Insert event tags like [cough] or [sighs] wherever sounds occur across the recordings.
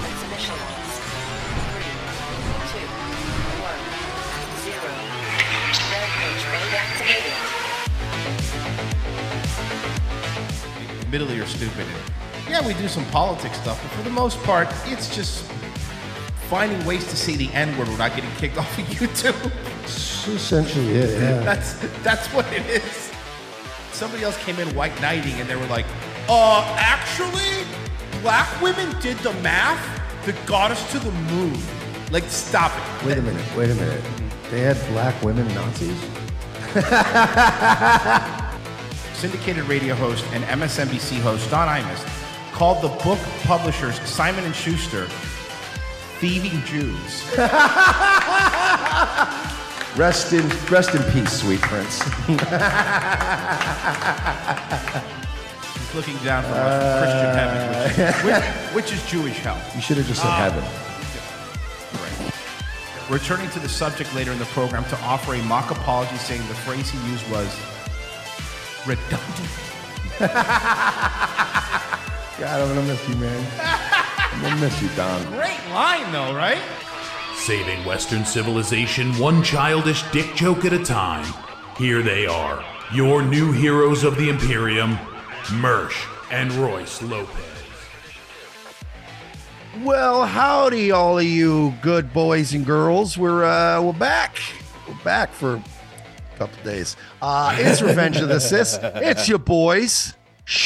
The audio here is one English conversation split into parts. initialize. Three, two, one, zero. Vantage mode activated. admittedly are stupid. And yeah, we do some politics stuff, but for the most part, it's just finding ways to say the N word without getting kicked [laughs] off of YouTube. That's essentially it, yeah. That's that's what it is. Somebody else came in white knighting, and they were like, "Uh, actually, black women did the math that got us to the moon." Like, stop it. Wait a minute, wait a minute. They had black women Nazis? syndicated radio host and MSNBC host Don Imus called the book publishers Simon and Schuster thieving Jews. Rest in rest in peace, sweet prince. He's looking down from us from Christian heaven, which, [laughs] which, which is Jewish hell. Uh, Um, You should have just said heaven. Returning to the subject later in the program to offer a mock apology, saying the phrase he used was redundant. [laughs] God, I'm gonna miss you, man. I'm gonna miss you, Don. Great line, though, right? Saving Western civilization one childish dick joke at a time. Here they are, your new heroes of the Imperium, Mersch and Royce Lopez. Well, howdy, all of you good boys and girls. We're uh, we're back. We're back for a couple days. Uh, it's Revenge of the Sis. It's your boys,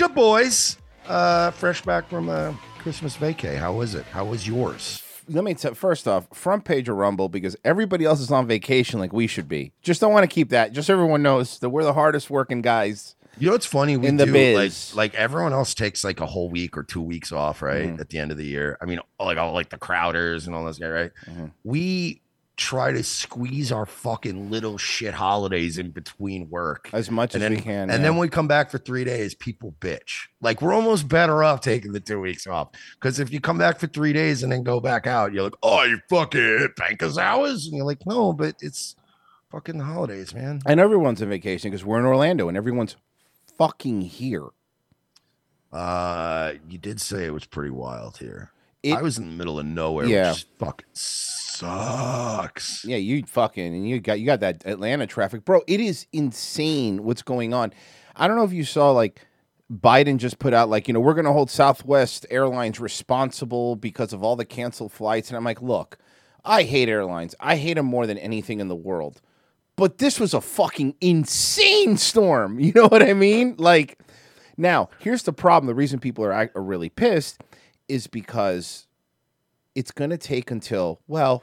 your boys. Uh, fresh back from uh, Christmas vacay. How was it? How was yours? let me tell first off front page of rumble because everybody else is on vacation like we should be just don't want to keep that just so everyone knows that we're the hardest working guys You know, it's funny. We In the do, biz. like, like everyone else takes like a whole week or two weeks off, right? Mm-hmm. At the end of the year. I mean, like all like the Crowders and all those guys, right? Mm-hmm. We try to squeeze our fucking little shit holidays in between work. as much and as then, we can and then when we come back for three days, people bitch. Like we're almost better off taking the two weeks off because if you come back for three days and then go back out, you're like, oh, you fucking banker's hours, and you're like, no, but it's fucking the holidays, man. and everyone's on vacation because we're in orlando and everyone's fucking here Uh, you did say it was pretty wild here. It- I was in the middle of nowhere, Yeah. which just fucking sucks. yeah you fucking and you got you got that atlanta traffic bro it is insane what's going on i don't know if you saw like biden just put out like you know we're going to hold southwest airlines responsible because of all the canceled flights and i'm like look i hate airlines i hate them more than anything in the world but this was a fucking insane storm. [laughs] You know what I mean? Like, now here's the problem. The reason people are, act- are really pissed is because it's going to take until, well,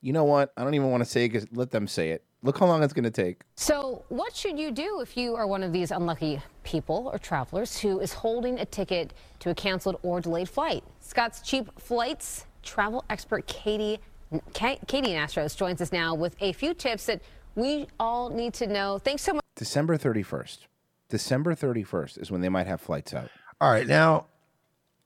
you know what? I don't even want to say it 'cause let them say it. Look how long it's going to take. So, what should you do if you are one of these unlucky people or travelers who is holding a ticket to a canceled or delayed flight? Scott's Cheap Flights travel expert Katie Ka- Katie Nastros joins us now with a few tips that we all need to know. Thanks so much. December 31st. December 31st is when they might have flights out. All right, now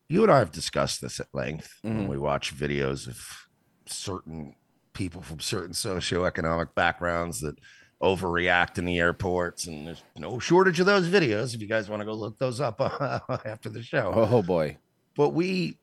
you and I have discussed this at length when we watch videos of certain people from certain socioeconomic backgrounds that overreact in the airports, and there's no shortage of those videos. If you guys want to go look those up [laughs] after the show, Oh, boy. but we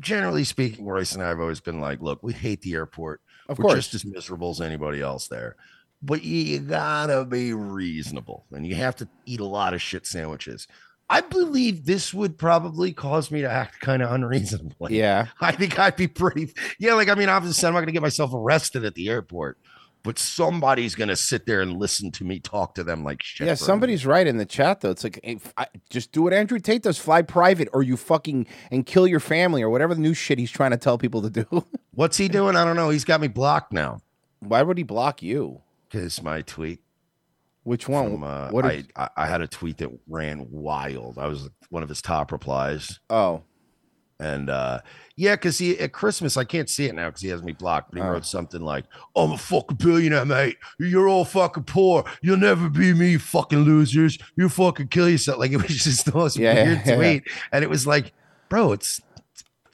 generally speaking royce and i have always been like look we hate the airport Of we're course. just as miserable as anybody else there but you, you gotta be reasonable and you have to eat a lot of shit sandwiches i believe this would probably cause me to act kind of unreasonable Yeah. [laughs] i think i'd be pretty yeah like i mean obviously i'm not gonna get myself arrested at the airport but somebody's gonna sit there and listen to me talk to them like shit Yeah, for a somebody's right in the chat though. It's like if I, just do what Andrew Tate does: fly private, or you fucking and kill your family, or whatever the new shit he's trying to tell people to do. [laughs] what's he doing i don't know he's got me blocked now Why would he block you? because my tweet Which one? from, uh, what? I, did- I, I had a tweet that ran wild. I was one of his top replies. oh, And uh, yeah, because he at Christmas, I can't see it now because he has me blocked, but he Oh. wrote something like, I'm a fucking billionaire, mate. You're all fucking poor. You'll never be me, you fucking losers. You fucking kill yourself. Like it was just the most Yeah, yeah, weird yeah, yeah. tweet. And it was like, bro, it's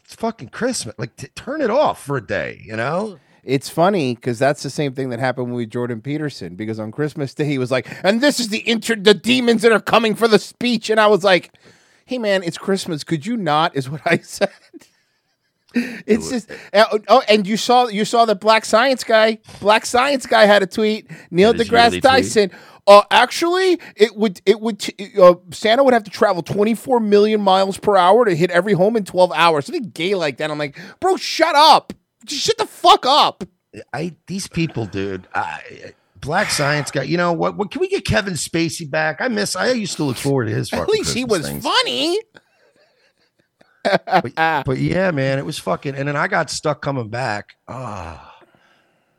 it's fucking Christmas. Like t- turn it off for a day, you know? it's funny because that's the same thing that happened with Jordan Peterson. Because on Christmas Day he was like, "And this is the inter- the demons that are coming for the [laughs] speech," and I was like, "Hey man, it's Christmas. Could you not?" Is what I said. It's just uh, oh, and you saw you saw the black science guy. Black science guy had a tweet. Neil Did he deGrasse really tweet? Tyson. Uh, actually, it would it would t- uh, Santa would have to travel 24 million miles per hour to hit every home in 12 hours. Something gay like that. I'm like, bro, shut up. Just shut the fuck up. I these people, dude. I, Black Science guy. You know what? What can we get Kevin Spacey back? I miss. I used to look forward to his. [laughs] At least he was fun. funny. But yeah, man, it was fucking. And then I got stuck coming back. Ah,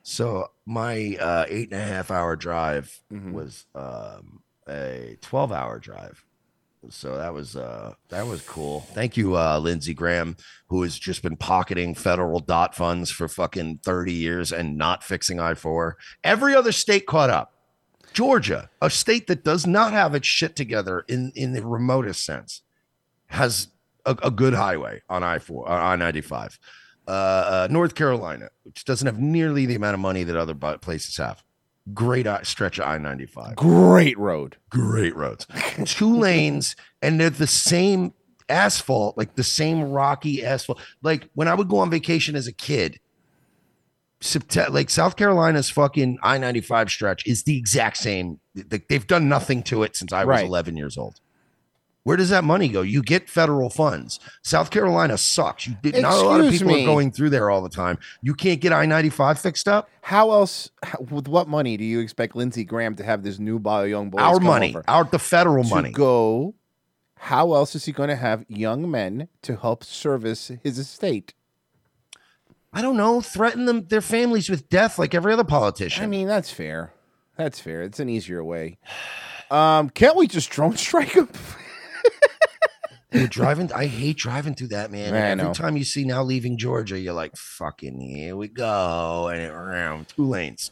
so my uh, eight and a half hour drive was um, a twelve hour drive. So that was uh, that was cool. Thank you, uh, Lindsey Graham, who has just been pocketing federal dot funds for fucking thirty years and not fixing I four. Every other state caught up. Georgia, a state that does not have its shit together in in the remotest sense has a, a good highway on I four on ninety five. Uh, uh, North Carolina, which doesn't have nearly the amount of money that other bu- places have. Great I- stretch of I ninety five. Great road. Great roads, [laughs] two lanes, and they're the same asphalt, like the same rocky asphalt. Like when I would go on vacation as a kid. Septe- like South Carolina's fucking I ninety five stretch is the exact same. Like they've done nothing to it since I was Right. eleven years old. Where does that money go? You get federal funds. South Carolina sucks. You did not a lot of Excuse people me. are going through there all the time. You can't get I ninety five fixed up. How else? How, with what money do you expect Lindsey Graham to have this new bio young boy? our money, our the federal to money. go. How else is he going to have young men to help service his estate? I don't know. Threaten them, their families with death, like every other politician. I mean, that's fair. That's fair. It's an easier way. Um, can't we just drone [laughs] strike him? Dude, driving. I hate driving through that, man. And I every know. time you see now leaving Georgia, you're like, "Fucking here we go!" And it around two lanes,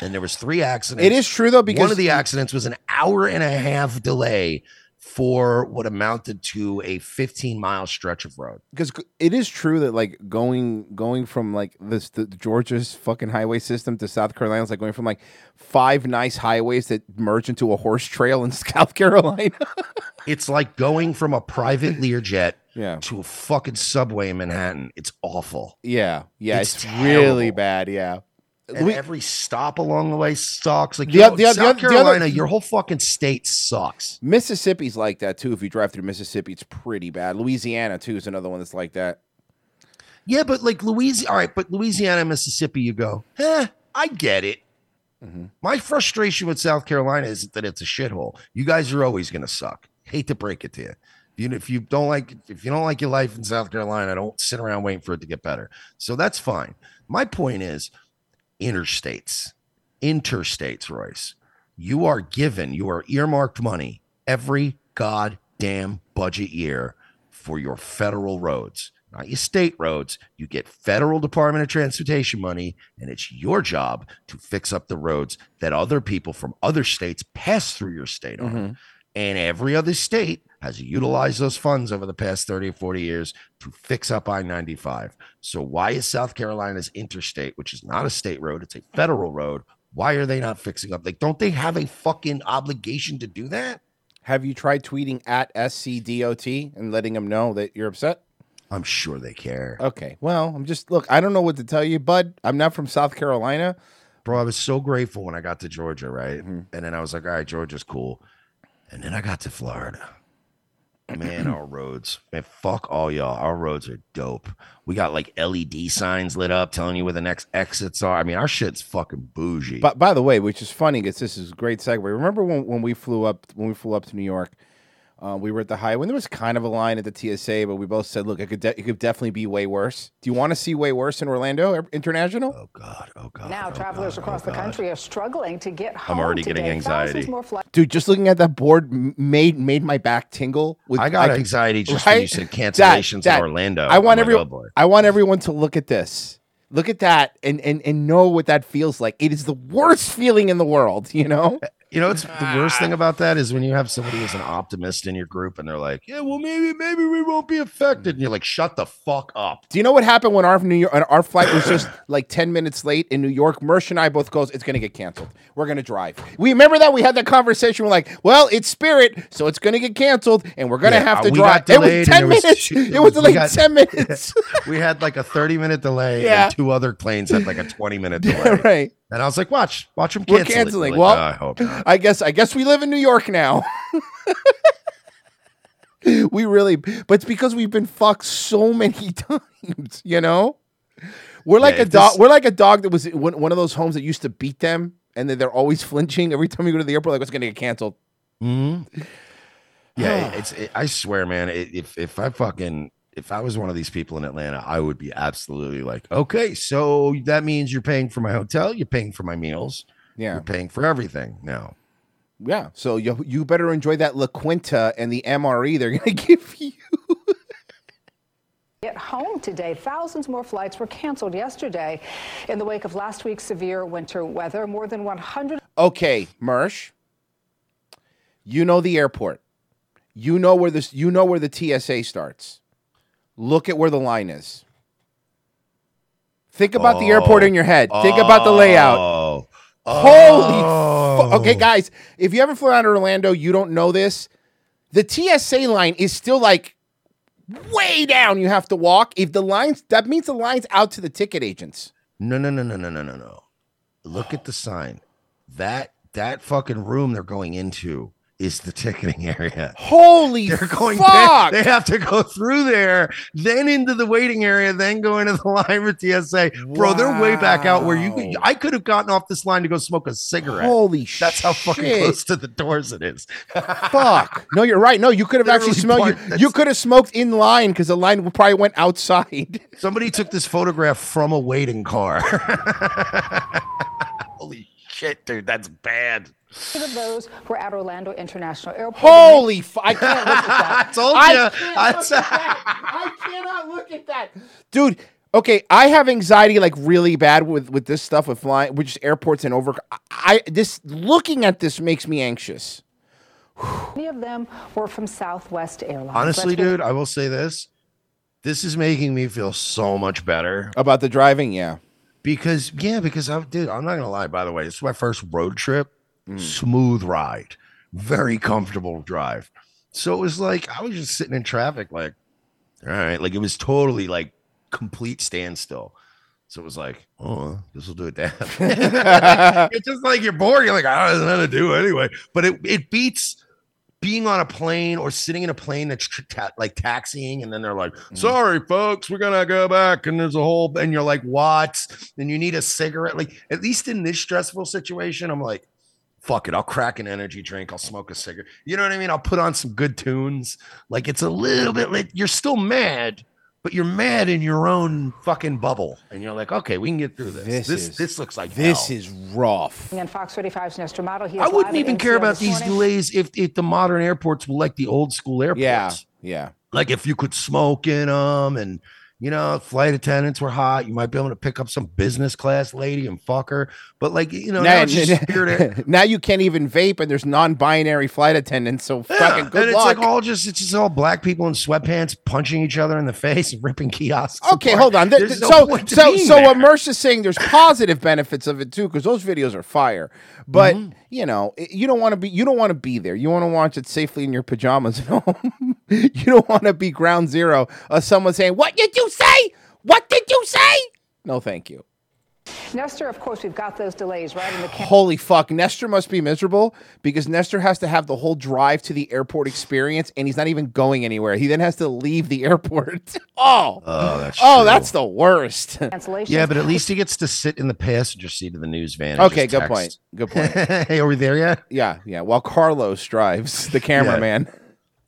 and there was three accidents. it is true though, because one of the accidents was an hour and a half delay for what amounted to a 15 mile stretch of road. because g- it is true that like going going from like this the Georgia's fucking highway system to South Carolina is like going from like five nice highways that merge into a horse trail in [laughs] South Carolina. [laughs] It's like going from a private Learjet [laughs] Yeah. to a fucking subway in Manhattan. It's awful. yeah, yeah, It's it's, really terrible. bad. Yeah, And We- every stop along the way sucks. Like The yo, oth- the oth- South the other- Carolina, your whole fucking state sucks. Mississippi's like that too. If you drive through Mississippi, it's pretty bad. Louisiana too is another one that's like that. Yeah, but like Louisiana, all right, but Louisiana, Mississippi, you go, eh, I get it. Mm-hmm. My frustration with South Carolina is that it's a shithole. You guys are always going to suck. Hate to break it to you. You know, if you don't like if you don't like your life in South Carolina, don't sit around waiting for it to get better. So that's fine. My point is interstates, interstates, Royce. You are given, you are earmarked money every goddamn budget year for your federal roads, not your state roads. You get federal Department of Transportation money, and it's your job to fix up the roads that other people from other states pass through your state on. And every other state has utilized those funds over the past 30 or 40 years to fix up I 95. So, why is South Carolina's interstate, which is not a state road, it's a federal road, why are they not fixing up? Like, don't they have a fucking obligation to do that? Have you tried tweeting at SCDOT and letting them know that you're upset? I'm sure they care. Okay. Well, I'm just look. I don't know what to tell you, bud. I'm not from South Carolina. Mm-hmm. bro, I was so grateful when I got to Georgia, right? And then I was like, all right, Georgia's cool. And then I got to Florida. [clears throat] Man, our roads, man, fuck all y'all. Our roads are dope. We got like LED signs lit up telling you where the next exits are. I mean, our shit's fucking bougie. But by the way, which is funny because this is a great segue. Remember when, when we flew up when we flew up to New York, uh, we were at the highway. And there was kind of a line at the TSA, but we both said, "Look, it could de- it could definitely be way worse." Do you want to see way worse in Orlando Air- International? oh God, oh God. Now, oh travelers God, oh across the God. country are struggling to get home. already today. getting anxiety. Thousands more flights Dude, just looking at that board m- made made my back tingle. With I got could- anxiety just when you right? said Dad, cancellations Dad, in Orlando. I want I'm like, everyone. oh, boy. I want everyone to look at this. Look at that and, and and know what that feels like. It is the worst feeling in the world, you know? [laughs] You know, it's the worst thing about that is when you have somebody who's an optimist in your group and they're like, "Yeah, well, maybe, maybe we won't be affected," and you're like, "Shut the fuck up." Do you know what happened when our New York, our flight was just [coughs] like ten minutes late in New York? Mersh and I both goes, it's going to get canceled. We're going to drive. We remember that we had that conversation. We're like, well, it's Spirit, so it's going to get canceled, and we're going to Yeah, have to we drive. got delayed it was ten and it was minutes. [laughs] sh- it it was was- we like got- [laughs] ten minutes. We had like a 30 minute delay, Yeah. and two other planes had like a 20 [laughs] minute delay. right. And I was like, "Watch, watch them We're cancel." it." canceling. Like, Well- "Oh, I hope not." [laughs] I guess. I guess we live in New York [laughs] now. [laughs] we really, but it's because we've been fucked so many [laughs] times. You know, we're like Yeah, a if dog. this- We're like a dog that was in one, one of those homes that used to beat them, and then they're always [laughs] flinching every time you go to the airport. Like, what's going to get canceled? Mm-hmm. [sighs] Yeah, it's. It, I swear, man. It, if if I fucking if I was one of these people in Atlanta, I would be absolutely like, okay, so that means you're paying for my hotel, you're paying for my meals, Yeah, you're paying for everything now. yeah. So you you better enjoy that La Quinta and the MRE they're going to [laughs] give you. Get home today. Thousands more flights were canceled yesterday in the wake of last week's severe winter weather. More than 100 okay, Mersh, you know the airport. You know where this you know where the TSA starts. Look at where the line is. Think about the airport in your head. Think about the layout. Oh, Holy fu- Okay, guys, if you ever flew out of Orlando, you don't know this. The TSA line is still like way down you have to walk. If the lines that means the line's out to the ticket agents. no, no, no, no, no, no, no, no. Look at the sign. That that fucking room they're going into is the ticketing [laughs] area. Holy They're going. fuck. They, they have to go through there, then into the waiting area, then go into the [laughs] line with TSA. Bro, they're way back out where you. Could, Wow. I could have gotten off this line to go smoke a cigarette. Holy shit. That's how fucking close to the doors it is. [laughs] Fuck. No, you're right. No, you could have They're actually really smelled. part- You, that's- you could have smoked in line because the line probably went outside. [laughs] Somebody took this photograph from a waiting car. [laughs] Holy shit, dude, that's bad. of those were at Orlando International Airport. Holy fu- I can't look at that. [laughs] I told I you. can't I look said- at that. I cannot look at that. Dude, okay, I have anxiety like really bad with with this stuff with flying, which is airports and over. I this looking at this makes me anxious. [laughs] Many of them were from Southwest Airlines. Honestly, Let's be dude, I will say this. This is making me feel so much better About the driving, yeah. because, yeah, because I dude, I'm not gonna lie. By the way, this is my first road trip. Mm. Smooth ride, very comfortable drive. So it was like I was just sitting in traffic, like, all right, like it was totally like complete standstill. So it was like, oh, this will do it. Down. [laughs] it's just like you're bored. You're like, I don't know what to do anyway. But it it beats being on a plane or sitting in a plane that's tr- ta- like taxiing, and then they're like, "Sorry, folks, we're gonna go back," and there's a whole, and you're like, "What?" And you need a cigarette. Like at least in this stressful situation, I'm like, "Fuck it, I'll crack an energy drink, I'll smoke a cigarette." You know what I mean? I'll put on some good tunes. Like it's a little bit like you're still mad. But you're mad in your own fucking bubble, and you're like, "Okay, we can get through this. This this, looks like hell." is rough. And Fox 35's Nestor Model. He I is wouldn't live at even care NCL about this these morning. delays if, if the modern airports were like the old school airports. Yeah, yeah. Like if you could smoke in them and, you know, flight attendants were hot, you might be able to pick up some business class lady and fuck her. But like, you know, now now, it's [laughs] just spirit air- now you can't even vape, and there's non-binary flight attendants. So Yeah, fucking good and luck. it's like all just it's just all black people in sweatpants punching each other in the [laughs] face and ripping kiosks. okay, apart. hold on. Th- There's th- no so point to so being so um, there. what Merce is saying there's positive benefits of it too, because those videos are fire. But Mm-hmm. you know, i- you don't want to be you don't want to be there. You want to watch it safely in your pajamas at [laughs] home. you don't want to be ground zero of someone saying, "What did you say? What did you say?" No, thank you. Nestor, of course, we've got those delays right in the camp. Holy fuck, Nestor must be miserable because Nestor has to have the whole drive to the airport experience and he's not even going anywhere. He then has to leave the [laughs] airport. Oh. Oh, that's oh, true. that's the worst. Cancellations. yeah, but at least he gets to sit in the passenger seat of the news van. and okay, just good text. point. Good point. [laughs] hey, are we there yet? Yeah, yeah. While Carlos drives the cameraman.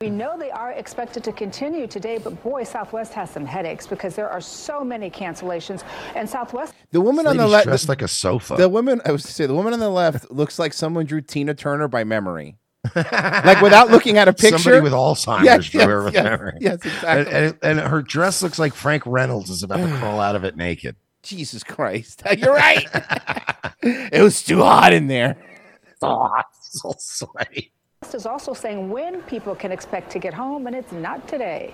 We know they are expected to continue today, but boy, Southwest has some headaches because there are so many cancellations. And Southwest The woman on the Lady's left dressed the, like a sofa. the woman I was to say the woman on the [laughs] left looks like someone drew Tina Turner by memory. like without looking at a picture. Somebody with Alzheimer's. Yes, drew yes, her with yes, memory. yes, And, exactly. and, and her dress looks like Frank Reynolds is about to [sighs] crawl out of it naked. [laughs] Jesus Christ. You're right. it was too hot in there. It's all sweaty. Southwest is also saying when people can expect to get home, and it's not today.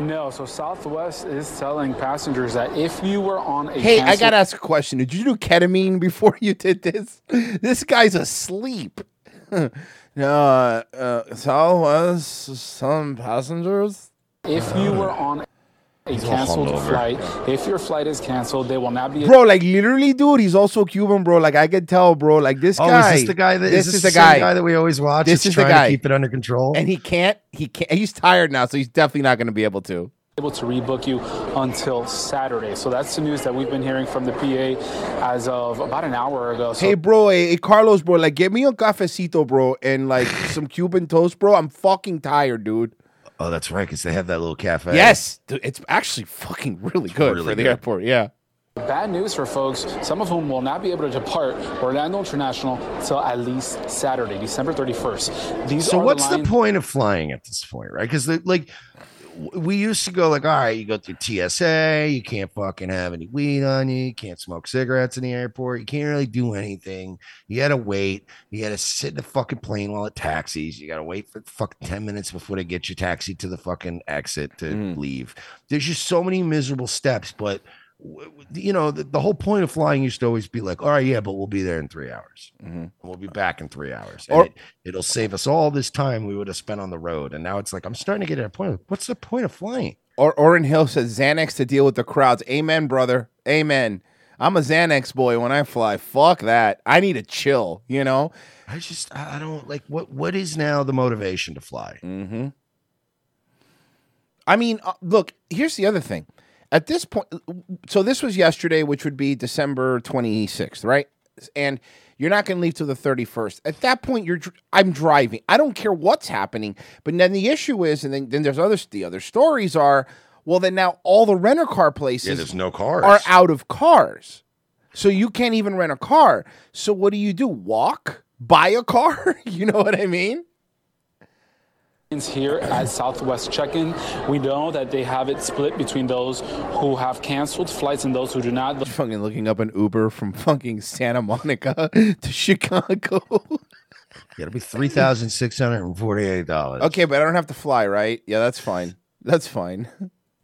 No, so Southwest is telling passengers that if you were on a Hey, I cancel- gotta ask a question. Did you do ketamine before you did this? This guy's asleep. [laughs] no, uh, uh, Southwest, some passengers. if you were on a canceled flight, if your flight is canceled, they will not be Bro, like literally, dude, he's also Cuban, bro. Like I could tell, bro. Like this Oh, guy. is this the guy that this is is, this the same guy. that we always watch? This It's is the trying to guy. keep it under control. and he can't. He can't. He's tired now, so he's definitely not gonna be able to. able to rebook you until Saturday. So that's the news that we've been hearing from the PA as of about an hour Oh, ago. So Hey, bro. Hey, hey, Carlos, bro. Like, get me a cafecito, bro, and [sighs] like some Cuban toast, bro. I'm fucking tired, dude. oh, that's right, because they have that little cafe. Yes, dude, it's actually fucking really good really for the good. airport. Yeah. Bad news for folks, some of whom will not be able to depart Orlando International till at least Saturday, December 31st. These So are what's the, the lines- point of flying at this point, right? Because like w- we used to go like, all right, you go through TSA, you can't fucking have any weed on you, you can't smoke cigarettes in the airport, you can't really do anything. You had to wait, you had to sit in the fucking plane while it taxis. You got to wait for fucking ten minutes before they get you taxi to the fucking exit to Mm. leave. There's just so many miserable steps, but w- w- you know the, the whole point of flying used to always be like all right yeah but we'll be there in three hours we'll be back in three hours And Or- it- it'll save us all this time we would have spent on the road and now it's like i'm starting to get at a point of, what's the point of flying Or Orin Hill says Xanax to deal with the crowds. Amen, brother. Amen. I'm a Xanax boy when I fly. Fuck that. I need to chill, you know? i just i I don't like what what is now the motivation to fly Mm-hmm. I mean, uh, look, here's the other thing. At this point, so this was yesterday, which would be December 26th, right? And you're not going to leave till the 31st. At that point, you're dr- I'm driving. I don't care what's happening. But then the issue is, and then, then there's other the other stories are, well, then now all the rental car places no cars are out of cars. So you can't even rent a car. So what do you do? Walk? Buy a car? [laughs] you know what I mean? here at Southwest check-in. We know that they have it split between those who have canceled flights and those who do not. Fucking looking up an Uber from fucking Santa Monica [laughs] to Chicago. it'll be three thousand six hundred and forty eight dollars okay, but I don't have to fly, right? Yeah, that's fine. That's fine.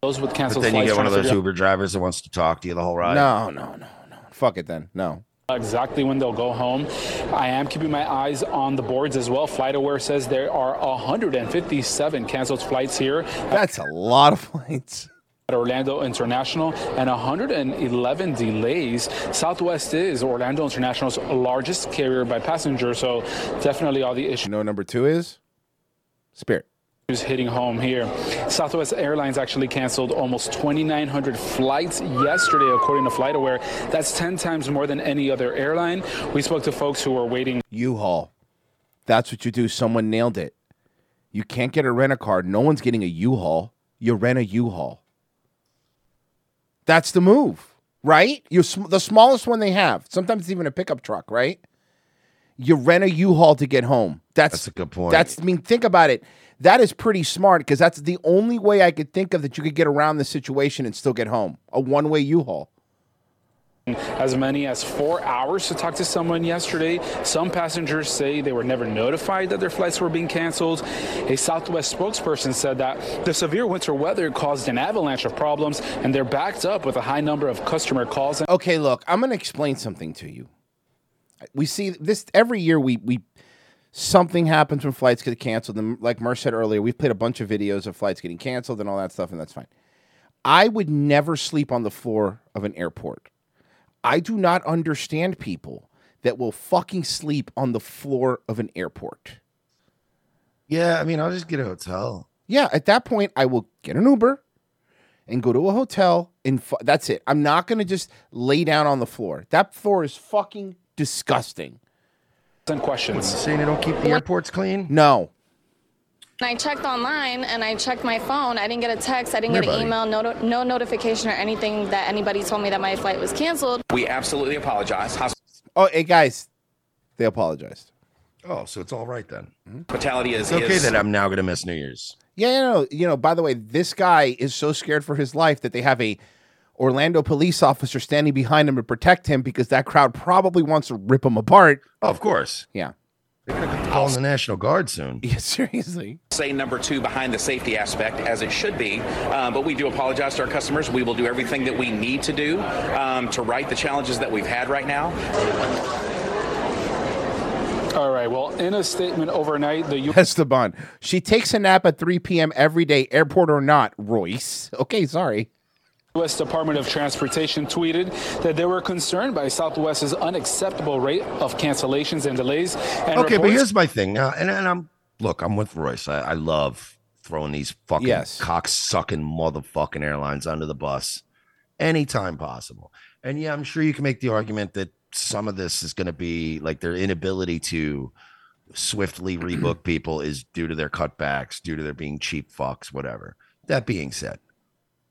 Those with but canceled then you flights get trying one of to those figure uber drivers that wants to talk to you the whole ride No, no, no, no. Fuck it then. No. out exactly when they'll go home. I am keeping my eyes on the boards as well. FlightAware says there are 157 canceled flights here That's a lot of flights. at Orlando International and 111 delays. Southwest is Orlando International's largest carrier by passenger, so definitely all the You issues know what number two is? Spirit. hitting home here. Southwest Airlines actually canceled almost 2,900 flights yesterday, according to FlightAware. That's 10 times more than any other airline. We spoke to folks who were waiting U-Haul. That's what you do. Someone nailed it. You can't get a rent a car. No one's getting a U-Haul. You rent a U-Haul. That's the move, right? You sm- the smallest one they have. Sometimes it's even a pickup truck, right? You rent a U-Haul to get home. That's, That's a good point. That's I mean, think about it. That is pretty smart because that's the only way I could think of that you could get around the situation and still get home. A one-way U-Haul. as many as four hours to talk to someone yesterday. Some passengers say they were never notified that their flights were being canceled. A Southwest spokesperson said that the severe winter weather caused an avalanche of problems, and they're backed up with a high number of customer calls. And Okay, look, I'm going to explain something to you. We see this every year. We we something happens when flights get canceled. And like Mer said earlier, we've played a bunch of videos of flights getting canceled and all that stuff, and that's fine. I would never sleep on the floor of an airport. I do not understand people that will fucking sleep on the floor of an airport. yeah i mean i'll just get a hotel Yeah, at that point, I will get an Uber and go to a hotel, and fu- that's it. I'm not gonna just lay down on the floor. That floor is fucking disgusting. questions. saying they don't keep the airports clean No, And I checked online and I checked my phone. I didn't get a text, I didn't Here, get an buddy. email, no, no notification or anything that anybody told me that my flight was canceled. We absolutely apologize. Oh, hey guys, they apologized. oh so it's all right then Hospitality is it's okay is- that i'm now gonna miss new year's Yeah, you know, you know. By the way, this guy is so scared for his life that they have a Orlando police officer standing behind him to protect him because that crowd probably wants to rip him apart. of course. Yeah. Calling the National Guard soon. Yeah, [laughs] seriously. Say number two behind the safety aspect, as it should be. Um, but we do apologize to our customers. We will do everything that we need to do um, to right the challenges that we've had right now. All right. Well, in a statement overnight, the U- Esteban. She takes a nap at 3 p.m. every day, airport or not, Royce. [laughs] Okay, sorry. U.S. Department of Transportation tweeted that they were concerned by Southwest's unacceptable rate of cancellations and delays. And Okay, but reports here's my thing. Now, and, and I'm look, I'm with Royce. I, I love throwing these fucking Yes. cock sucking motherfucking airlines under the bus anytime possible. And yeah, I'm sure you can make the argument that some of this is going to be like their inability to swiftly rebook people is due to their cutbacks, due to their being cheap fucks, whatever. That being said,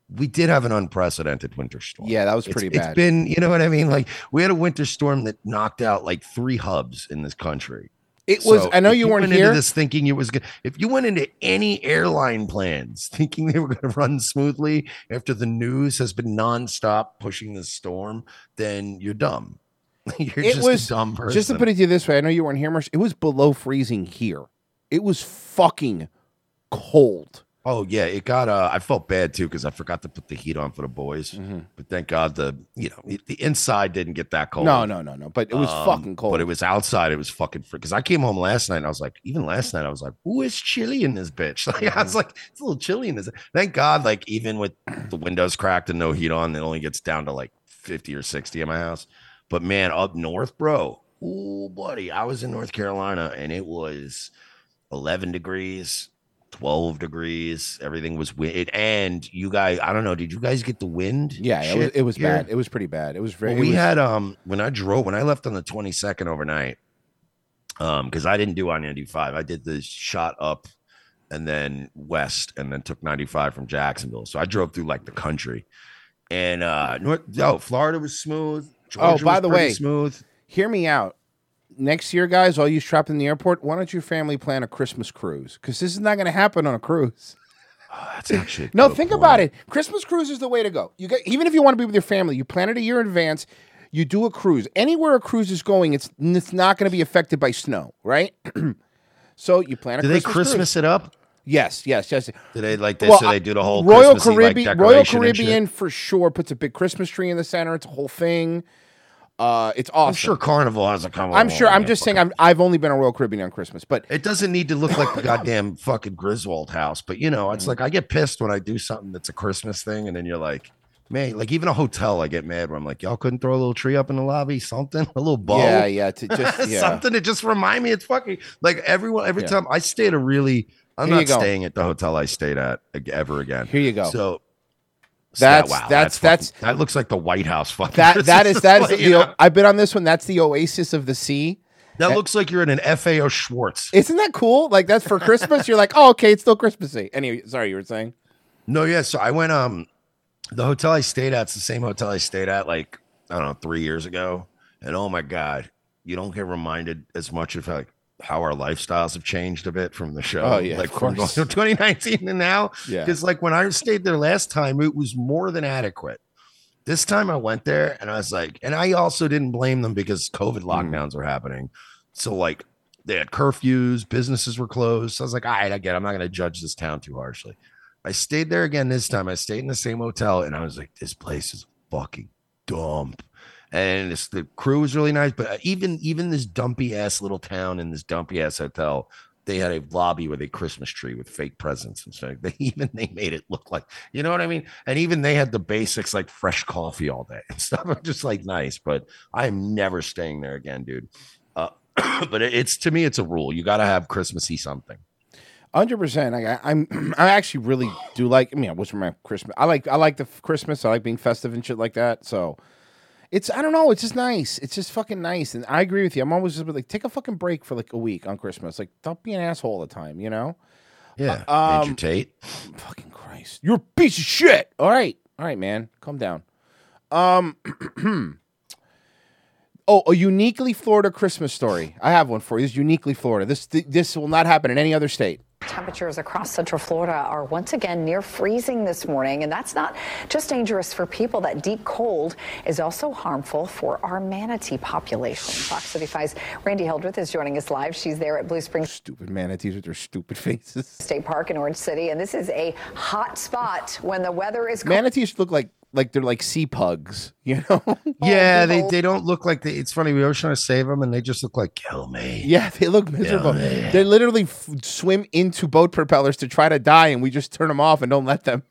we did have an unprecedented winter storm. Yeah, that was It's- pretty It's bad. been, you know what I mean? Like we had a winter storm that knocked out like three hubs in this country. It was, So I know if you weren't went here. Into this thinking it was good. If you went into any airline plans [laughs] thinking they were going to run smoothly after the news has been nonstop pushing this storm, then you're dumb. [laughs] you're it just was a dumb person. just to put it to you this way. I know you weren't here, Marsh. It was below freezing here. It was fucking cold. oh yeah, it got. Uh, I felt bad too because I forgot to put the heat on for the boys. Mm-hmm. But thank God the you know it- the inside didn't get that cold. No, no, no, no. But it was Um, fucking cold. But it was outside. It was fucking free. Because I came home last night and I was like, even last night, I was like, ooh, it's chilly in this bitch. [laughs] Like, I Mm-hmm. was like, it's a little chilly in this. Thank God, like, even with the windows cracked and no heat on, it only gets down to like 50 or 60 in my house. But man, up north, bro, ooh, buddy, I was in North Carolina and it was 11 degrees. 12 degrees everything was wind and you guys i don't know did you guys get the wind yeah, it was, shit it was here? bad. It was pretty bad. It was very. Well, it we was- had um when I drove when I left on the 22nd overnight, um, because I didn't do on 95. I did the shot up and then west and then took 95 from Jacksonville. So I drove through like the country. And uh North oh, Florida was smooth. Georgia Oh, by was the pretty way, smooth. hear me out. Next year, guys, all you trapped in the airport, why don't your family plan a Christmas cruise? Because this is not going to happen on a cruise. Oh, that's actually a No, good think point. about it. Christmas cruise is the way to go. You get even if you want to be with your family, you plan it a year in advance. You do a cruise. Anywhere a cruise is going, it's it's not going to be affected by snow, right? [clears throat] so you plan a Do they Christmas. cruise. Christmas it up? Yes, yes, yes. Do they like this? Well, so I- they do the whole Royal Christmassy, like, Caribbean. Royal decoration and shit? Caribbean for sure puts a big Christmas tree in the center. It's a whole thing. Uh, it's awesome. I'm sure Carnival has a combo. I'm sure. I'm just saying. I'm, I've only been on Royal Caribbean on Christmas, but It doesn't need to look like [laughs] the goddamn fucking Griswold house, but you know, Mm. it's like I get pissed when I do something that's a Christmas thing, and then you're like, man, like even a hotel, I get mad where I'm like, y'all couldn't throw a little tree up in the lobby, something, a little bow, yeah, yeah. [laughs] To just yeah. something to just remind me it's fucking like everyone. Every Yeah. time I stay at a really, I'm Here you not go. staying at the hotel I stayed at ag- ever again. Here you go. So. so That's- wow, that's- fucking- that's- that looks like the White House. [laughs] Fucking that that is Christmas [laughs] that is display, the. you know? I've been on this one. That's the oasis of the sea. Eh, that looks like you're in an FAO Schwartz. Isn't that cool? Like that's for Christmas. You're like, oh, okay, it's still Christmassy. Anyway, sorry, you were saying. No, yeah. So I went um the hotel I stayed at's the same hotel I stayed at like I don't know, three years ago. And oh my God, you don't get reminded as much of like how our lifestyles have changed a bit from the show. Oh, yeah, Like of from course. [laughs] 2019 to now. Yeah. Because like when I stayed there last time, it was more than adequate. This time I went there and I was like, and I also didn't blame them because COVID lockdowns were happening. So like they had curfews, businesses were closed. So I was like, all right, I get it. I'm not gonna judge this town too harshly. I stayed there again this time. I stayed in the same hotel and I was like, this place is fucking dump. And it's, the crew was really nice, but uh, even even this dumpy ass little town in this dumpy ass hotel, they had a lobby with a Christmas tree with fake presents and stuff. [laughs] They even they made it look like you know what I mean. And even they had the basics like fresh coffee all day and [laughs] stuff. I'm just like nice, but I am never staying there again, dude. Uh, [clears throat] but it- it's to me, it's a rule. You got to have Christmassy something. Hundred percent. Like I, I'm, [clears throat] I actually really do like. I mean, I wish for my Christmas. I like, I like the f- Christmas. I like being festive and shit like that. So, it's, I don't know. It's just nice. It's just fucking nice. And I agree with you. I'm always just like, take a fucking break for like a week on Christmas. Like, don't be an asshole all the time. You know. Yeah, Uh, Major um, Tate. Fucking Christ. You're a piece of shit. All right. All right, man. Calm down. Um [clears throat] Oh, a uniquely Florida Christmas story. I have one for you. This is uniquely Florida. This th- this will not happen in any other state. Temperatures across Central Florida are once again near freezing this morning, and that's not just dangerous for people. That deep cold is also harmful for our manatee population. Fox 35's Randy Hildreth is joining us live. She's there at Blue Springs Stupid manatees with their stupid [laughs] faces. State Park in Orange City, and this is a hot spot when the weather is cold. Manatees look like like they're like sea pugs, [laughs] you know? Yeah, they, they don't look like they. It's funny. We always trying to save them, and they just look like kill me. Yeah, they look miserable. man. They literally f- swim into boat propellers to try to die, and we just turn them off and don't let them.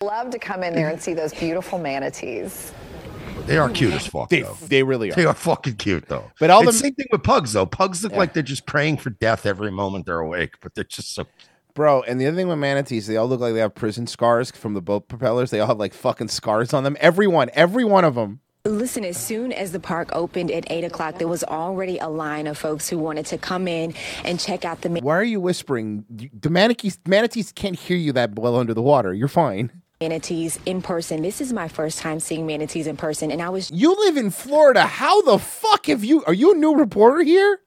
Love to come in there and see those beautiful manatees. They are cute as fuck. They though. they really They are. are fucking cute though. But all it's the- same thing with pugs though. Pugs look Yeah. like they're just praying for death every moment they're awake, but they're just so. Bro, and the other thing with manatees, they all look like they have prison scars from the boat propellers. They all have like fucking scars on them. Everyone, every one of them. Listen, as soon as the park opened at 8 o'clock, there was already a line of folks who wanted to come in and check out the Why are you whispering? You- The manatees manatees can't hear you that well under the water. You're fine. manatees in person. This is my first time seeing manatees in person, and I was You live in Florida. How the fuck have you are you a new reporter here?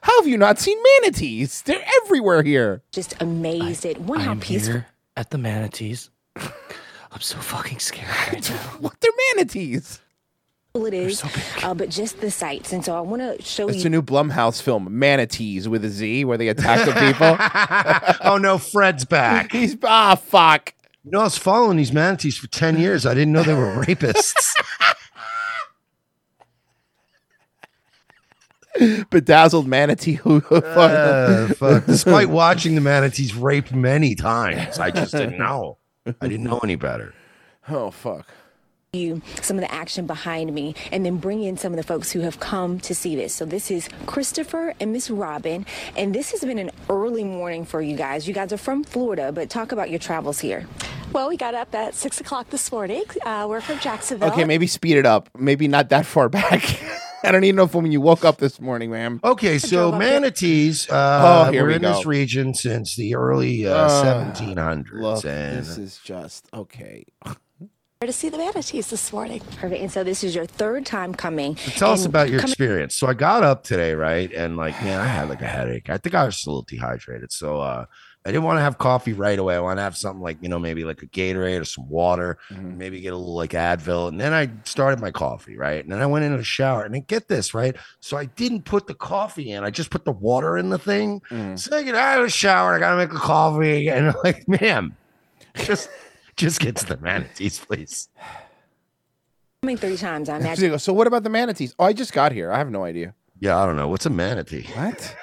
How have you not seen manatees? They're everywhere here. just amazed at one, how I'm peaceful here at the manatees. I'm so fucking scared right now. [laughs] what? They're manatees. it is, uh, but just the sights. And so I want to show It's you. a new Blumhouse film, Manatees with a Z, where they attack the people. [laughs] oh no, Fred's [laughs] back. He's ah fuck. You know, I was following these manatees for ten years. I didn't know they were rapists. [laughs] Bedazzled manatee who Uh, fuck. Despite watching the manatees rape many times, I just didn't know. I didn't know any better. Oh fuck. you some of the action behind me and then bring in some of the folks who have come to see this. So this is Christopher and Miss Robin and this has been an early morning for you guys. You guys are from Florida, but talk about your travels here. Well, we got up at six o'clock this morning. Uh, we're from Jacksonville. Okay, maybe speed it up. Maybe not that far back. [laughs] I don't even know if when you woke up this morning, ma'am. Okay, so manatees uh, Oh, here were we in go. this region since the early uh, Ah, 1700s. and this is just okay. to see the manatees this morning. Perfect. And so this is your third time coming. Tell us And about your coming- experience. So I got up today, right? And like, man, I had like a headache. I think I was just a little dehydrated. So uh I didn't want to have coffee right away. I want to have something like, you know, maybe like a Gatorade or some water, maybe get a little like Advil. And then I started my coffee, right? And then I went into the shower and then get this, right? So I didn't put the coffee in. I just put the water in the thing. So I get out of the shower. I got to make a coffee. And I'm [laughs] like, ma'am, just, just get to the manatees, [laughs] please. coming three times, I So [laughs] you imagine go, So what about the manatees? Oh, I just got here. I have no idea. Yeah, I don't know. What's a manatee? What?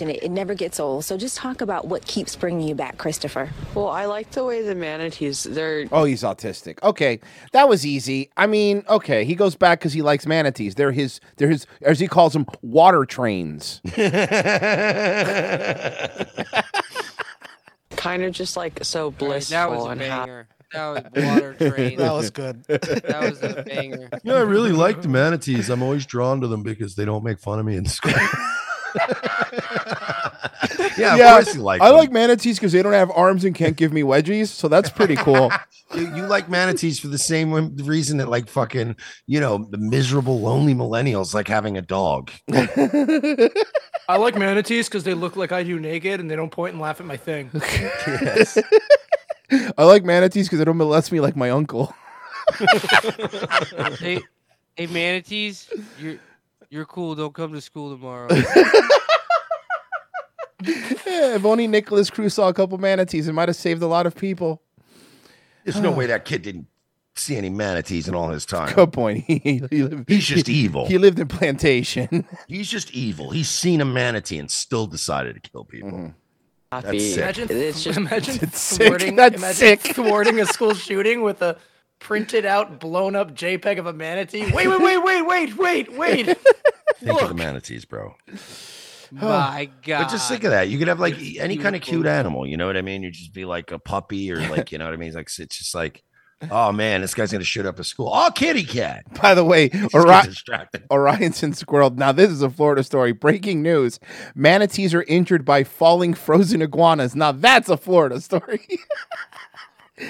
it, it never gets old. So just talk about what keeps bringing you back, Christopher. Well, I like the way the manatees, they're. Oh, he's autistic. Okay, that was easy. I mean, okay, he goes back because he likes manatees. They're his, they're his, as he calls them, water [laughs] trains. [laughs] kind of just like so blissful that was a and banger. happy. That [laughs] was water train. That was good. That was a [laughs] banger. You know, I really like the manatees. I'm always drawn to them because they don't make fun of me [laughs] in school. yeah, of course you like. I them. like manatees because they don't have arms and can't give me wedgies, so that's pretty cool. [laughs] you, you like manatees for the same re- reason that like fucking you know the miserable lonely millennials like having a dog. I like manatees because they look like I do naked and they don't point and laugh at [laughs] my thing. I like manatees because they don't molest me like my [laughs] uncle. Hey, hey, manatees, you're you're cool. Don't come to school tomorrow. Yeah, if only Nicholas Cruz saw a couple manatees, it might have saved a lot of people. [sighs] There's no way that kid didn't see any manatees in all his time. Good point. [laughs] He, he lived, [laughs] He's just evil. He lived in plantation. [laughs] He's just evil. He's seen a manatee and still decided to kill people. Mm-hmm. That's sick. Imagine, It's just- imagine It's sick. thwarting, That's imagine sick. thwarting a school shooting with a printed out, blown up JPEG of a manatee. Wait, wait, wait, wait, wait, wait, wait. Think of the manatees, bro. My God. But just think of that. You could have like It's any kind of beautiful. cute animal. You know what I mean? You just be like a puppy [laughs] or like you know what I mean. It's like it's just like, oh man, this guy's gonna shoot up a school. Oh, kitty cat. By the way, get Ori- distracted. Orionson squirreled. Now this is a Florida story. Breaking news: manatees are injured by falling frozen iguanas. Now that's a Florida story. [laughs]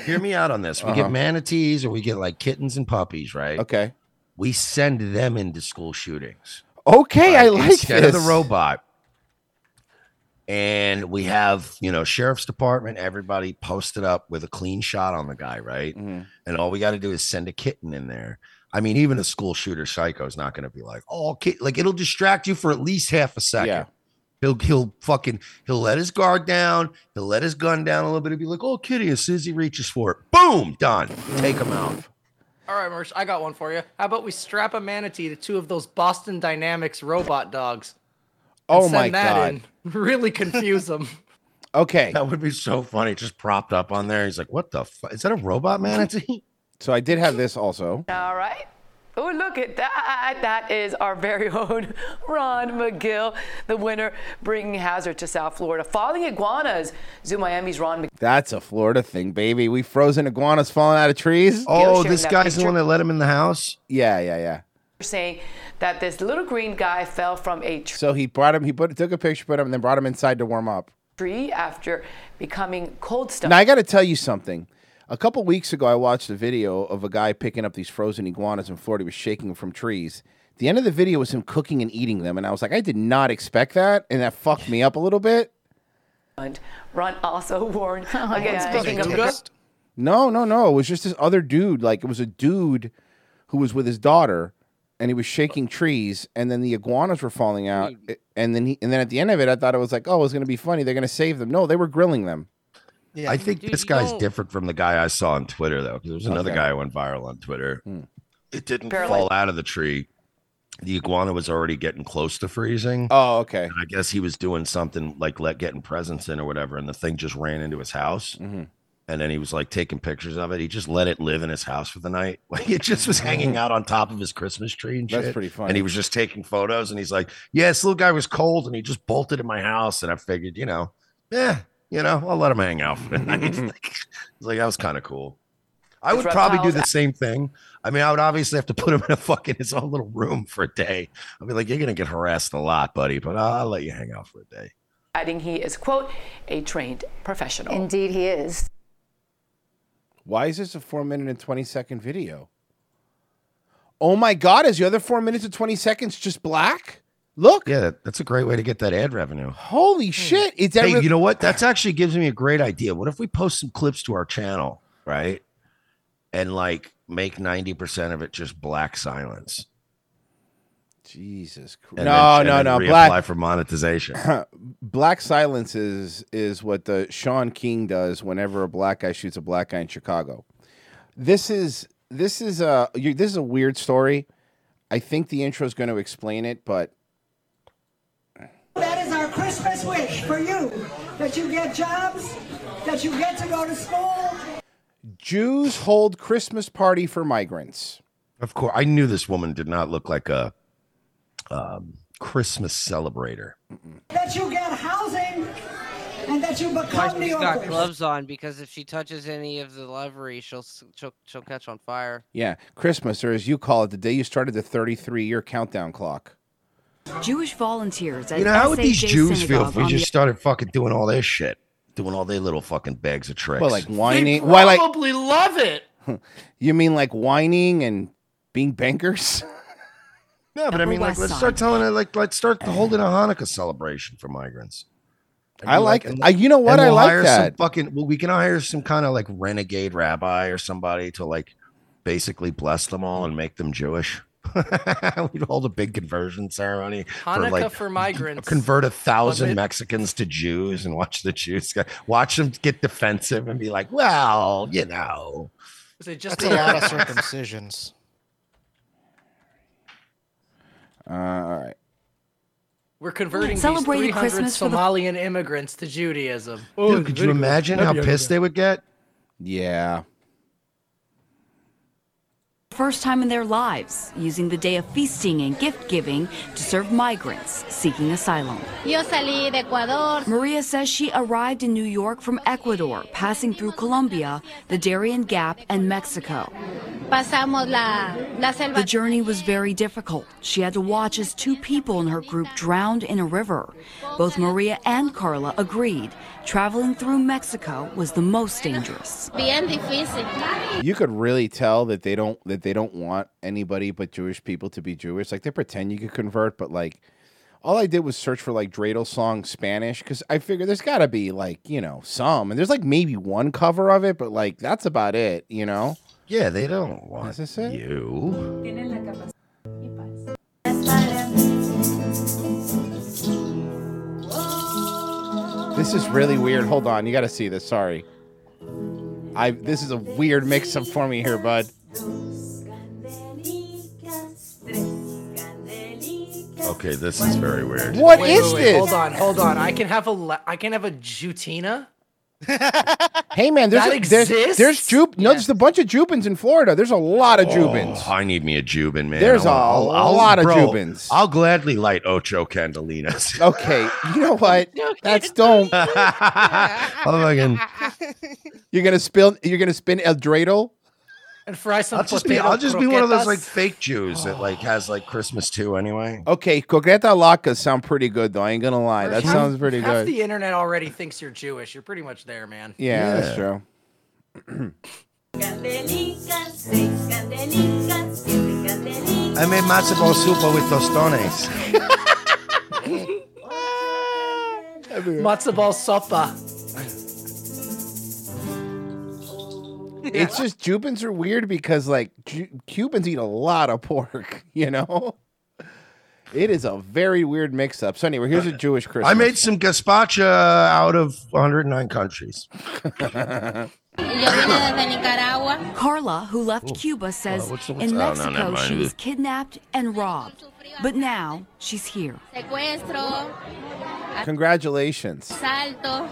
Hear me out on this. We Uh-huh. get manatees or we get like kittens and puppies, right? Okay. We send them into school shootings. Okay, I Right? like Instead this. of the robot. and we have you know sheriff's department everybody posted up with a clean shot on the guy right and all we got to do is send a kitten in there i mean even a school shooter psycho is not going to be like oh kid like it'll distract you for at least half a second He'll, he'll fucking he'll let his guard down. He'll let his gun down a little bit. He'll be like, "Oh, kitty!" As soon as he reaches for it, boom, done. Take him out. All right, Mersh, I got one for you. How about we strap a manatee to two of those Boston Dynamics robot dogs? and Oh send my that God. In. Really confuse them. Okay. That would be so funny. Just propped up on there. He's like, what the fuck? Is that a robot manatee? [laughs] So I did have this also. All right. Oh, look at that. That is our very [laughs] own Ron McGill, the winner, bringing hazard to South Florida. Falling iguanas. Zoo Miami's Ron McGill. That's a Florida thing, baby. We frozen iguanas falling out of trees. Oh, sharing this that guy's the picture. one that let him in the house. Yeah, yeah, yeah. Saying that this little green guy fell from a So he brought him. He put took a picture, put him, and then brought him inside to warm up. tree after becoming cold stuff. Now I got to tell you something. A couple weeks ago, I watched a video of a guy picking up these frozen iguanas in Florida. He was shaking them from trees. The end of the video was him cooking and eating them, and I was like, I did not expect that, and that fucked me up a little bit. Ron also warned [laughs] Oh, against God. picking up Is it Luca? No, no, no. It was just this other dude. Like it was a dude who was with his daughter, and he was shaking trees, and then the iguanas were falling out, a- and then he, and then at the end of it, I thought it was like, oh, it's gonna be funny. They're gonna save them. No, they were grilling them. I think Dude, this you guy's don't- different from the guy I saw on Twitter, though, because there was another Okay. guy who went viral on Twitter. Hmm. It didn't Apparently- fall out of the tree. The iguana was already getting close to freezing. Oh, okay. I guess he was doing something like let getting presents in or whatever, and the thing just ran into his house. Mm-hmm. And then he was like taking pictures of it. He just let it live in his house for the night. [laughs] Like it just [laughs] was hanging out on top of his Christmas tree and shit. That's pretty funny. And he was just taking photos, and he's like, "Yeah, this little guy was cold, and he just bolted in my house." And I figured, you know, yeah, you know, I'll let him hang out for the night. [laughs] It's like, it's like, that was kind of cool. I These would probably do reptiles- the same thing. I mean, I would obviously have to [laughs] put him in a fucking his own little room for a day. I'd be like, you're gonna get harassed a lot, buddy, but I'll, I'll let you hang out for a day. adding he is, quote, a trained professional. Indeed, he is. Why is this a four minute and 20 second video? Oh my God, is the other four minutes and 20 seconds just black? Look. Yeah, that- that's a great way to get that ad revenue. Holy shit. It's hey, every- you know what? That's actually gives me a great idea. What if we post some clips to our channel, right? And like make 90% of it just black silence. Jesus Christ. And No, then- no, and no. then Black reapply [laughs] for monetization. Black silence is is what the Sean King does whenever a black guy shoots a black guy in Chicago. This is this is a you, this is a weird story. I think the intro is going to explain it, but [laughs] That is our Christmas wish for you, that you get jobs, that you get to go to school. Jews hold Christmas party for migrants. Of course, I knew this woman did not look like a um, Christmas celebrator. That you get housing and that you Why become New she's got Yorkers. gloves on because if she touches any of the levery, she'll s- she'll, she'll catch on fire. Yeah, Christmas, or as you call it, the day you started the 33 year countdown clock. Jewish volunteers at You know, how would these SAJ Jews feel if synagogue we on the- just started fucking [laughs] doing all their shit? Doing all their little fucking bags of tricks. Well, like whining. Why, Probably like love it. you mean like whining and being bankers? [laughs] No, but I Upper mean, like, West let's Side. start telling it, like, let's start holding a Hanukkah celebration for migrants. I mean, like- and I- you know what? and I like hire Some that. fucking, well, we can hire some kind of like renegade rabbi or somebody to like basically bless them all and make them Jewish. [laughs] We'd hold a big conversion ceremony Hanukkah for like for migrants. convert a thousand Limit. Mexicans to Jews and watch the Jews get- watch them get defensive and be like, well, you know, Is it just That's a lot [laughs] of circumcisions. Uh, all right. We're converting Celebrating these 300 Christmas for the- Somalian immigrants to Judaism. Dude, could you imagine how pissed they would get? Yeah. first time in their lives, using the day of feasting and gift giving to serve migrants seeking asylum. Yo salí de Ecuador. Maria says she arrived in New York from Ecuador, passing through Colombia, the Darien Gap, and Mexico. Pasamos la, la selva. The journey was very difficult. She had to watch as two people in her group drowned in a river. Both Maria and Carla agreed traveling through Mexico was the most dangerous. Bien difícil. You could really tell that they don't that they don't want anybody but Jewish people to be Jewish. Like they pretend you could convert, but like, all I did was search for like dreidel song Spanish because I figured there's got to be like you know some, and there's like maybe one cover of it, but like that's about it, you know. Yeah, they don't want you. This is really weird. Hold on, you got to see this. Sorry, I this is a weird mix up for me here, bud. Okay, this is very weird. What Wait, is wait, wait, this? Hold on, hold on. I can have a le- I can have a Jutina. Hey man, there's That a, there's, exists? there's Jup. No, there's a bunch of Jupins in Florida. There's a lot of Jupins. Oh, I need me a Jubin, man. There's a a lot of Jubins. I'll gladly light [laughs] Ocho Candelinas. Okay, [laughs] you know what? That's don't. Oh, fucking. You're gonna spill. You're gonna spin El Dreidel. and fry some. I'll just be I'll just be one of those like croquetas. fake Jews that like has like Christmas too anyway. Okay, coqueta lacas sound pretty good though. I ain't gonna lie, that Half- sounds pretty half good. the internet already thinks you're Jewish. You're pretty much there, man. yeah, that's Yeah. true. I made matzo soup with tostones. Matzo ball sopa. [clears throat] It's just Jupins are weird because like Ju- Cubans eat a lot of pork. [laughs] You know, it is a very weird mix-up. So anyway, here's a Jewish Christmas. I made some gazpacho out of [laughs] 109 countries. Carla, who left Cuba, says Well, Oh. what's- what's- in oh, no, never Mexico she mind. was kidnapped and robbed, but now she's here. Secuestro, Congratulations. asalto,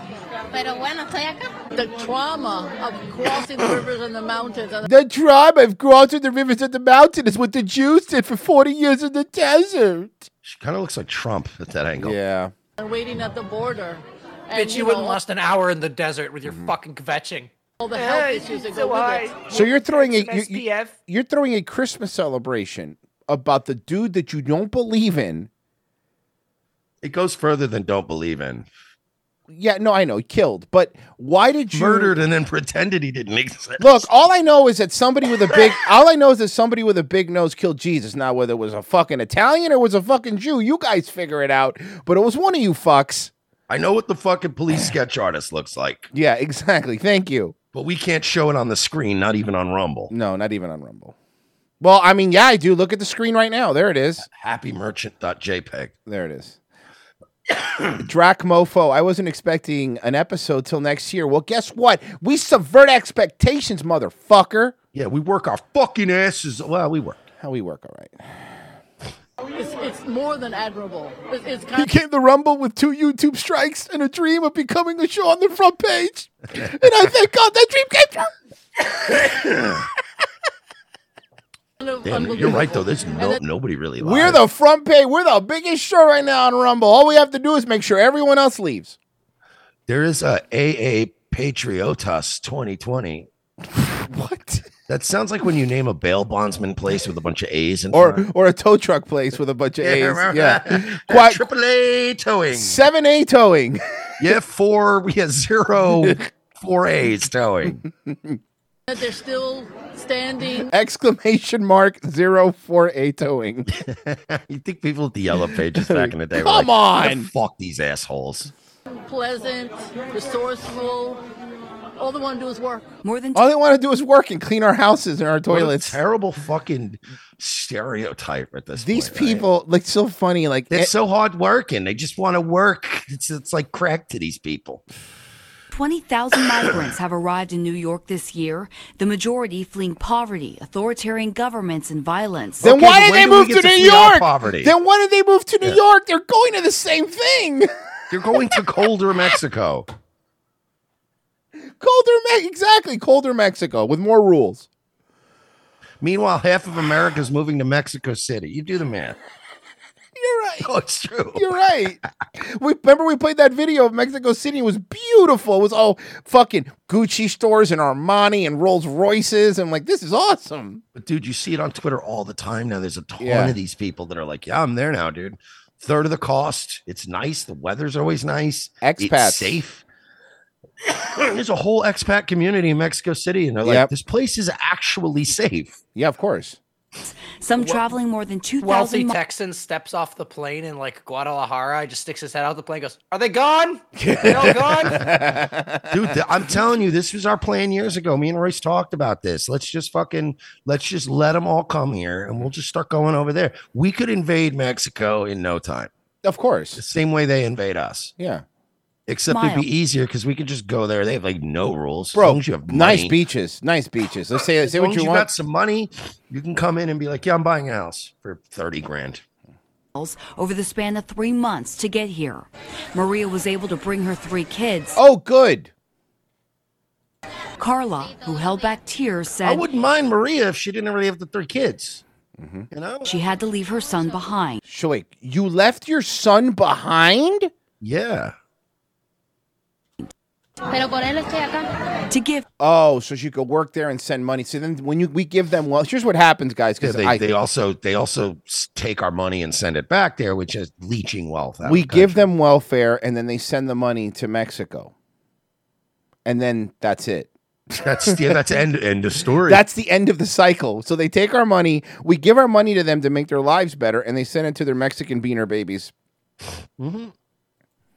pero bueno, estoy acá. The trauma of crossing the rivers and the mountains and The tribe of crossing the rivers and the mountain is what the Jews did for 40 years in the desert. She kind of looks like Trump at that angle. Yeah. and waiting at the border. And, Bitch, you, wouldn't know, last an hour in the desert with your Mm-hmm. fucking kvetching. all the health issues that go with it. So you're throwing a you- you, are throwing a Christmas celebration about the dude that you don't believe in. It goes further than don't believe in. Yeah, no, I know, killed. But why did you Murdered and then pretended he didn't exist. Look, all I know is that somebody with a [laughs] big all I know is that somebody with a big nose killed Jesus, not whether it was a fucking Italian or it was a fucking Jew. You guys figure it out, but it was one of you fucks. I know what the fucking police sketch artist looks like, [sighs] Yeah, exactly. Thank you. but we can't show it on the screen, not even on Rumble. No, not even on Rumble. Well, I mean, yeah, I do. Look at the screen right now. There it is. Happymerchant.jpg. There it is. [clears throat] Drac Mofo, I wasn't expecting an episode till next year. Well, guess what? We subvert expectations, motherfucker. Yeah, we work our fucking asses. Well, we work. How we work, all right. It's, it's more than admirable. It's, it's He kind came to Rumble with two YouTube strikes and a dream of becoming a show on the front [laughs] page. and I thank God that dream came true. of Damn, unbelievable. you're right though. There's And no then- nobody really. We're Lies. the front page. We're the biggest show right now on Rumble. All we have to do is make sure everyone else leaves. there is uh, a AA Patriotas 2020. What? That sounds like when you name a bail bondsman place with a bunch of A's [laughs] and Or or a tow truck place with a [laughs] bunch of A's. [laughs] Yeah. Quite Quite triple A towing. 7A towing. [laughs] Yeah, four. We had zero four A's towing. that they're still standing. [laughs] exclamation mark zero four eight towing. [laughs] you think people at the yellow pages back in the day? were Come like, on. fuck these assholes. pleasant, resourceful. All they want to do is work. More than All they want to do is work and clean our houses and our What a toilets. terrible fucking stereotype at this. These point, right? people like so funny. Like They're eh, so hard working. They just want to work. It's it's like crack to these people. [coughs] 20,000 migrants have arrived in New York this year, the majority fleeing poverty, authoritarian governments, and violence. then Okay, why but did when they do we move get to to New flee our York? poverty? Then why did they move to New Yeah. York? They're going to the same thing. [laughs] They're going to colder Mexico. colder, Me- exactly. Colder Mexico with more rules. Meanwhile, half of America's moving to Mexico City. You do the math. You're right. Oh, it's true. You're right. we remember we played that video of Mexico City. It was beautiful. It was all fucking Gucci stores and Armani and Rolls Royces. I'm like, this is awesome. But dude, you see it on Twitter all the time now. There's a ton Yeah. of these people that are like, "Yeah, I'm there now, dude. Third of the cost. It's nice. The weather's always nice. Expats. It's safe." [coughs] There's a whole expat community in Mexico City, and they're like, Yep. "This place is actually safe." Yeah, of course. some traveling more than Wealthy 2,000 miles. Texan steps off the plane in like Guadalajara. He just sticks his head out the plane. Goes, are they [laughs] gone? Are they all gone? Dude, th- I'm telling you, this was our plan years ago. Me and Royce talked about this. Let's just fucking let's just let them all come here, and we'll just start going over there. We could invade Mexico in no time. Of course, the same way they invade us. Yeah, except it'd Mile. be easier because we could just go there. They have like no rules, Bro, As long as you have nice money. beaches, nice beaches. Let's say As say long what as you, you want. got some money, you can come in and be like, "Yeah, I'm buying a house for thirty grand." over the span of three months to get here. Maria was able to bring her three kids. Oh, good. Carla, who held back tears, said, I wouldn't mind Maria if she didn't really have the three kids. You know, she had to leave her son behind. So wait, you left your son behind? Yeah. Pero por él estoy acá. to give. Oh, so she could work there and send money. So then when you we give them well, here's what happens, guys. Yeah, Because they, I they also they also s- take our money and send it back there, which is leeching wealth. Out we of the country. give them welfare and then they send the money to Mexico, and then that's it. that's yeah, that's end [laughs] end of story. That's the end of the cycle. So they take our money, we give our money to them to make their lives better, and they send it to their Mexican beaner babies. Mm-hmm.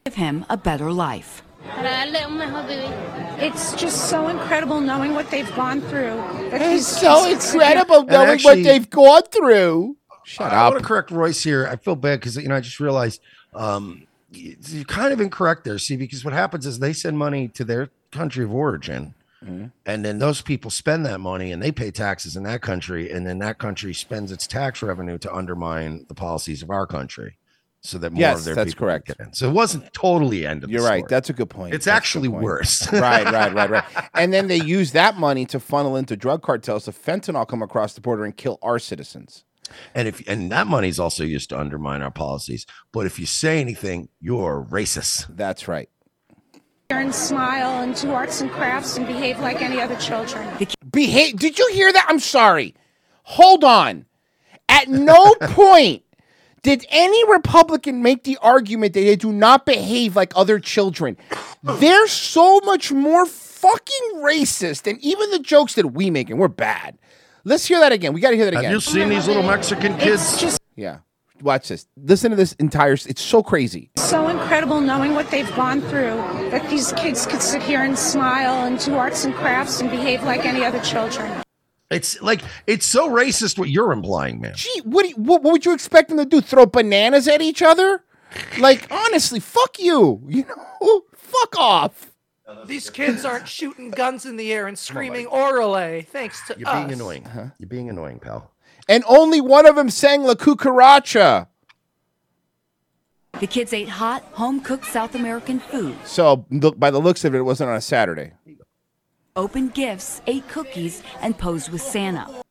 Give him a better life. Para darle un mejor vivir. It's just so incredible knowing what they've gone through. That It's these so kids- incredible And knowing what actually- they've gone through. Shut I up. want to correct Royce here. I feel bad because you know I just realized um, y- you're kind of incorrect there. See, because what happens is they send money to their country of origin, and then those people spend that money and they pay taxes in that country, and then that country spends its tax revenue to undermine the policies of our country, so that more Yes, of their that's people correct. Get in. So it wasn't totally end of. You're the right. story. That's a good point. It's That's a good actually point. [laughs] worse. right, right, right, right. And then they use that money to funnel into drug cartels to fentanyl come across the border and kill our citizens. And if and that money is also used to undermine our policies. But if you say anything, you're racist. That's right. And smile and do arts and crafts and behave like any other children. Behave. Did you hear that? I'm sorry. Hold on. At no point did any Republican make the argument that they do not behave like other children. They're so much more fucking racist than even the jokes that we make, and we're bad. Let's hear that again. We got to hear that again. Have you seen these little Mexican kids? yeah. Watch this. Listen to this entire. s- It's so crazy. So incredible knowing what they've gone through. That these kids could sit here and smile and do arts and crafts and behave like any other children. It's like it's so racist what you're implying, man. Gee, what, do you- what what would you expect them to do? Throw bananas at each other? Like [laughs] honestly, fuck you. You know, [laughs] fuck off. These kids aren't shooting guns in the air and screaming orale. Thanks to You're us. being annoying. You're being annoying, pal. And only one of them sang La Cucaracha. The kids ate hot, home cooked South American food, So look, by the looks of it, it wasn't on a Saturday. opened gifts, ate cookies, and posed with Santa.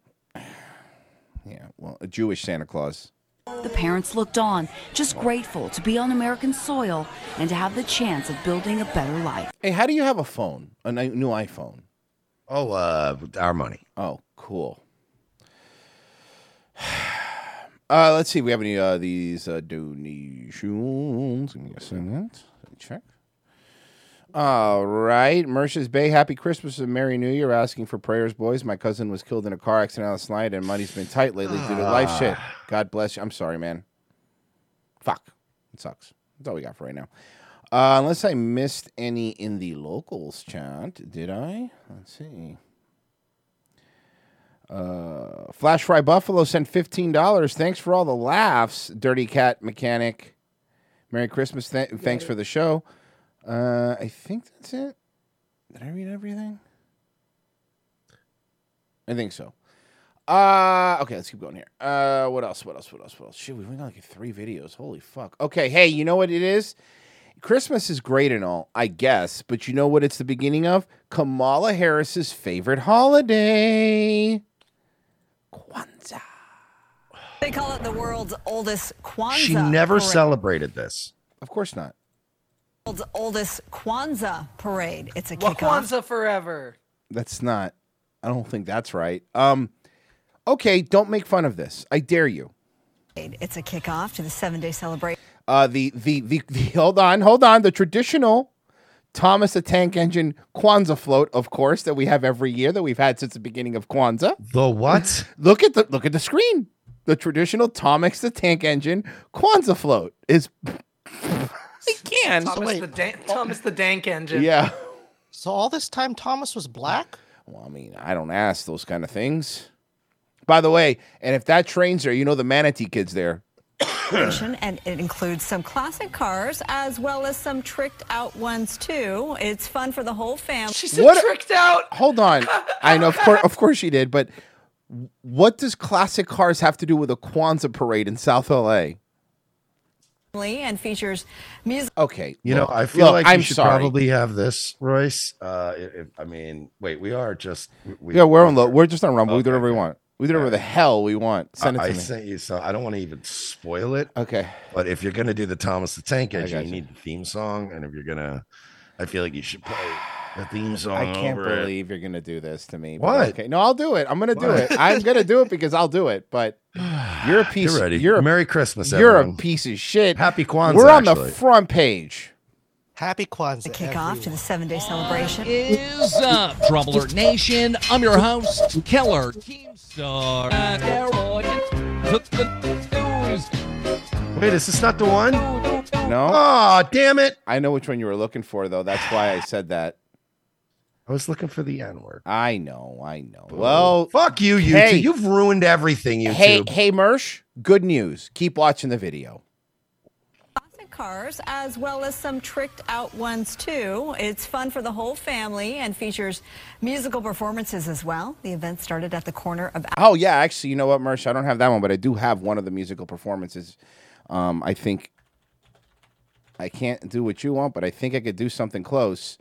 Yeah, well, a Jewish Santa Claus. The parents looked on, just grateful to be on American soil and to have the chance of building a better life. Hey, how do you have a phone? A ni- new iPhone? Oh, uh, our money. Oh, cool. Uh, let's see. We have any uh, these uh, donations? Give me a second. Let me check. All right, Mercia's Bay. Happy Christmas and Merry New Year. Asking for prayers, boys. My cousin was killed in a car accident last night, and money's been tight lately due to life shit. God bless you. I'm sorry, man. Fuck. It sucks. That's all we got for right now. Uh, unless I missed any in the locals chat, did I? Let's see. Uh, Flash Fry Buffalo sent fifteen dollars. Thanks for all the laughs, Dirty Cat Mechanic. Merry Christmas. Th- thanks for the show. Uh, I think that's it. Did I read everything? I think so. Uh, okay, let's keep going here. Uh, what else? What else? What else? What else? Shit, we went on like three videos. Holy fuck. Okay, hey, you know what it is? Christmas is great and all, I guess, but you know what it's the beginning of? Kamala Harris's favorite holiday. They call it the world's oldest Kwanzaa. She never parade. celebrated this. Of course not. World's oldest Kwanzaa parade. It's a kickoff. Wakwanza forever. That's not. I don't think that's right. Um, okay, don't make fun of this. I dare you. It's a kickoff to the seven-day celebration. [laughs] Uh, the, the the the hold on, hold on. The traditional Thomas the Tank Engine Kwanzaa float, of course, that we have every year that we've had since the beginning of Kwanzaa. The what? look at the look at the screen. The traditional Thomas the Tank Engine Kwanzaa float is can. Thomas, the, Dan- Thomas the Dank engine. yeah. So all this time, Thomas was black. Well, I mean, I don't ask those kind of things. By the way, and if that train's there, you know the manatee kid's there. Edition, and it includes some classic cars as well as some tricked out ones too. It's fun for the whole family. She tricked out. Hold on. I know, of course, of course she did, but what does classic cars have to do with a Kwanzaa parade in South LA? and features music. Okay, You know, look, I feel look, like I'm we should sorry. probably have this, Royce. Uh, it, it- I mean, wait, we are just we- we, yeah, we're on the we're just on Rumble. we do whatever we want. We do whatever the hell we want. Send it to I, I me. sent you, so I don't want to even spoil it. Okay, but if you're gonna do the Thomas the Tank I Engine, got you you. need the theme song, and if you're gonna, I feel like you should play the theme song. I can't over it. believe you're gonna do this to me. but What? Okay, no, I'll do it. I'm gonna do What? it. I'm gonna do it because I'll do it. [sighs] But you're a piece. You're ready. You're a, Merry Christmas. You're everyone. a piece of shit. Happy Kwanzaa. We're on the actually. front page. Happy Kwanzaa. The kickoff to the seven day celebration is up, Troubler Nation. I'm your host, Keller Keemstar. And Aroid took the news. Wait, is this not the one? No. Oh, damn it. I know which one you were looking for, though. That's why I said that. I was looking for the N word. I know. I know. Well, fuck you, YouTube. hey. You've ruined everything, YouTube. Hey, hey, Mersh. Good news. Keep watching the video. cars as well as some tricked out ones too. It's fun for the whole family and features musical performances as well. The event started at the corner of Oh yeah, actually, you know what, Mersh? I don't have that one, but I do have one of the musical performances. Um, I think I can't do what you want, but I think I could do something close.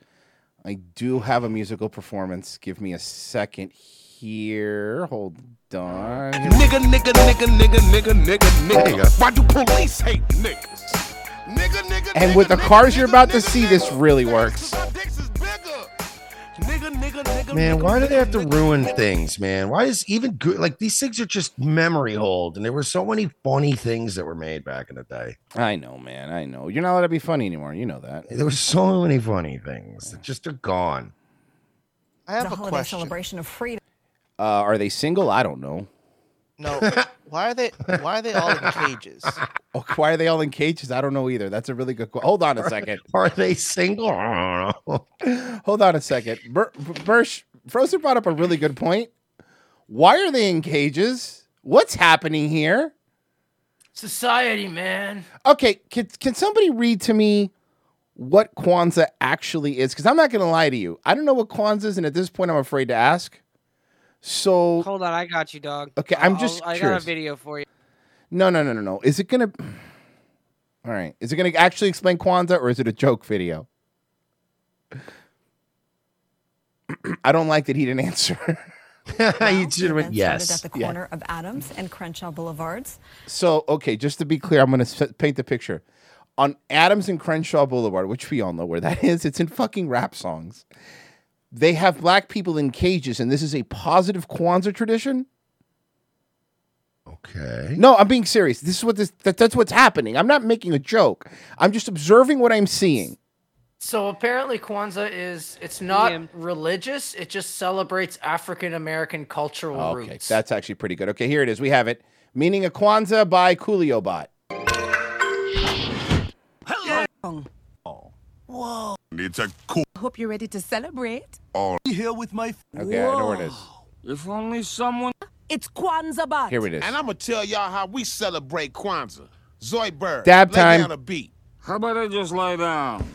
I do have a musical performance. Give me a second here. Hold on. Nigga, nigga, nigga, nigga, nigga, nigga, nigga. Why do police hate niggas? Nigga, nigga, And with the cars you're about to see, this really works. nigga, nigga, nigga. Man, nigga, why do they have to ruin things, man? Why is even good like these things are just memory hold, and there were so many funny things that were made back in the day. I know, man. I know. You're not allowed to be funny anymore. You know that. There were so many funny things that just are gone. I have the holiday celebration of freedom. Uh, are they single? I don't know. No, why are they? Why are they all in [laughs] cages? Oh, why are they all in cages? I don't know either. That's a really good question. Hold on a second. Are they single? I don't know. Hold on a second. Ber- Bersh, Frozen brought up a really good point. Why are they in cages? What's happening here? Society, man. Okay, can, can somebody read to me what Kwanzaa actually is? Because I'm not going to lie to you. I don't know what Kwanzaa is, and at this point, I'm afraid to ask. So, Hold on, I got you, dog. Okay, I'm I'll- just I got a curious. video for you. no, no, no, no, no. Is it going to. All right. Is it going to actually explain Kwanzaa, or is it a joke video? [clears throat] I don't like that he didn't answer. you should have Event started at the Yeah. corner of Adams and Crenshaw Boulevards. So, okay, just to be clear, I'm going to paint the picture. On Adams and Crenshaw Boulevard, which we all know where that [laughs] is, it's in fucking rap songs. They have black people in cages, and this is a positive Kwanzaa tradition. Okay. No, I'm being serious. This is what this that, that's what's happening. I'm not making a joke. I'm just observing what I'm seeing. So apparently Kwanzaa is it's not religious, it just celebrates African American cultural Okay, roots. that's actually pretty good. Okay, here it is. We have it. Meaning a Kwanzaa by Coolio Bot. Whoa. It's a cool. Hope you're ready to celebrate. Oh. Here with my. Okay, I know where it is. If only someone. It's Kwanzaa Bot. Here it is. And I'm going to tell y'all how we celebrate Kwanzaa. Zoidberg. Dab lay time. down a beat. How about I just lie down?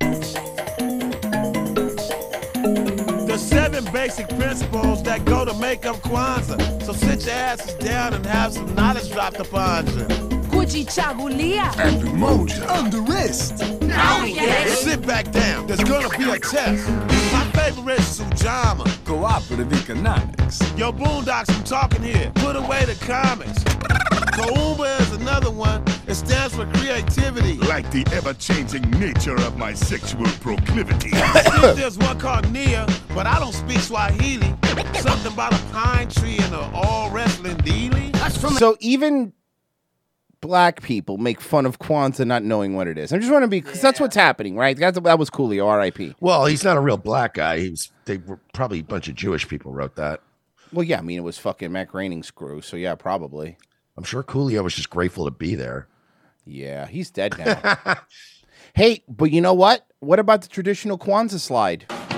The seven basic principles that go to make up Kwanzaa. So sit your asses down and have some knowledge dropped upon you. Kuchichagulia. And the mojo. On the wrist. Now Sit back down. There's gonna be a test. My favorite is Sujama. Cooperative economics. Yo, boondocks, I'm talking here. Put away the comics. Kaumba is another one. It stands for creativity. Like the ever-changing nature of my sexual proclivity. [laughs] See, there's one called Nia, but I don't speak Swahili. Something about a pine tree and an all wrestling dealie. So even black people make fun of Kwanzaa not knowing what it is. I just want to be because that's what's happening, right? That's, that was Coolio, R.I.P. Well, he's not a real black guy. He was they were probably a bunch of Jewish people wrote that. Well, yeah, I mean it was fucking Mac Raining's crew, so yeah, probably. I'm sure Coolio was just grateful to be there. Yeah, he's dead [laughs] now. hey, but you know what? What about the traditional Kwanzaa slide? Happy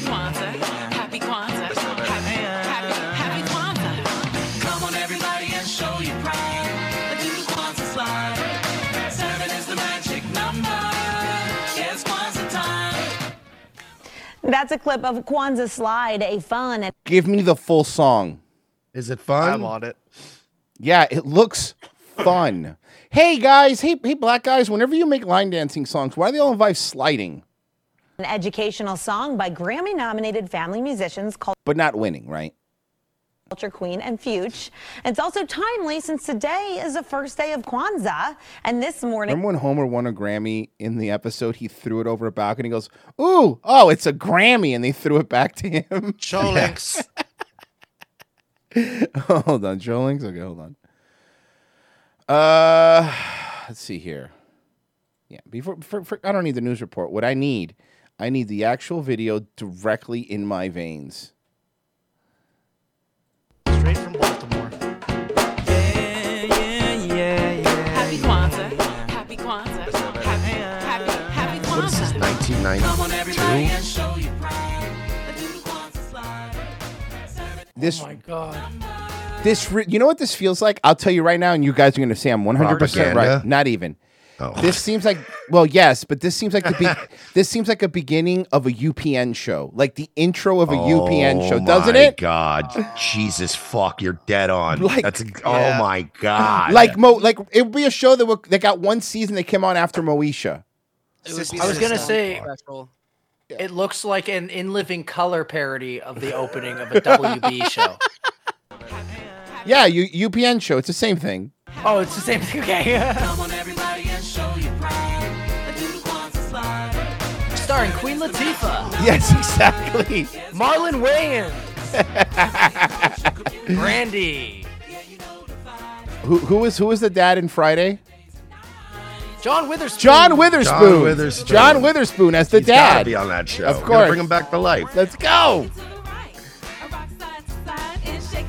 Kwanzaa. Happy Kwanzaa. Happy, happy, happy Kwanzaa. Come on, everybody, and show your pride. Do the Kwanzaa slide. Seven is the magic number. It's Kwanzaa time. That's a clip of Kwanzaa Slide, a fun and Give me the full song. Is it fun? I'm on it. Yeah, it looks fun. hey guys, hey hey black guys, whenever you make line dancing songs, why do they all involve sliding? an educational song by Grammy nominated family musicians called But not winning, right? Culture Queen and Fuge. It's also timely since today is the first day of Kwanzaa, and this morning Remember when Homer won a Grammy in the episode? He threw it over a balcony. He goes, "Ooh, oh, it's a Grammy," and they threw it back to him. [laughs] Cholinks. hold on, Cholinks. Okay, hold on. Uh, let's see here. Yeah, before for, for, I don't need the news report. What I need, I need the actual video directly in my veins. Straight from Baltimore. Yeah, yeah, yeah, yeah. Happy Kwanzaa. Happy Kwanzaa. Happy, happy, happy What is this? Kwanzaa. Come on, everybody, and 1992. show your pride. Do the Kwanzaa slide. This, oh my god. This, re- you know what this feels like? I'll tell you right now, and you guys are going to say I'm 100 percent right. Propaganda? Not even. Oh. This seems like, well, yes, but this seems like [laughs] the be- this seems like a beginning of a UPN show, like the intro of a UPN show, doesn't Oh my it? God, Jesus fuck, you're dead [laughs] on. Like- That's Yeah. oh [laughs] my god. Like Mo, like it would be a show that would, that got one season that came on after Moesha. I was gonna say it looks like an in living color parody of the opening of a [laughs] WB show. Yeah, U- UPN show. It's the same thing. [laughs] Oh, it's the same thing. [laughs] Okay. Come on, everybody, and show your pride. Do the Kwanzaa slide. Starring Queen Latifah, Yes, exactly. Marlon [laughs] Wayans, Brandy, Who who is who is the dad in Friday? John Witherspoon. John Witherspoon. John Witherspoon. John Witherspoon as the He's dad. gotta be on that show. Of Gotta course. bring him back to life. Let's go.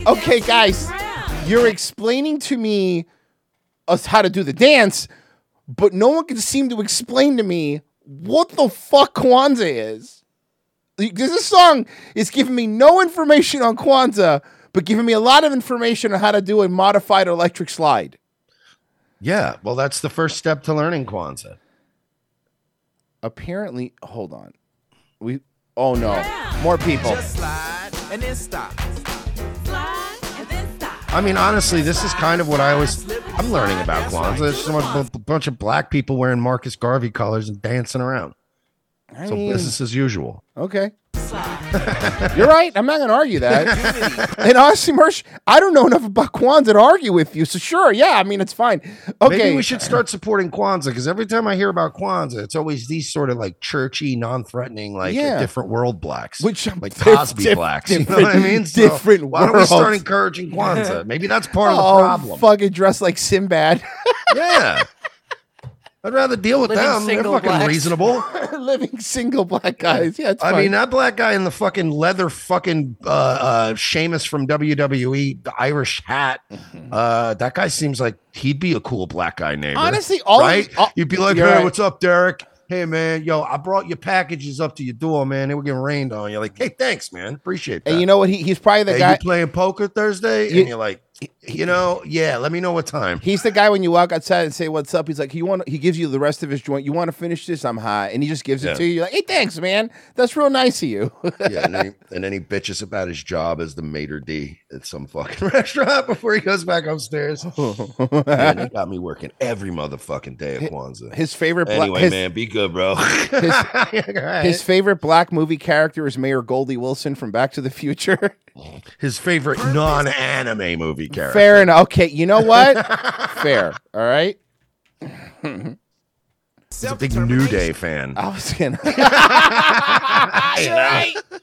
Okay, guys, you're explaining to me us how to do the dance, but no one can seem to explain to me what the fuck Kwanzaa is. Like, This song is giving me no information on Kwanzaa, but giving me a lot of information on how to do a modified electric slide. Yeah, well, that's the first step to learning Kwanzaa. Apparently, hold on. We oh no, more people. Just slide and then stop. Slide and then [laughs] stop. I mean, honestly, this is kind of what I always I'm learning about Kwanzaa. There's just a bunch- b- bunch of black people wearing Marcus Garvey colors and dancing around. I so mean- business as usual. Okay. You're right. I'm not going to argue [laughs] that. and honestly, Mersh, I don't know enough about Kwanzaa to argue with you. So sure, yeah, I mean it's fine. Okay, Maybe we [laughs] should start supporting Kwanzaa because every time I hear about Kwanzaa, it's always these sort of like churchy, non-threatening, like Yeah. a different world blacks, Which [laughs] like diff- Cosby diff- blacks. You know what I mean? So different Why don't we start worlds. [laughs] encouraging Kwanzaa? Maybe that's part of the Oh, problem. Fucking dressed like Sinbad. [laughs] Yeah. I'd rather deal with Living them. They're single fucking blacks. reasonable. [laughs] Living single black guys. Yeah, it's I fine. mean that black guy in the fucking leather fucking uh, uh, Sheamus from WWE, the Irish hat. Mm-hmm. Uh, that guy seems like he'd be a cool black guy neighbor. Honestly, all of right? the- all- you'd be like, hey, You're right. what's up, Derek? Hey man, yo, I brought your packages up to your door, man. They were getting [laughs] rained on. You're like, hey, thanks, man, appreciate that. and you know what? He, he's probably the Hey, guy. you playing poker Thursday, You- and you're like, you know, yeah, let me know what time. He's the guy when you walk outside and say what's up. He's like, you want? He gives you the rest of his joint. You want to finish this? I'm high, and he just gives Yeah. it to you. You're like, hey, thanks, man. That's real nice of you. [laughs] yeah, and, then he, and then he bitches about his job as the maitre d at some fucking [laughs] restaurant before he goes back [laughs] upstairs. man, he got me working every motherfucking day at Kwanzaa. his favorite bla- anyway, his- man, be [laughs] good, bro. His, [laughs] right. his favorite black movie character is Mayor Goldie Wilson from Back to the Future. [laughs] His favorite non-anime movie character. Fair enough. Okay, you know [laughs] what? Fair. All right. He's a big New Day fan. [laughs] I was gonna. [laughs] You know?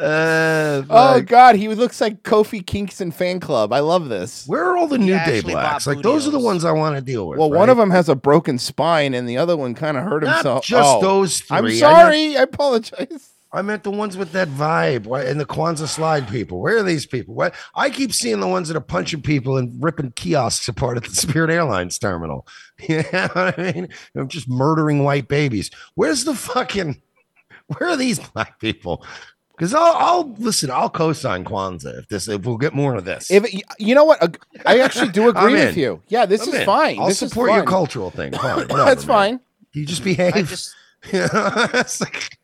[laughs] Uh, Yeah, Oh like- God, he looks like Kofi Kingston fan club. I love this. Where are all the New Day blacks? Like those are the ones I want to deal with. Well, one of right? them has a broken spine, and the other one kind of hurt Not himself. just Oh, those three. I'm meant- sorry. I apologize. I meant the ones with that vibe why- and the Kwanzaa slide people. Where are these people? What I keep seeing the ones that are punching people and ripping kiosks apart at the [laughs] Spirit Airlines terminal. [laughs] You know what I mean? They're just murdering white babies. Where's the fucking? Where are these black people? Because I'll, I'll listen. I'll co-sign Kwanzaa if this. If we'll get more of this. If it- you know what, Ag- I actually do [laughs] I'm agree with in. you. Yeah, this I'm is in. fine. I'll This is support your fine. cultural thing. [laughs] Fine, whatever, That's man. fine. You just Mm. behave. I [laughs] just- It's like-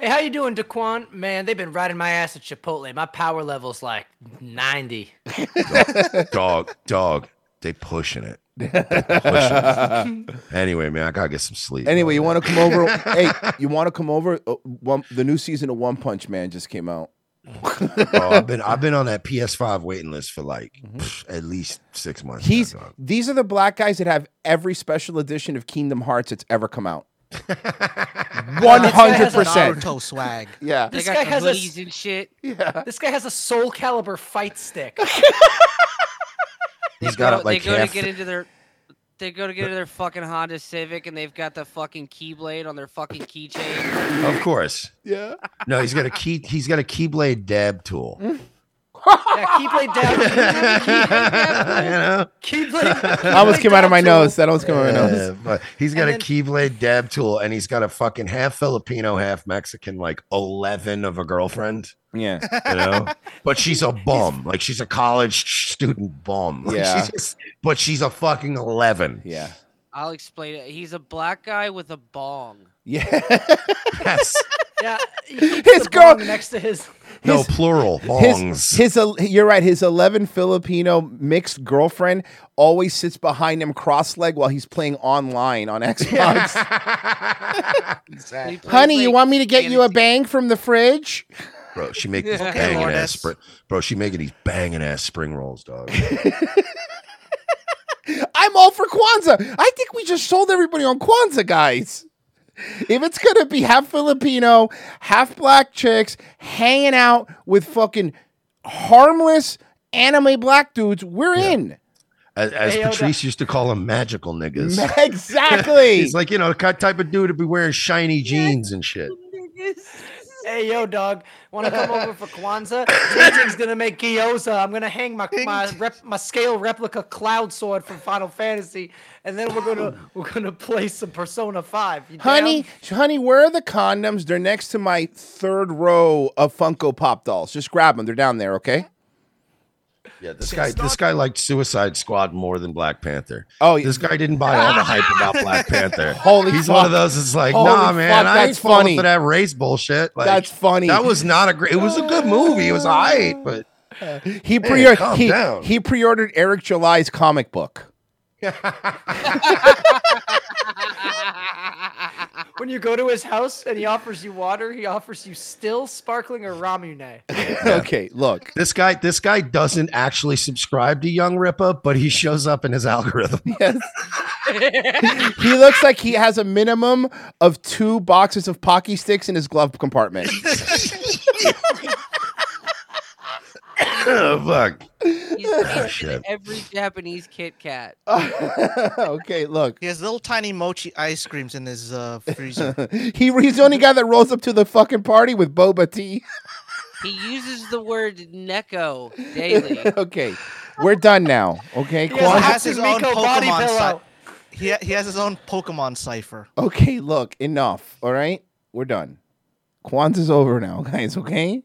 Hey, how you doing, Daquan? Man, they've been riding my ass at Chipotle. My power level's like 90. [laughs] dog, dog, they pushing it. They pushing it. anyway, man, I gotta get some sleep. Anyway, you want to come [laughs] over? hey, you want to come over? Uh, one, the new season of One Punch Man just came out. Oh, I've been I've been on that PS5 waiting list for like pff, at least six months. He's these are the black guys that have every special edition of Kingdom Hearts that's ever come [laughs] out. One hundred percent. Naruto swag. Yeah. This got guy the has a hoodies and shit. Yeah. This guy has a Soul Caliber fight [laughs] stick. He's got They it like go half. to get into their. They go to get into their fucking Honda Civic, and they've got the fucking keyblade on their fucking keychain. of course. Yeah. No, he's got a key. He's got a keyblade dab tool. [laughs] yeah, Keyblade dab. You [laughs] know? Keyblade. That almost came out of my nose. That almost came out of my Yeah, nose. but he's got a keyblade dab tool, and he's got a fucking half Filipino, half Mexican, like eleven of a girlfriend. Yeah, you know, but she's a bum. Like she's a college student bum. [laughs] Like, Yeah. she's just- but she's a fucking eleven. Yeah. I'll explain it. He's a black guy with a bong. Yeah. [laughs] yes. Yeah. His girl next to his. No plural. His, Bongs. his el- you're right. His 11 Filipino mixed girlfriend always sits behind him cross leg while he's playing online on [laughs] Xbox. Honey, you want me to get you a bang from the fridge? bro, she make these Yeah. banging ass Lordes. spring. Bro, she making these banging ass spring rolls, dog. I'm all for Kwanzaa. I think we just sold everybody on Kwanzaa, guys. If it's gonna be half Filipino, half black chicks hanging out with fucking harmless anime black dudes, we're in. As, as Hey, yo, Patrice used to call them, magical niggas. [laughs] Exactly. He's like you know the ki- type of dude to be wearing shiny jeans and shit. Hey yo, dog. Want to come over for Kwanzaa? [laughs] Tintin's gonna make gyoza. I'm gonna hang my my, rep, my scale replica cloud sword from Final Fantasy, and then we're [gasps] gonna we're gonna play some Persona Five. You Honey, down? honey, where are the condoms? They're next to my third row of Funko Pop dolls. Just grab them. They're down there, okay? Yeah, this guy, this guy liked Suicide Squad more than Black Panther. Oh, this guy didn't buy all the hype about Black Panther. [laughs] Holy he's one fuck. of those. that's like, Holy nah, man, fuck, I ain't that's funny funny. for that race bullshit. Like, That's funny. That was not a great. It was a good movie. It was alright, but He Man, pre calm he, [laughs] down. he pre-ordered Eric July's comic book. [laughs] When you go to his house and he offers you water, he offers you still sparkling or ramune. Okay, look. This guy, this guy doesn't actually subscribe to Young Ripa, but he shows up in his algorithm. [laughs] Yes. he looks like he has a minimum of two boxes of pocky sticks in his glove compartment. [laughs] oh, fuck. [laughs] He's Oh, he's in shit. every Japanese Kit Kat. Oh. okay, look. He has little tiny mochi ice creams in his uh, [laughs] freezer. he he's the only guy that rolls up to the fucking party with boba tea. He uses the word neko daily. [laughs] okay, we're done now. Okay, He has, has Kwanzaa- his own Miko body Pokemon. pillow. Ci- he, ha- he has his own Pokemon cipher. Okay, look, enough. All right, we're done. Kwanzaa's over now, [laughs] guys. Okay.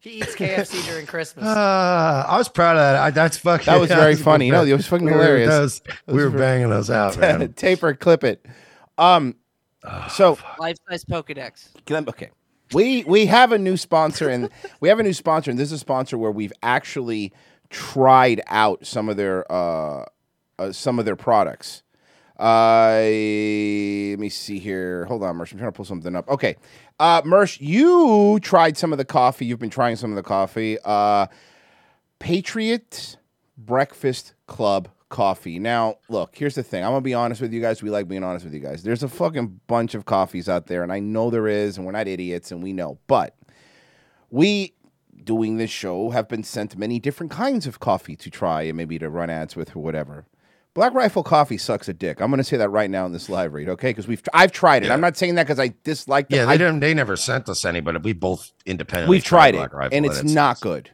He eats KFC during Christmas. Uh, I was proud of [laughs] that. I, that's fucking. That was very funny. No, it was [laughs] fucking We were- hilarious. that was- we were banging [laughs] those out, man. Ah, Taper, clip it. Um, so Life size Pokedex. Glen- okay. We we have a new sponsor and [laughs] we have a new sponsor and this is a sponsor where we've actually tried out some of their uh, uh some of their products. Uh, let me see here. Hold on, Mersh. I'm trying to pull something up. Okay, uh, Mersh, you tried some of the coffee. You've been trying some of the coffee. Uh, Patriot Breakfast Club coffee. Now, look, here's the thing. I'm gonna be honest with you guys. We like being honest with you guys. There's a fucking bunch of coffees out there, and I know there is, and we're not idiots, and we know. But we doing this show have been sent many different kinds of coffee to try and maybe to run ads with or whatever. Black Rifle Coffee sucks a dick. I'm going to say that right now in this live read, okay? Because we've I've tried it. I'm not saying that because I dislike. Them. Yeah, they I- didn't. They never sent us any, but we both independently. We've tried it, Black Rifle, Um, and it's not good.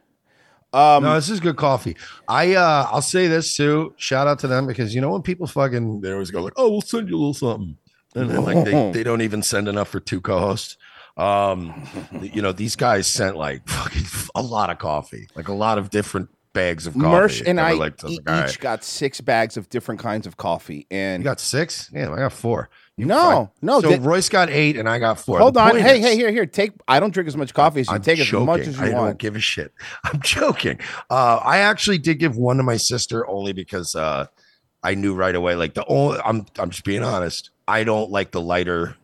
Um, no, this is good coffee. I uh, I'll say this too. Shout out to them because you know when people fucking they always go like, oh, we'll send you a little something, and then like [laughs] they, they don't even send enough for two co-hosts. Um, you know these guys sent like fucking a lot of coffee, like a lot of different bags of coffee. Mersh and were I like, e- "All right." each got six bags of different kinds of coffee, and you got six. Yeah, I got four. no, no. So that- Royce got eight, and I got four. Hold The on. point Hey, is- hey, here, here. Take. I don't drink as much coffee as you. I'm take as much joking. as you I don't want. give a shit. [laughs] I'm joking. Uh, I actually did give one to my sister only because uh, I knew right away. Like the only, I'm I'm just being honest. I don't like the lighter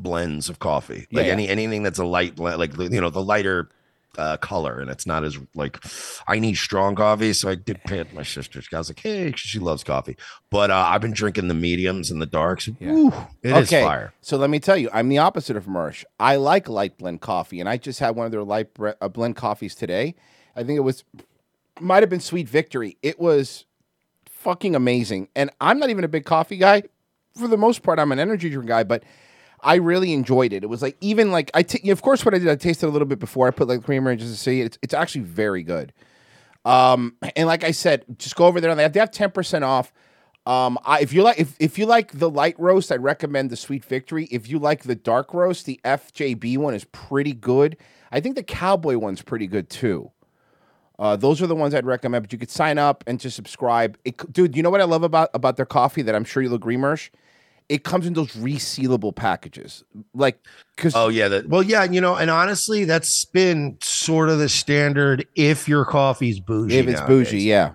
blends of coffee. Like Yeah. any anything that's a light, blend, like you know, the lighter uh, color, and it's not as like I need strong coffee. So I did pay it to my sister. I was like, hey, 'cause she loves coffee, but uh, I've been drinking the mediums and the darks. Woo, it is fire. So let me tell you, I'm the opposite of Mersh. I like light blend coffee, and I just had one of their light bre- uh, blend coffees today. I think it was, might have been Sweet Victory. It was fucking amazing. And I'm not even a big coffee guy. For the most part, I'm an energy drink guy, but I really enjoyed it. It was like even like I, t- of course, what I did, I tasted a little bit before I put like creamer in just to see. It's it's actually very good. Um, and like I said, just go over there. They have they have ten percent off. Um, I, if you like if, if you like the light roast, I recommend the Sweet Victory. If you like the dark roast, the FJB one is pretty good. I think the Cowboy one's pretty good too. Uh, those are the ones I'd recommend. But you could sign up and just subscribe. It, c- dude, you know what I love about about their coffee that I'm sure you'll agree, Mersh? It comes in those resealable packages, like because oh yeah, that well yeah, you know, and honestly, that's been sort of the standard if your coffee's bougie. If it's bougie, yeah.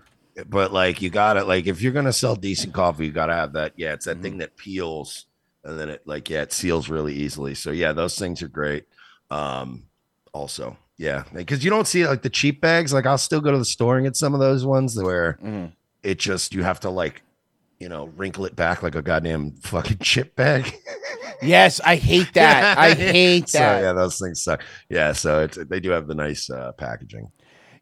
But like you got to like if you're gonna sell decent coffee, you got to have that. Yeah, it's that Mm. thing that peels and then it like yeah, it seals really easily. So yeah, those things are great. Um, also yeah, because you don't see like the cheap bags. Like I'll still go to the store and get some of those ones where Mm-hmm. it just you have to like you know wrinkle it back like a goddamn fucking chip bag. yes, I hate that. [laughs] I hate So, that. yeah, those things suck. Yeah, so it's, they do have the nice uh, packaging.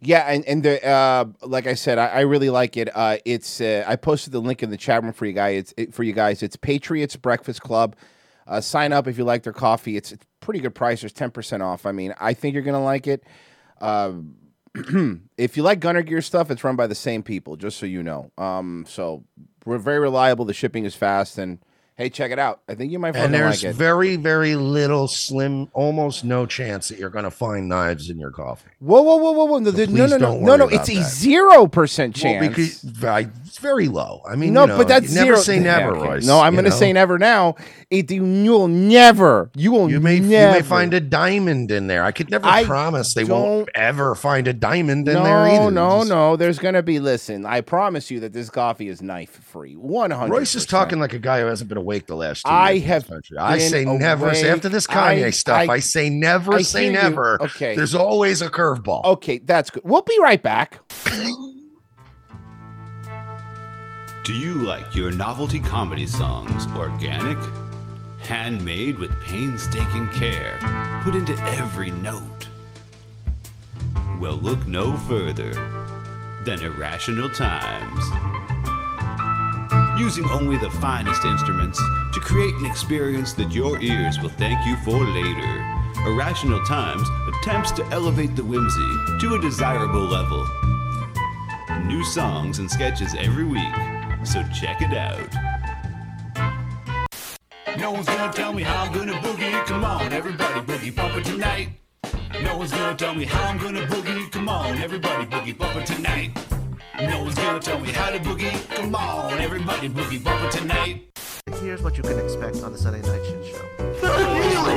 Yeah, and and the uh, like I said, I, I really like it. Uh, it's uh, I posted the link in the chat room for you guys. It's it, for you guys. It's Patriots Breakfast Club. Uh, sign up if you like their coffee. It's, it's pretty good price. There's ten percent off. I mean, I think you're gonna like it. Um, [clears throat] if you like Gunner Gear stuff, it's run by the same people. Just so you know. Um, so we're very reliable. The shipping is fast, and hey, check it out. I think you might fucking And there's like it. very, very little, slim, almost no chance that you're going to find knives in your coffee. Whoa, whoa, whoa, whoa, whoa! No, no, please no, no, don't no, worry no! about It's a that. zero percent chance. Well, because I, it's very low. I mean, no, you know, but that's you never zero. say never, Okay. Royce. No, I'm you going to know? say never now. It you will never. You will. You may, you never. may find a diamond in there. I could never I promise they won't ever find a diamond in no, there either. no, no. There's going to be. Listen, I promise you that this coffee is knife free. One hundred. Royce is talking like a guy who hasn't been awake the last two I years in this have country. I been say never. say- awake. after this Kanye I- stuff, I- I, say never, I say hear you. never. Okay. There's always a curveball. Okay, that's good. We'll be right back. Do you like your novelty comedy songs organic? Handmade with painstaking care, put into every note. Well, look no further than Irrational Times. Using only the finest instruments to create an experience that your ears will thank you for later, Irrational Times attempts to elevate the whimsy to a desirable level. New songs and sketches every week, so check it out. No one's gonna tell me how I'm gonna boogie. Come on, everybody boogie bumper tonight. No one's gonna tell me how I'm gonna boogie. Come on, everybody boogie bumper tonight. No one's gonna tell me how to boogie. Come on, everybody boogie bumper tonight. Here's what you can expect on the Sunday Night Shit Show.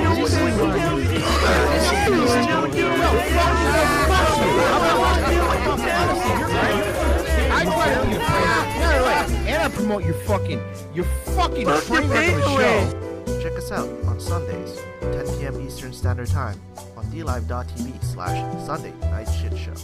And I promote your fucking, your fucking train wreck of a show. Check us out on Sundays, 10 p.m. Eastern Standard Time, on DLive.tv slash Sunday Night Shit Show.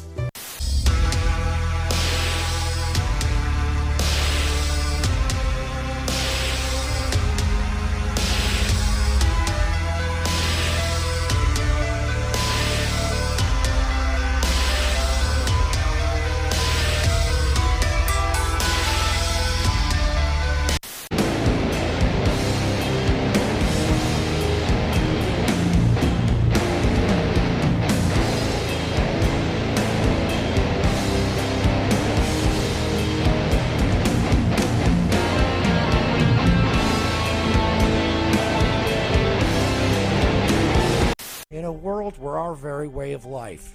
world where our very way of life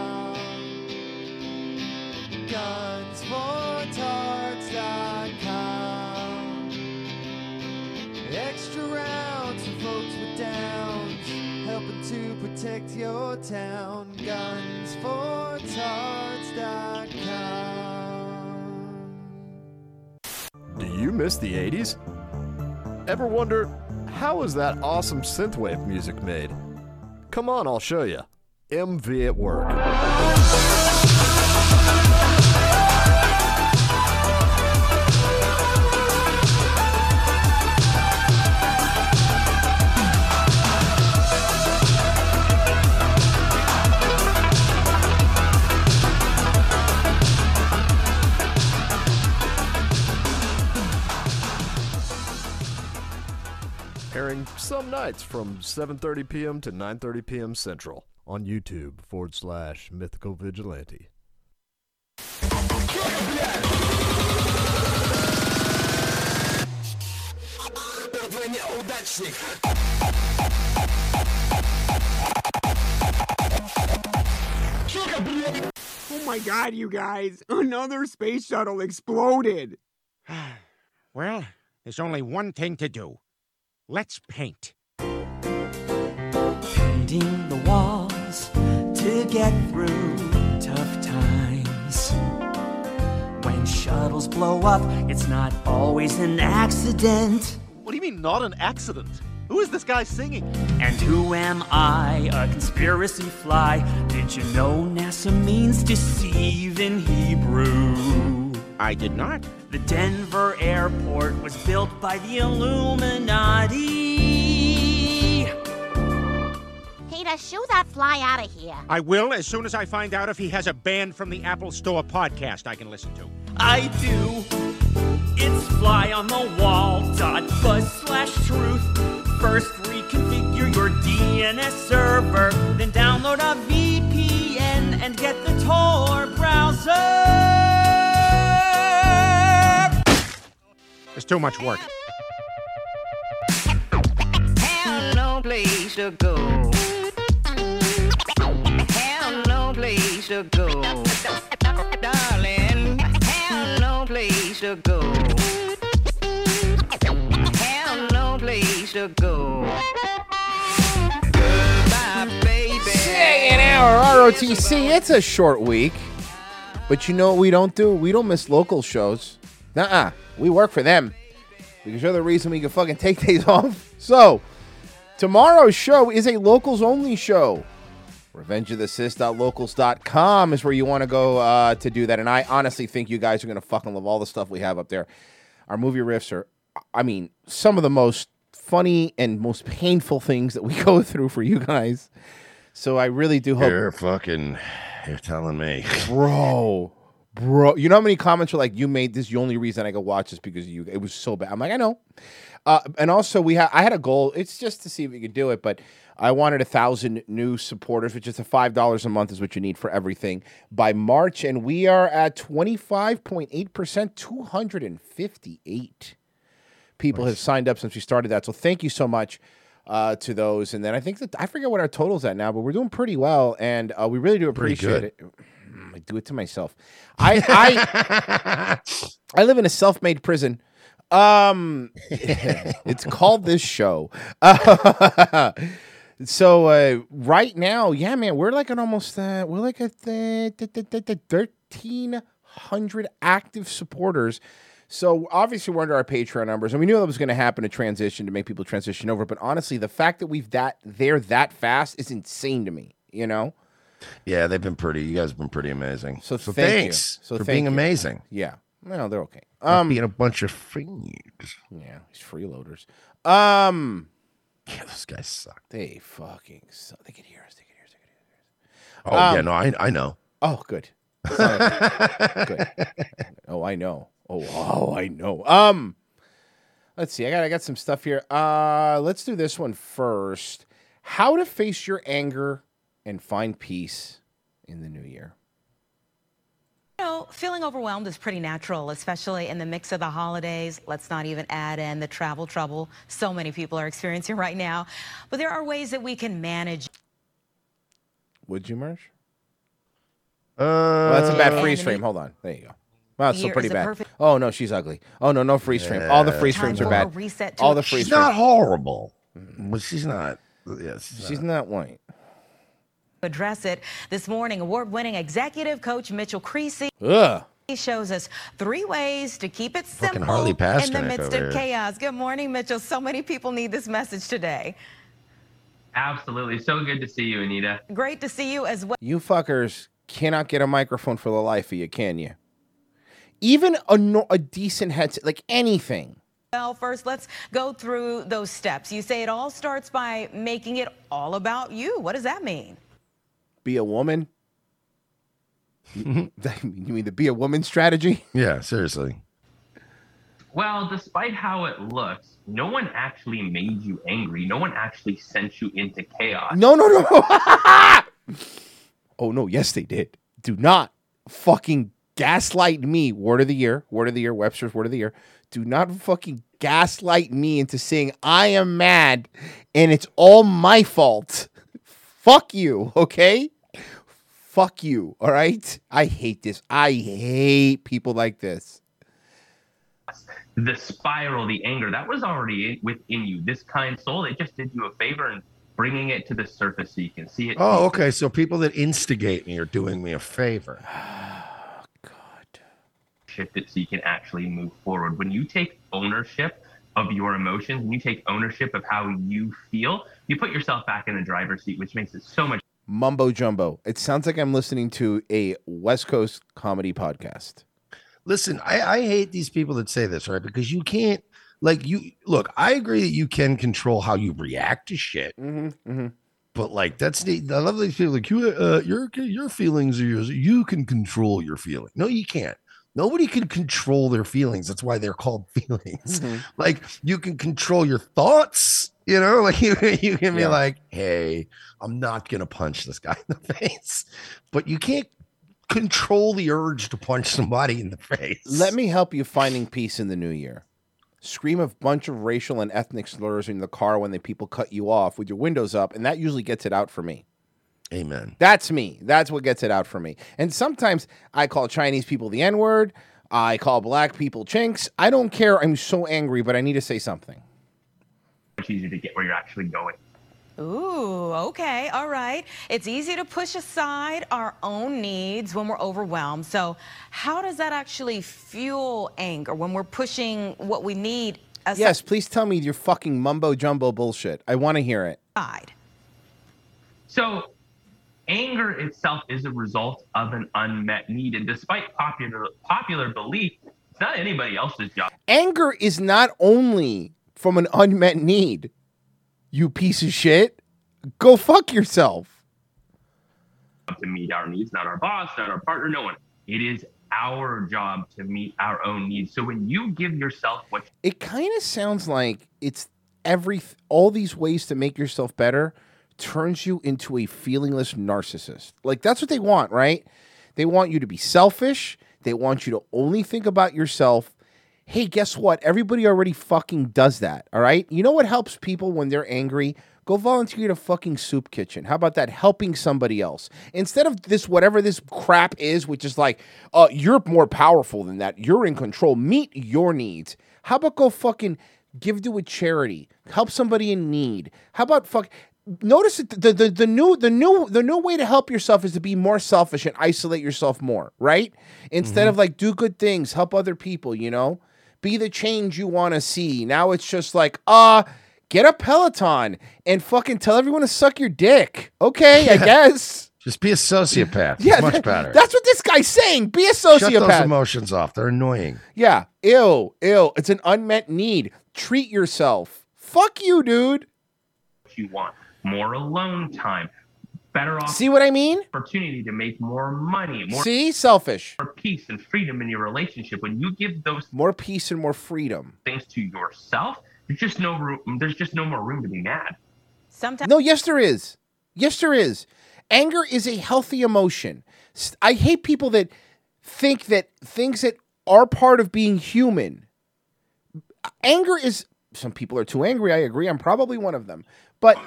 Gunsfortarts.com. Gunsfortarts.com. Extra rounds for folks with downs, helping to protect your town. Guns for Do you miss the 80s? Ever wonder how was that awesome synthwave music made? Come on, I'll show you. MV at work. Airing some nights from 7:30 p.m. to 9:30 p.m. Central on YouTube forward slash Mythical Vigilante. Oh my god, you guys! Another space shuttle exploded! [sighs] Well, there's only one thing to do. Let's paint. painting the walls to get through tough times. When shuttles blow up, it's not always an accident. What do you mean, not an accident? Who is this guy singing? And who am I? A conspiracy fly. Did you know NASA means deceive in Hebrew? I did not. The Denver airport was built by the Illuminati. Peter, shoo that fly out of here. I will as soon as I find out if he has a ban from the Apple Store podcast I can listen to. I do. It's fly on the wall dot buzz slash truth. First reconfigure your DNS server, then download a VPN and get the Tor browser. There's too much [laughs] work. Hell no place to go. Hell no place to go. Darling, hell no place to go. Hell no place to go. Goodbye, baby. An hour ROTC. It's a short week, but you know what we don't do? We don't miss local shows. Nuh-uh. We work for them because you're the reason we can fucking take [laughs] days off. So tomorrow's show is a locals only show. RevengeOftheSys.locals.com is where you want to go uh, to do that. And I honestly think you guys are going to fucking love all the stuff we have up there. Our movie riffs are, I mean, some of the most funny and most painful things that we [laughs] go through for you guys. So I really do hope [laughs] You're fucking. You're telling me, bro, bro. bro. You know how many comments were like, "You made this. The only reason I could watch this because you. It was so bad." I'm like, I know. Uh, and also, we had I had a goal. It's just to see if we could do it, but I wanted a thousand new supporters, which is the five dollars a month is what you need for everything by March, and we are at twenty five point eight percent, two hundred and fifty eight people have signed up since we started that. So thank you so much uh, to those. And then I think that I forget what our total's at now, but we're doing pretty well, and uh, we really do Pretty appreciate good. it. Mm, I do it to myself. I I I live in a self-made prison. Um, it's called this show. [laughs] Uh, so uh, right now, yeah, man, we're like at almost uh, we're like at the thirteen hundred active supporters. So obviously we're under our Patreon numbers, and we knew that was going to happen to transition to make people transition over. But honestly, the fact that we've that there that fast is insane to me. You know. Yeah, they've been pretty. You guys have been pretty amazing. So, thank you. thanks So for thank being you. amazing. Yeah. No, they're okay. Um, Um, being a bunch of freaks. Yeah, these freeloaders. Um, yeah, those guys suck. They fucking suck. They can hear us. They can hear us. They Oh can hear us. yeah, Um, no, I I know. Oh, good. Sorry. good. [laughs] Oh, I know. Oh, oh, I know. Um, let's see. I got I got some stuff here. Uh, let's do this one first. How to face your anger and find peace in the new year. You know, feeling overwhelmed is pretty natural, especially in the mix of the holidays. Let's not even add in the travel trouble so many people are experiencing right now. But there are ways that we can manage. Would you, Marsh? Uh, well, that's a bad Uh, freeze frame. Hold on. There you go. Wow, it's still Here pretty is a bad. perfect- oh no, she's ugly. Oh no, no freeze frame. All the Yeah. freeze frames Time are for a bad. reset to All the achieve- freeze She's not frames- horrible, but she's not. Yes, She's not white. Address it. This morning, award winning executive coach Mitchell Creasy. Ugh. He shows us three ways to keep it simple Harley in the Pasternak midst over of here. chaos. Good morning, Mitchell. So many people need this message today. Absolutely. So good to see you, Anita. Great to see you as well. You fuckers cannot get a microphone for the life of you, can you? Even a, no- a decent headset, like anything. Well, first, let's go through those steps. You say it all starts by making it all about you. What does that mean? Be a [laughs] woman. [laughs] you you mean the be a woman strategy? Yeah, seriously. Well, despite how it looks, no one actually made you angry. No one actually sent you into chaos. No, no, [laughs] no. Oh no, yes they did. Do not fucking gaslight me. Word of the year, word of the year, Webster's word of the year. Do not fucking gaslight me into saying I am mad and it's all my fault. Fuck you, okay? Fuck you, all right? I hate this. I hate people like this. The spiral, the anger, that was already in- within you. This kind soul, it just did you a favor in bringing it to the surface so you can see it. Oh, okay. So people that instigate me are doing me a favor. shift it so you can actually move forward. When you take ownership of your emotions and you take ownership of how you feel, you put yourself back in the driver's seat, which makes it so much Mumbo jumbo. It sounds like I'm listening to a West Coast comedy podcast. Listen, I, I hate these people that say this, right? Because you can't, like, you look, I agree that you can control how you react to shit. Mm-hmm, But like that's the I love these people like you uh, your your feelings are yours. You can control your feeling. No, you can't. Nobody can control their feelings. That's why they're called [laughs] feelings. Mhm. Like you can control your thoughts. You know, [laughs] like you, you can be Yeah. like, hey, I'm not gonna punch this guy in the [laughs] face, but you can't control the urge to punch somebody in the face. Let me help you finding peace in the new year. Scream a bunch of racial and ethnic slurs in the car when the people cut you off with your windows up, and that usually gets it out for me. Amen. That's me. That's what gets it out for me. And sometimes I call Chinese people the N word. I call black people chinks. I don't care. I'm so angry, but I need to say something. easier to get where you're actually going. Ooh, okay, all right. It's easy to push aside our own needs when we're overwhelmed. So, how does that actually fuel anger when we're pushing what we need aside? Yes, please tell me your fucking mumbo jumbo bullshit. I want to hear it. So, anger itself is a result of an unmet need, and despite popular popular belief, it's not anybody else's job Anger is not only from an unmet need, you piece of shit. Go fuck yourself. to meet our needs. Not our boss, not our partner, no one. It is our job to meet our own needs. So when you give yourself what It kind of sounds like it's every all these ways to make yourself better turns you into a feelingless narcissist. Like that's what they want, right? They want you to be selfish. They want you to only think about yourself. Hey, guess what? Everybody already fucking does that, all right? You know what helps people when they're angry? Go volunteer at a fucking soup kitchen. How about that? Helping somebody else. Instead of this, whatever this crap is, which is like, uh, you're more powerful than that. You're in control. Meet your needs. How about go fucking give to a charity? Help somebody in need. How about fuck notice that the, the the new the new the new way to help yourself is to be more selfish and isolate yourself more, right? Instead of like do good things, help other people, you know? Be the change you want to see. Now it's just like, uh, get a Peloton and fucking tell everyone to suck your dick. Okay, [laughs] I guess. Just be a sociopath. It's much that- better. That's what this guy's saying. Be a sociopath. Shut those emotions off. They're annoying. Yeah. Ew. Ew. It's an unmet need. Treat yourself. Fuck you, dude. you want, more alone time, better off See what I mean? opportunity to make more money, more See? Selfish. more peace and freedom in your relationship. When you give those More peace and more freedom. things to yourself, there's just no room. There's just no more room to be mad. Sometimes No, yes, there is. Yes, there is. Anger is a healthy emotion. S- I hate people that think that things that are part of being human. Anger is some people are too angry. I agree. I'm probably one of them. But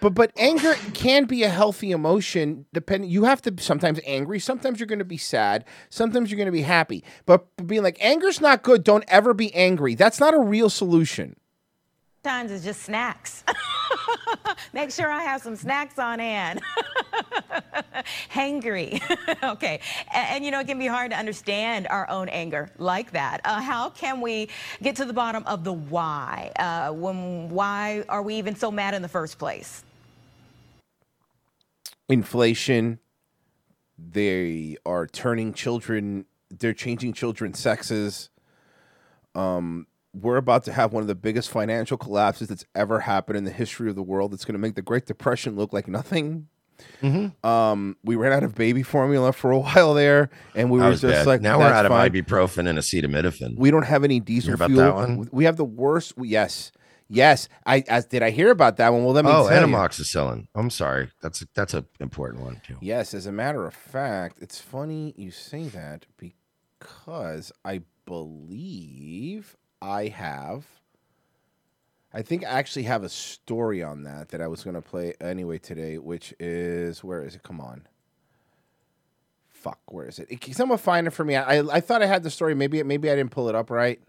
but but anger can be a healthy emotion depending you have to sometimes angry, sometimes you're going to be sad, sometimes you're going to be happy. But being like anger's not good, don't ever be angry. That's not a real solution. Sometimes it's just snacks. [laughs] Make sure I have some snacks on hand. [laughs] Hangry. [laughs] okay. A- And, you know, it can be hard to understand our own anger like that. Uh, how can we get to the bottom of the why? Uh, when why are we even so mad in the first place? inflation. They are turning children. They're changing children's sexes. Um, we're about to have one of the biggest financial collapses that's ever happened in the history of the world. It's going to make the Great Depression look like nothing. Um, we ran out of baby formula for a [laughs] while there, and we I were was just bad. like, now we're "That's out of fine." ibuprofen and acetaminophen. We don't have any diesel about fuel. that one? We have the worst. we- yes, yes. I, I did. I hear about that one. Well, let me. oh, tell you. amoxicillin. I'm sorry. That's a, that's an important one too. Yes, as a matter of fact, it's funny you say that because I believe I have. I think I actually have a story on that that I was going to play anyway today, which is where is it? Come on. Fuck, where is it? It- Can someone find it for me? I, I I thought I had the story. Maybe maybe I didn't pull it up right.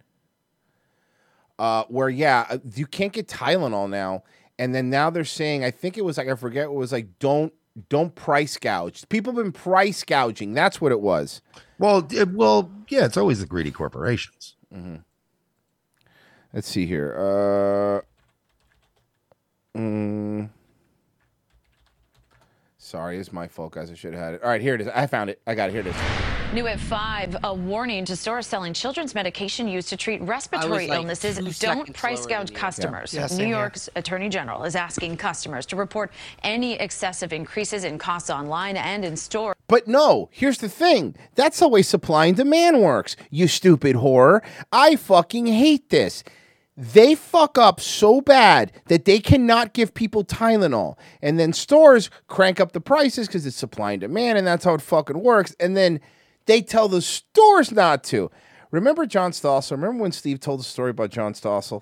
Uh, where yeah, uh, you can't get Tylenol now, and then now they're saying I think it was like I forget what it was like don't don't price gouge. People have been price gouging. That's what it was. Well, it, well, yeah. It's always the greedy corporations. Mm-hmm. Let's see here. Uh, mm, sorry, it's my fault, guys. I should have had it. All right, here it is. I found it. I got it. Here it is. New at 5, a warning to stores selling children's medication used to treat respiratory like illness two illnesses. seconds Don't price slower than gouge you. Yeah. customers. Yeah, New same here. York's Attorney General is asking customers to report any excessive increases in costs online and in stores. But no, here's the thing. That's the way supply and demand works, you stupid whore. I fucking hate this. They fuck up so bad that they cannot give people Tylenol. And then stores crank up the prices because it's supply and demand, and that's how it fucking works. And then they tell the stores not to. Remember John Stossel? Remember when Steve told the story about John Stossel?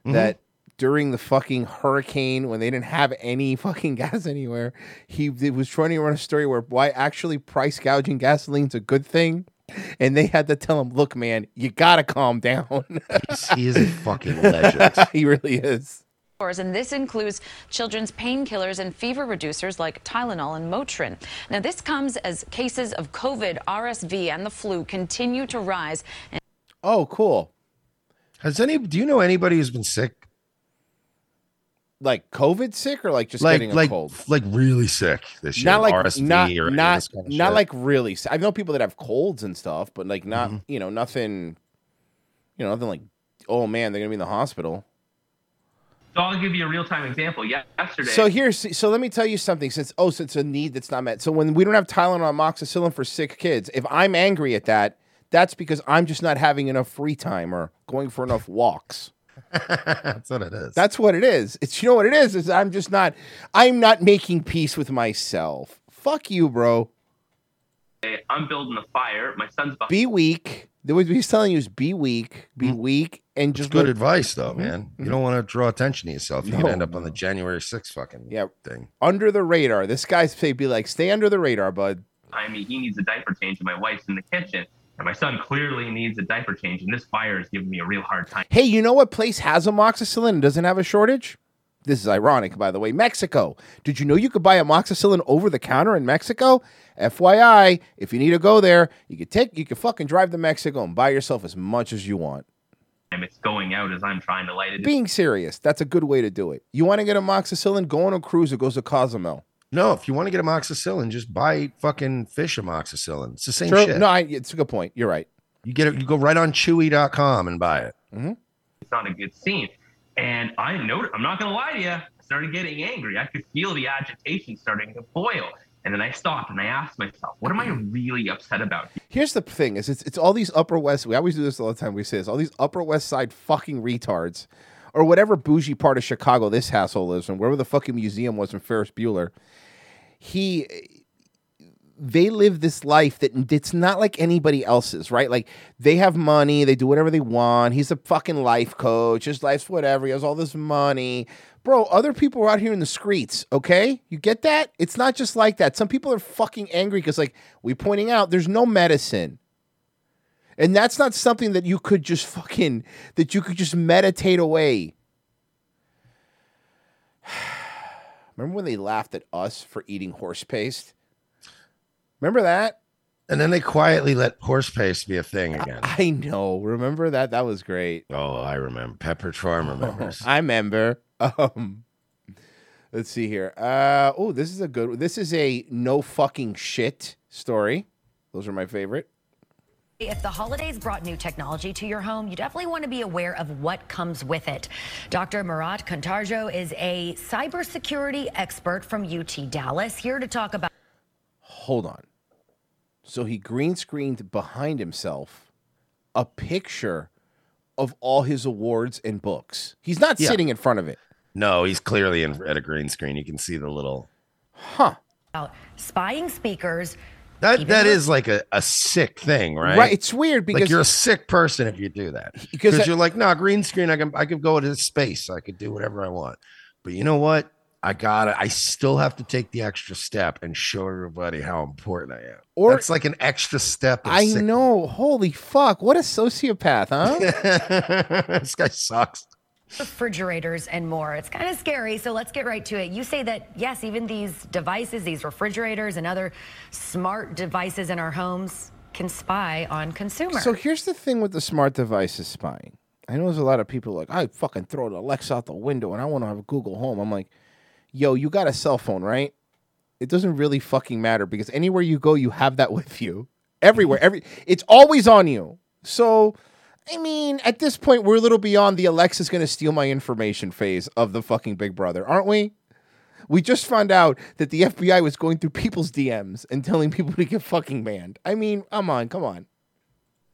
Mm-hmm. That during the fucking hurricane when they didn't have any [laughs] fucking gas anywhere. He they was trying to run a story where why actually price gouging gasoline's a good thing. And they had to tell him, look, man, you gotta calm down. [laughs] he is a fucking legend. he really is. And this includes children's painkillers and fever reducers like Tylenol and Motrin. Now, this comes as cases of COVID, RSV, and the flu continue to rise. And- Oh, cool. Has any? Do you know anybody who's been sick? Like COVID sick or like just like getting a like cold? like really sick this year? Not like RSV not or any of not this kind of not shit? like really. s- I know people that have colds and stuff, but like Mm-hmm. not you know nothing. You know nothing like oh man, they're gonna be in the hospital. So I'll give you a real time example. Yeah, yesterday. So here's so let me tell you something. Since oh, since a need that's not met. So when we don't have Tylenol and amoxicillin for sick kids, if I'm angry at that, that's because I'm just not having enough free time or going for enough walks. [laughs] That's what it is. That's what it is. It's you know what it is. Is I'm just not. I'm not making peace with myself. Fuck you, bro. Hey, I'm building a fire. My son's behind. Be weak. The what he's telling you is be weak. Be weak and just Mm. Good let- advice, though, man. Mm-hmm. You don't want to draw attention to yourself. You No. could end up on the January 6th fucking Yeah. thing. Under the radar. This guy's say be like, stay under the radar, bud. I mean, he needs a diaper change, and my wife's in the kitchen, and my son clearly needs a diaper change, and this fire is giving me a real hard time. Hey, you know what place has amoxicillin and doesn't have a shortage? This is ironic, by the way. Mexico. Did you know you could buy amoxicillin over the counter in Mexico? FYI, if you need to go there, you could take you could fucking drive to Mexico and buy yourself as much as you want. It's going out as I'm trying to light it. Being serious, that's a good way to do it. You want to get amoxicillin? Go on a cruise. It goes to Cozumel. No, if you want to get amoxicillin, just buy fucking fish amoxicillin. It's the same True. shit. No, I, it's a good point. You're right. You get it. You go right on Chewy.com and buy it. Mm-hmm. It's not a good scene. And I know I'm not gonna lie to you. I started getting angry. I could feel the agitation starting to boil. And then I stopped and I asked myself, what am I really upset about? Here's the thing: is it's, it's all these Upper West. We always do this all the time. We say this: all these Upper West Side fucking retards, or whatever bougie part of Chicago this asshole lives in, wherever the fucking museum was in Ferris Bueller. He, they live this life that it's not like anybody else's, right? Like they have money, they do whatever they want. He's a fucking life coach. His life's whatever. He has all this money. Bro, other people are out here in the streets, okay? You get that? It's not just like that. Some people are fucking angry because, like, we pointing out there's no medicine. And that's not something that you could just fucking, that you could just meditate away. [sighs] Remember when they laughed at us for eating horse paste? Remember that? And then they quietly let horse paste be a thing again. I know. Remember that? That was great. Oh, I remember. [laughs] Pepper Farm remembers. I remember. Um, let's see here. Uh, oh, this is a good. This is a no fucking shit story. Those are my favorite. If the holidays brought new technology to your home, you definitely want to be aware of what comes with it. Dr. Murat Contarjo is a cybersecurity expert from UT Dallas here to talk about. hold on. So he green screened behind himself a picture of all his awards and books. He's not Yeah. sitting in front of it. no, he's clearly in, at a green screen. You can see the little. Huh. About spying speakers. That even that though- is like a, a sick thing, right? Right, it's weird like because- you're a sick person if you do that Because because I- you're like, no, green screen. I can I could go into space. I could do whatever I want. But you know what? I gotta. I still have to take the extra step and show everybody how important I am. Or- Or it's like an extra step. of I sick- know. Holy fuck. What a sociopath, huh? [laughs] this guy sucks. refrigerators and more. It's kind of scary, so let's get right to it. You say that, yes, even these devices, these refrigerators and other smart devices in our homes can spy on consumers. So here's the thing with the smart devices spying. I know there's a lot of people like, I fucking throw the Alexa out the window and I want to have a Google Home. I'm like, yo, you got a cell phone, right? It doesn't really fucking matter because anywhere you go, you have that [laughs] with you. Everywhere, every it's always on you. So, I mean, at this point, we're a little beyond the Alexa's gonna steal my information phase of the fucking Big Brother, aren't we? We just found out that the FBI was going through people's DMs and telling people to get fucking banned. I mean, come on, come on.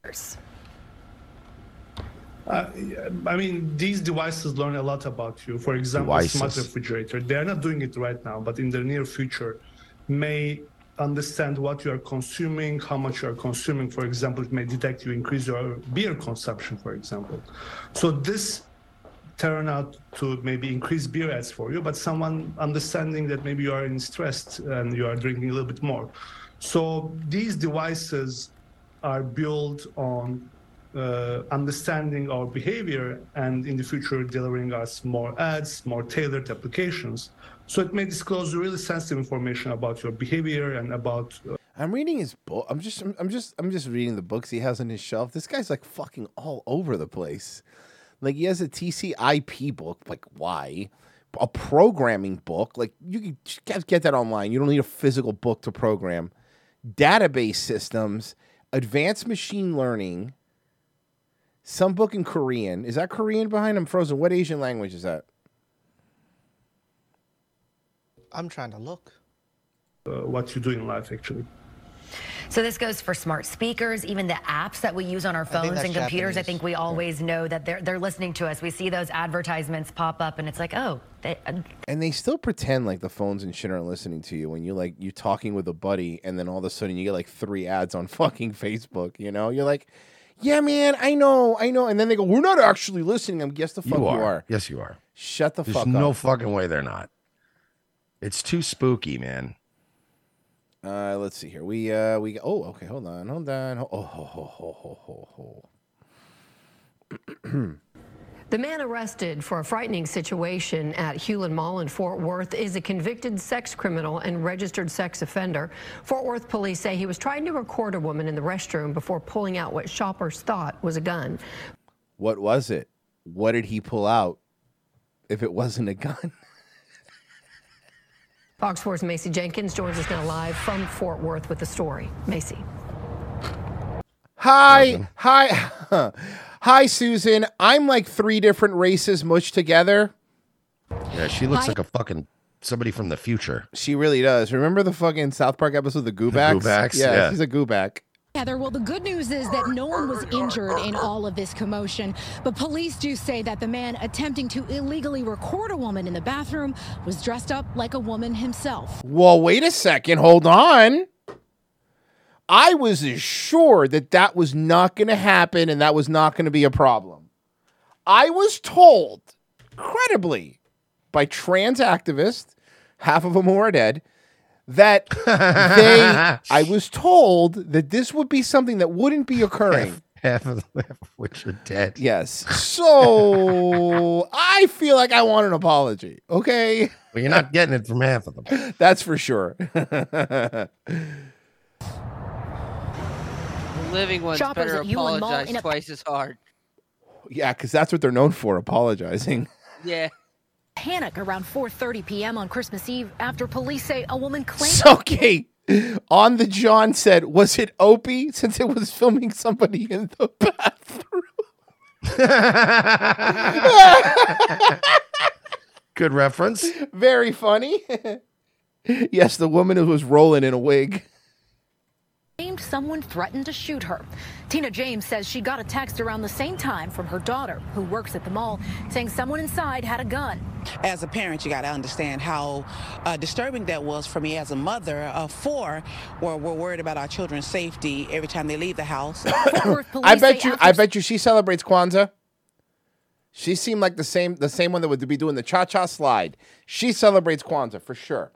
Uh, yeah, I mean, these devices learn a lot about you. For example, smart Devices. refrigerator. They are not doing it right now, but in the near future, may understand what you are consuming, how much you are consuming. For example, it may detect you increase your beer consumption, for example. So this turn out to maybe increase beer ads for you, but someone understanding that maybe you are in stress and you are drinking a little bit more. So these devices are built on uh, understanding our behavior and in the future delivering us more ads, more tailored applications. So it may disclose really sensitive information about your behavior and about. Uh, I'm reading his book. I'm just, I'm just, I'm just reading the books he has on his shelf. This guy's like fucking all over the place. Like he has a TCIP book. Like why? A programming book. Like you can just get- get that online. You don't need a physical book to program. Database systems, advanced machine learning. Some book in Korean. Is that Korean behind? I'm frozen. What Asian language is that? I'm trying to look. uh, what you do in life, actually. So this goes for smart speakers, even the apps that we use on our think phones that's and computers. I Japanese. think we always know that they're they're listening to us. We see those advertisements pop up, and it's like, oh, they, uh, And they still pretend like the phones and shit aren't listening to you when you like you talking with a buddy and then all of a sudden you get like three ads on [laughs] fucking Facebook, you know? You're like, Yeah, man, I know, I know. And then they go, We're not actually listening. I'm yes the fuck you are. Yes, you are. Shut the There's fuck no up. fucking way they're not. It's too spooky, man. Uh let's see here. We uh we oh okay, hold on, hold on. Oh ho ho ho ho ho ho. The man arrested for a frightening situation at Hewlin Mall in Fort Worth is a convicted sex criminal and registered sex offender. Fort Worth police say he was trying to record a woman in the restroom before pulling out what shoppers thought was a gun. What was it? What did he pull out if it wasn't a gun? [laughs] Fox 4's Macy Jenkins joins us now live from Fort Worth with the story. Macy. Hi, hi, [laughs] hi, Susan. I'm like three different races mushed together. Yeah, she looks like a fucking somebody from the future. [laughs] She really does. Remember the fucking South Park episode, the Goobacks? Goobacks, Yeah, yeah. she's a Gooback. Heather, well, the good news is that no one was injured in all of this commotion, but police do say that the man attempting to illegally record a woman in the bathroom was dressed up like a woman himself. Well, wait a second. Hold on. I was assured that that was not going to happen and that was not going to be a problem. I was told, credibly, by trans activists, half of them who are dead, that they, I was told that this would be something that wouldn't be occurring. Half of, half of which are dead. Yes. So I feel like I want an apology. Okay. Well, [laughs] you're not getting it from half of them. That's for sure. [laughs] The living ones Shoppers better at Yulin Mall apologize in a- twice as hard. yeah, because that's what they're known for apologizing. [laughs] Yeah. Panic around 4:30 p.m. on Christmas Eve after police say a woman claimed Okay. On the John said, was it Opie since it was filming somebody in the [laughs] bathroom? Good reference. [laughs] Very funny. [laughs] yes, the woman who was rolling in a wig. claimed someone threatened to shoot her. Tina James says she got a text around the same time from her daughter, who works at the mall, saying someone inside had a gun. As a parent, you got to understand how uh, disturbing that was for me as a mother of four, where we're worried about our children's safety every time they leave the house. I bet you. I bet you she celebrates Kwanzaa. She seemed like the same the same one that would be doing the cha cha slide. She celebrates Kwanzaa for sure.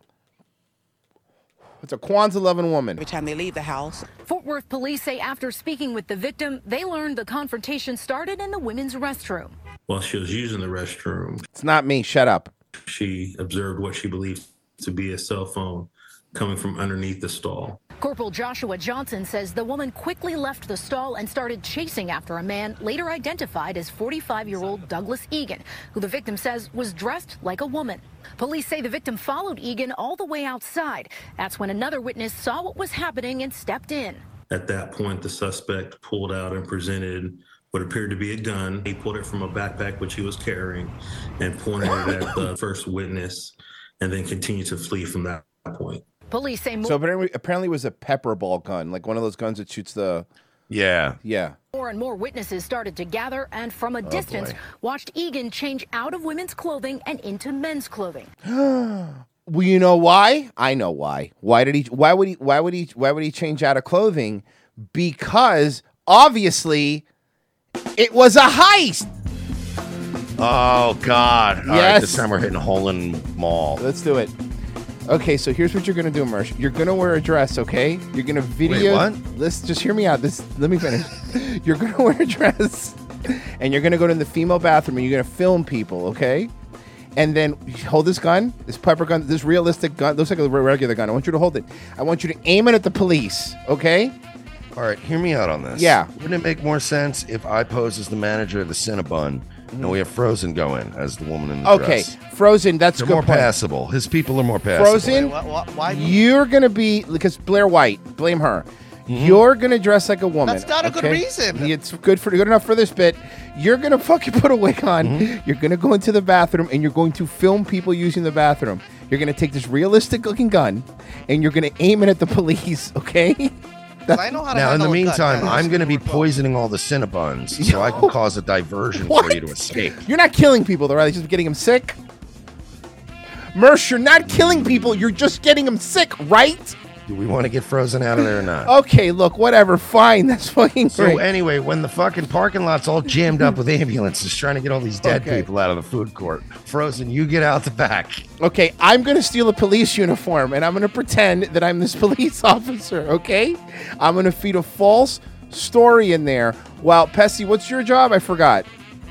It's a Kwanzaa loving woman. Every time they leave the house. Fort Worth police say after speaking with the victim, they learned the confrontation started in the women's restroom. While she was using the restroom, It's not me. Shut up. she observed what she believed to be a cell phone coming from underneath the stall. Corporal Joshua Johnson says the woman quickly left the stall and started chasing after a man later identified as 45 year old Douglas Egan, who the victim says was dressed like a woman. Police say the victim followed Egan all the way outside. That's when another witness saw what was happening and stepped in. At that point, the suspect pulled out and presented what appeared to be a gun. He pulled it from a backpack which he was carrying and pointed it at [coughs] the first witness and then continued to flee from that point. Police say more. So apparently, apparently it was a pepper ball gun, like one of those guns that shoots the. Yeah. Yeah. [gasps] More and more witnesses started to gather and from a distance Oh, boy. watched Egan change out of women's clothing and into men's clothing. Well, you know why? I know why. Why did he? Why would he? Why would he? Why would he change out of clothing? Because obviously, it was a heist. Oh God! All right, Yes. this time we're hitting Holland Mall. Let's do it. Okay, so here's what you're gonna do, Mersh. You're gonna wear a dress, okay? You're gonna video. what? Let's just hear me out. This. Let me finish. [laughs] you're gonna wear a dress, and you're gonna go to the female bathroom, and you're gonna film people, okay? And then hold this gun, this pepper gun, this realistic gun. Looks like a re- regular gun. I want you to hold it. I want you to aim it at the police, okay? All right, hear me out on this. Yeah. Wouldn't it make more sense if I pose as the manager of the Cinnabon and we have Frozen go in as the woman in the Okay, dress? Frozen. That's They're good. more point. passable. His people are more passable. Frozen, you're gonna be because Blair White. Blame her. Mm-hmm. You're gonna dress like a woman. That's not a good okay? reason. It's good for good enough for this bit. You're gonna [laughs] Mm-hmm. fucking put a wig on. You're gonna go into the bathroom and you're going to film people using the bathroom. You're going to take this realistic looking gun and you're going to aim it at the [laughs] police, okay? I know how now, in the meantime, I'm going to be poisoning all the Cinnabons [laughs] so Oh. I can cause a diversion for you to escape. You're not killing people, though, right? You're just getting them sick. Mersh, you're not killing people. You're just getting them sick, right? Do we want to get frozen out of there or not? Okay, look, whatever. Fine. [laughs] That's fucking So Oh, great. anyway, when the fucking parking lot's all jammed up with ambulances trying to get all these dead Okay. people out of the food court, Frozen, you get out the back. Okay, I'm gonna steal a police uniform and I'm gonna pretend that I'm this [laughs] police officer, okay? I'm gonna feed a false story in there. Wow, Pessy, what's your job? I forgot.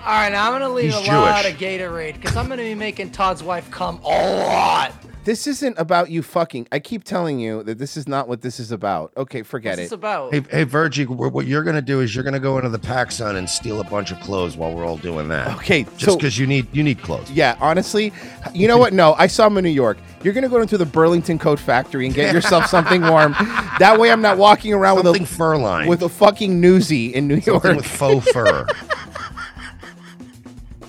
All right, now I'm gonna leave He's a lot Jewish. of Gatorade because I'm gonna be making Todd's wife come a lot. This isn't about you fucking. I keep telling you that this is not what this is about. Okay, forget What's it. this about? Hey, hey Virgie, wh- what you're going to do is you're going to go into the pack sun and steal a bunch of clothes while we're all doing that. Okay, just so- because you need you need clothes. Yeah, honestly, you know what? No, I saw him in New York. You're gonna go into the Burlington Coat Factory and get [laughs] yourself something warm. That way, I'm not walking around Something with a fur line with a fucking newsie in New Something York with faux fur.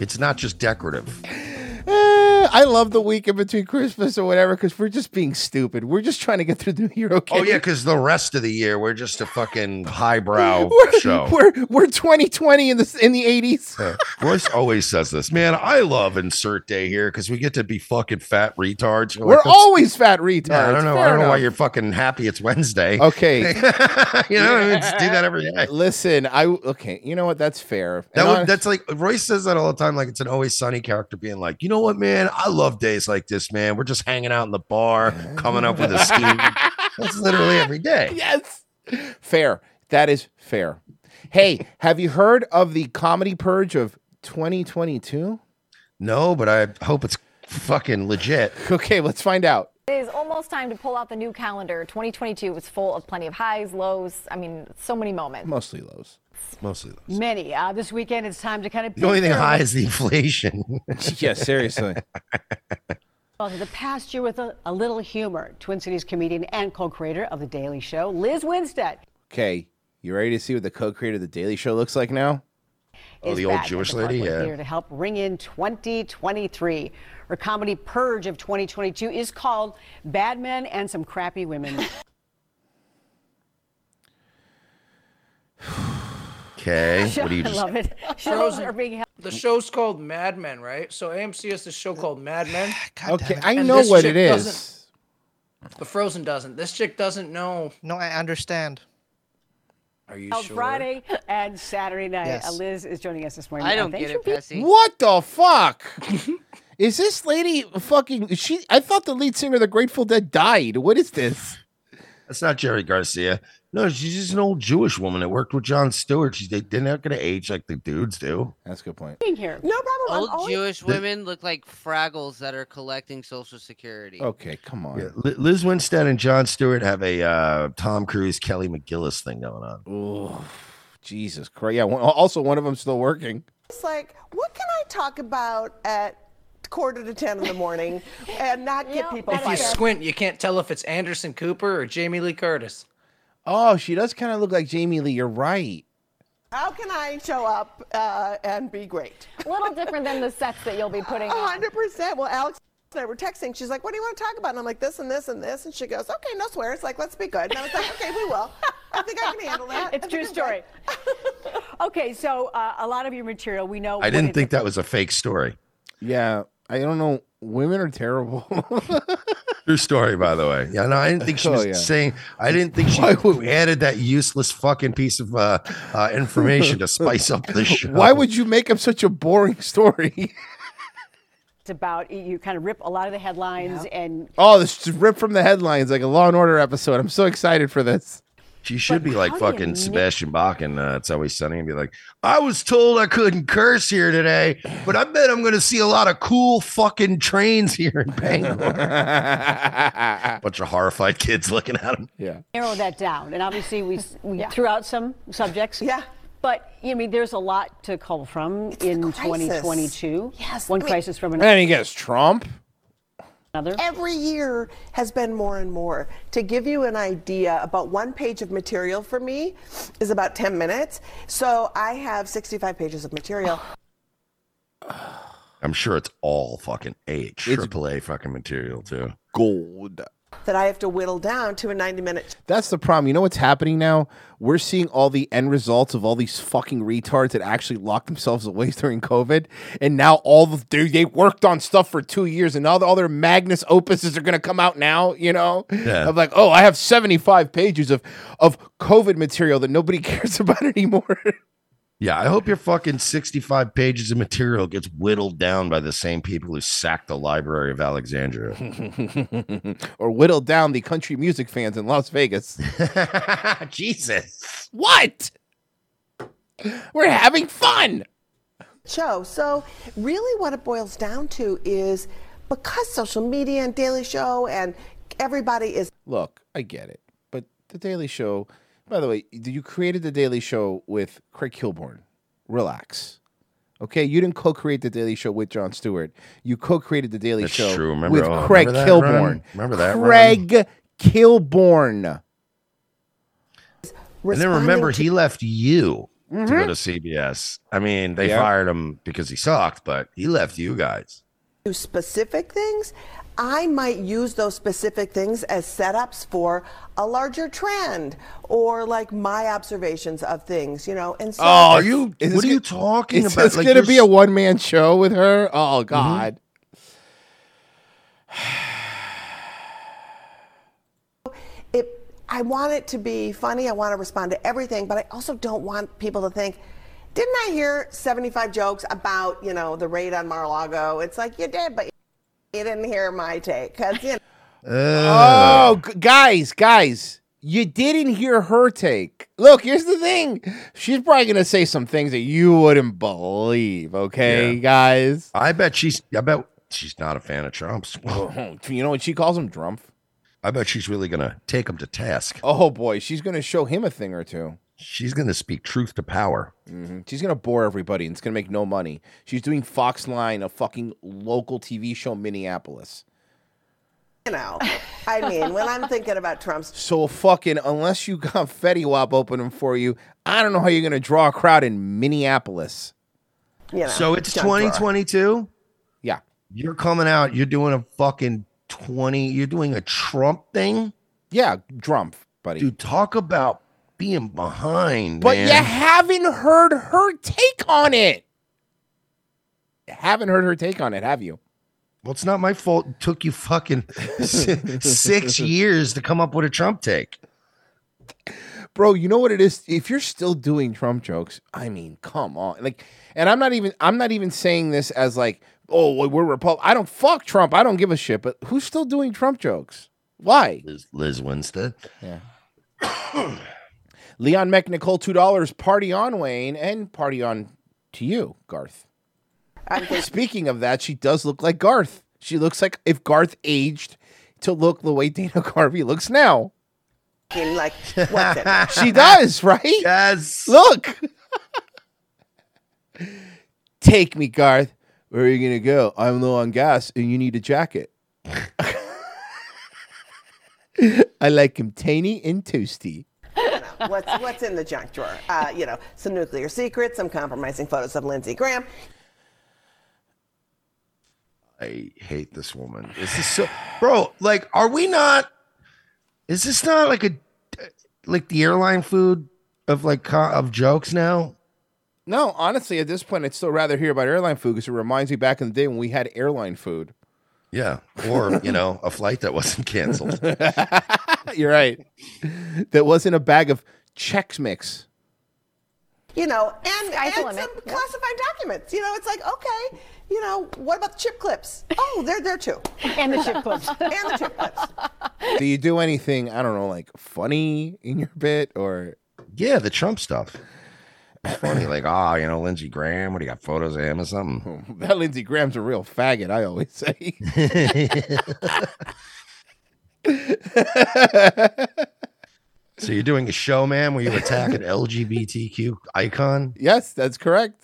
It's not just decorative. [laughs] Eh, I love the week in between Christmas or whatever because we're just being stupid. We're just trying to get through the new year. Okay. Oh yeah, because the rest of the year we're just a fucking highbrow show. [laughs] We're we're 2020 in the in the 80s. Yeah. Royce always says this, man. I love insert day here because we get to be fucking fat retards. Like, We're that's- always fat retards. Yeah, I don't know. I Fair don't know why enough. you're fucking happy. It's Wednesday. Okay. [laughs] you know, what I mean? Just do that every day. [laughs] Listen, I okay. You know what? That's fair. That And would, hon- that's like Royce says that all the time. Like it's an always sunny character being like, you know what, man? I love days like this, man. We're just hanging out in the bar, coming up with a scheme. [laughs] that's literally every day. Yes. Fair. That is fair. Hey, [laughs] have you heard of the comedy purge of 2022? No, but I hope it's fucking legit. [laughs] Okay, let's find out. It is almost time to pull out the new calendar. 2022 was full of plenty of highs, lows. I mean, so many moments. Mostly lows. Mostly. Many. Uh, this weekend, it's time to kind of. The only thing compare high what- is the inflation. [laughs] yeah, seriously. Well, to the past year with a, a little humor. Twin Cities comedian and co-creator of The Daily Show, Liz Winstead. Okay, you ready to see what the co-creator of the Daily Show looks like now? is back at the Parkland Theater to help ring in 2023. Her comedy purge of 2022 is called Bad Men and Some Crappy [laughs] Women. [laughs] Okay. What do you I just? love it. [laughs] Shows Shows are being held. The show's called Mad Men, right? So AMC has this show called Mad Men. okay, I And know this what chick it is. doesn't- The Frozen doesn't. This chick doesn't know. No, I understand. Are you held sure? Friday and Saturday night. Yes. Uh, Liz is joining us this morning. I Uh, don't thanks get for it, being- [laughs] Pessy. What the fuck? is this lady fucking? She? I thought the lead singer of the Grateful Dead died. What is this? That's not Jerry Garcia. No, she's just an old Jewish woman that worked with John Stewart. She's they, they're not going to age like the dudes do. That's a good point. being here. No problem. Old Jewish women look like fraggles that are collecting Social Security. Okay, come on. Liz Winstead and John Stewart have a uh, Tom Cruise Kelly McGillis thing going on. Oh, Jesus Christ! Yeah. One, also, one of them's still working. It's like, what can I talk about at quarter to 10 in the morning and not get people If you fired? squint, you can't tell if it's Anderson Cooper or Jamie Lee Curtis. Oh, she does kind of look like Jamie Lee. You're right. How can I show up uh, and be great? A little different than the sets that you'll be putting on. 100%. Well, Alex and I were texting. She's like, what do you want to talk about? And I'm like, this and this and this. And she goes, okay, no swears. Like, let's be good. And I was like, okay, we will. I think I can handle that. [laughs] It's I think true I'm good." story. [laughs] okay, so uh, a lot of your material, we know. I didn't think that was a fake story. Yeah, I don't know. Women are terrible. [laughs] True story, by the way. Yeah, no, I didn't think [laughs] she Oh, was yeah. saying. I didn't think she added that useless fucking piece of uh, uh, [laughs] information to spice up the show. Why would you make up such a boring [laughs] story? It's about you kind of rip a lot of the headlines and oh, this is ripped from the headlines like a Law and Order episode. I'm so excited for this. She should be like how do you fucking make- Sebastian Bach and uh, It's Always Sunny and be like, I was told I couldn't curse here today, but I bet I'm going to see a lot of cool fucking trains here in [laughs] Bangor. Bunch of horrified kids looking at him. Yeah. narrow that down. And obviously, we, s- we threw out some subjects. Yeah. But you know, I mean, there's a lot to cull from in crisis. 2022. Yes, One I mean- crisis from another. And he gets Trump. Every year has been more and more. To give you an idea, about one page of material for me is about 10 minutes. So I have 65 pages of material. I'm sure it's all fucking A, triple A fucking material too. Gold. that I have to whittle down to a 90 minute That's the problem. You know what's happening now? We're seeing all the end results of all these fucking retards that actually locked themselves away [laughs] during COVID, and now all the dude they worked on stuff for two years, and now all their magnus opuses are going to come out now. You know, Yeah. of like, oh, I have seventy five pages of of COVID material that nobody [laughs] cares about anymore. Yeah, I hope your fucking 65 pages of material gets whittled down by the same people who sacked the Library of Alexandria. [laughs] or whittled down the country music fans in Las Vegas. [laughs] Jesus. What? We're having fun. show. So, really, what it boils down to is because social media and Daily Show and everybody is Look, I get it, but the Daily Show. By the way, you created the Daily Show with Craig Kilborn. Relax. Okay, you didn't co-create the Daily Show with Jon Stewart. You co-created the Daily That's Show true. Remember- with oh, Craig remember that Kilborn. run? Remember that run? Craig Kilborn. And then remember, he left you to Mm-hmm. Mhm. go to CBS. I mean, they Yeah. fired him because he sucked, but he left [laughs] you guys. do specific things, I might use those specific things as setups for a larger trend or like my observations of things, you know. And so, Oh, is what this are Oh, you go- talking is about? It's Like, going to you're Mm-hmm. be a one-man show with her. Oh God. it I want it to be funny, I want to respond to everything, but I also don't want people to think didn't I hear 75 jokes about, you know, the raid on Mar-a-Lago? It's like you did, but you didn't hear my take cuz you know Oh, g- guys, guys, you didn't hear her take. Look, here's the thing. She's probably going to say some things that you wouldn't believe, okay, guys? I bet she's, I bet she's not a fan of [laughs] Trump's. Oh, you know what she calls him, Trump? I bet she's really going to take him to task. Oh, boy, she's going to show him a thing or two. She's going to speak truth to power. Mhm. She's going to bore everybody and it's going to make no money. She's doing Fox Line, a fucking local TV show in Minneapolis. you know. I mean, when I'm thinking about Trump's So, fucking, unless you got Fetty Wap opening for you, I don't know how you're going to draw a crowd in Minneapolis. you know. so it's junk drawer. 2022. Yeah. You're coming out. You're doing a fucking 20. You're doing a Trump thing. Yeah. Trump, buddy. Dude, talk about being behind. But man. you haven't heard her take on it. You haven't heard her take on it, have you? Well, it's not my fault. It took you fucking [laughs] si- six years to come up with a Trump take. Bro, you know what it is? If you're still doing Trump jokes, I mean, come on. Like, and I'm not even I'm not even saying this as like, oh, well, we're Republican. I don't fuck Trump. I don't give a shit. But who's still doing Trump jokes? Why? Liz, Liz Winstead. Yeah. [clears throat] Leon Mech Nicole two dollars. Party on, Wayne, and party on to you, Garth. Speaking of that, she does look like Garth. She looks like if Garth aged to look the way Dana Carvey looks now. Fucking, like what's [laughs] it? she does, right? Yes. Look. Take me, Garth. Where are you gonna go? I'm low on gas and you need a jacket. [laughs] I like him tiny and toasty. you know, what's what's in the junk drawer? Uh, you know, some nuclear secrets, some compromising photos of Lindsey Graham. I hate this woman. This is so, bro. Like, are we not? Is this not like a like the airline food of like co- of jokes now? No, honestly, at this point, I'd still rather hear about airline food because it reminds me back in the day when we had airline food. Yeah, or you know, a [laughs] flight that wasn't canceled. [laughs] You're right. That wasn't a bag of Chex Mix. You know, and, and some classified documents. You know, it's like, okay, you know, what about the chip clips? Oh, they're there too. And the chip clips. and the chip clips. Do you do anything, I don't know, like funny in your bit or. Yeah, the Trump stuff. Funny, like ah, you know, Lindsey Graham. What do you got? Photos of him or something? That Lindsey Graham's a real faggot, I always say. [laughs] so you're doing a show, man, where you attack an LGBTQ icon? Yes, that's correct.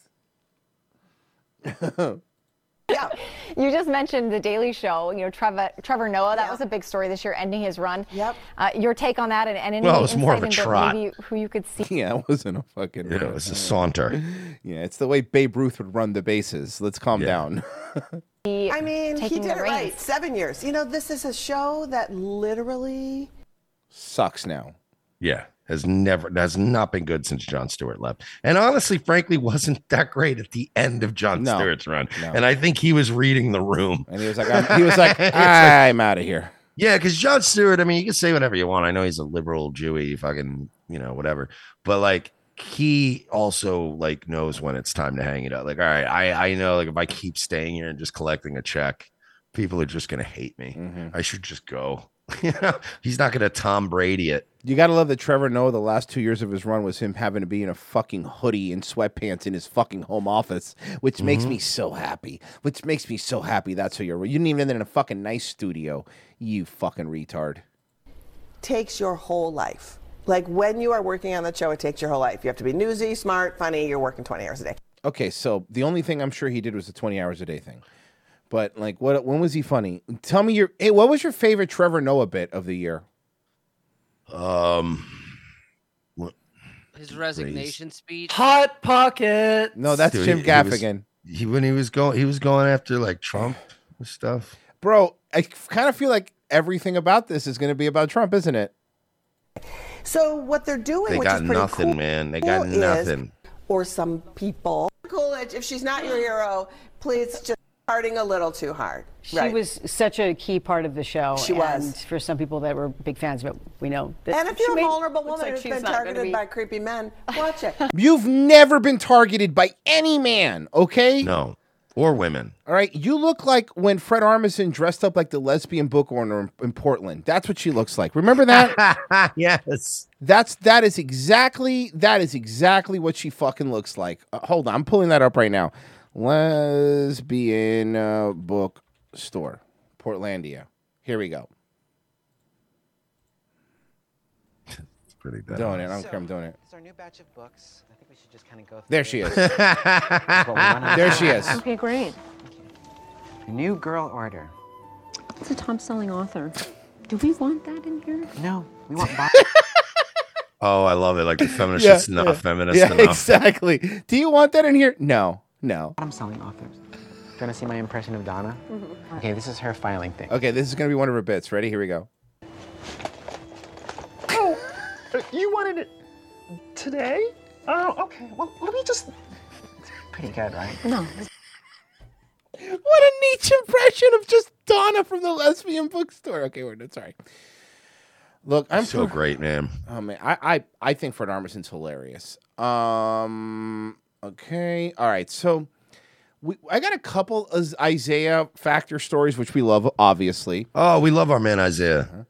[laughs] yeah. You just mentioned the Daily Show. You know, Trevor Trevor Noah. That was a big story this year, ending his run. Yep. Uh, your take on that, and, and any Well, it was more of insight into a [laughs] trot. maybe who you could see Yeah, it wasn't a fucking. Yeah, it was a saunter. [laughs] Yeah, it's the way Babe Ruth would run the bases. Let's calm down. [laughs] He, I mean, he taking did the it right. Seven years. You know, this is a show that literally Sucks now. Yeah, has never has not been good since John Stewart left, and honestly, frankly, wasn't that great at the end of John No, Stewart's run. no. And I think he was reading the room, and he was like, I'm- he [laughs] was like, "Ah, "I'm outta here. Yeah, because John Stewart. I mean, you can say whatever you want. I know he's a liberal, Jewy, fucking, you know, whatever. But like, he also like knows when it's time to hang it up. Like, all right, I I know like if I keep staying here and just collecting a check, people are just gonna hate me. Mm-hmm. I should just go. you know, he's not gonna Tom Brady it. You gotta love that Trevor Noah. The last two years of his run was him having to be in a fucking hoodie and sweatpants in his fucking home office, which makes Mhm. me so happy. Which makes me so happy. That's who you're. You didn't even end up in a fucking nice studio. You fucking retard. takes your whole life. Like when you are working on that show, it takes your whole life. You have to be newsy, smart, funny. You're working 20 hours a day. Okay, so the only thing I'm sure he did was the 20 hours a day thing. But like, what? When was he funny? Tell me your. Hey, what was your favorite Trevor Noah bit of the year? Um. His resignation speech. Hot pocket. No, that's Dude, Jim he- he was- Gaffigan. he when he was going, he was going after like Trump and stuff. Bro, I kind of feel like everything about this is going to be about Trump, isn't it? So what they're doing, They which got is pretty nothing, cool, man. They got is- nothing. or some people. Coolidge, if she's not your hero, please just parting a little too hard. She was such a key part of the show. She and was. For some people that were big fans, but we know that. And if she you're a made- vulnerable looks woman like who's she's been not gonna targeted be- by creepy men, watch [laughs] it. [laughs] You've never been targeted by any man, okay? No, or women. All right, you look like when Fred Armisen dressed up like the lesbian book owner in, in Portland. That's what she looks like. Remember that? [laughs] yes. That's that is exactly that is exactly what she fucking looks like. Uh, hold on, I'm pulling that up right now. Lesbian uh, book store, Portlandia. Here we go. [laughs] Pretty bad. Doing it. I don't care. I'm doing it. It's our new batch of books. I think we should just kind of go through There she [laughs] is. it. That's what we wanna there do. she is. great. New girl order. It's a top selling author. Do we want that in here? No, we want Bob. Oh, I love it. Like [laughs] the feminist Yeah, is not yeah. feminist Yeah, enough. exactly. Do you want that in here? No, no. I'm selling authors. Trying to see my impression of Donna? Okay, this is her filing thing. Okay, this is gonna be one of her bits. Ready? Here we go. Oh, [coughs] you wanted it today? Oh, okay. Well, let me just. Pretty good, right? No. What a niche impression of just Donna from the lesbian bookstore. Okay, we're done. Sorry. Look, I'm so pro- great, man. Oh man, I I, I think Fred Armisen's hilarious. Um. Okay. All right. So. We, I got a couple of Isaiah Factor stories, which we love, obviously. Uh-huh. Oh, we love our man Isaiah.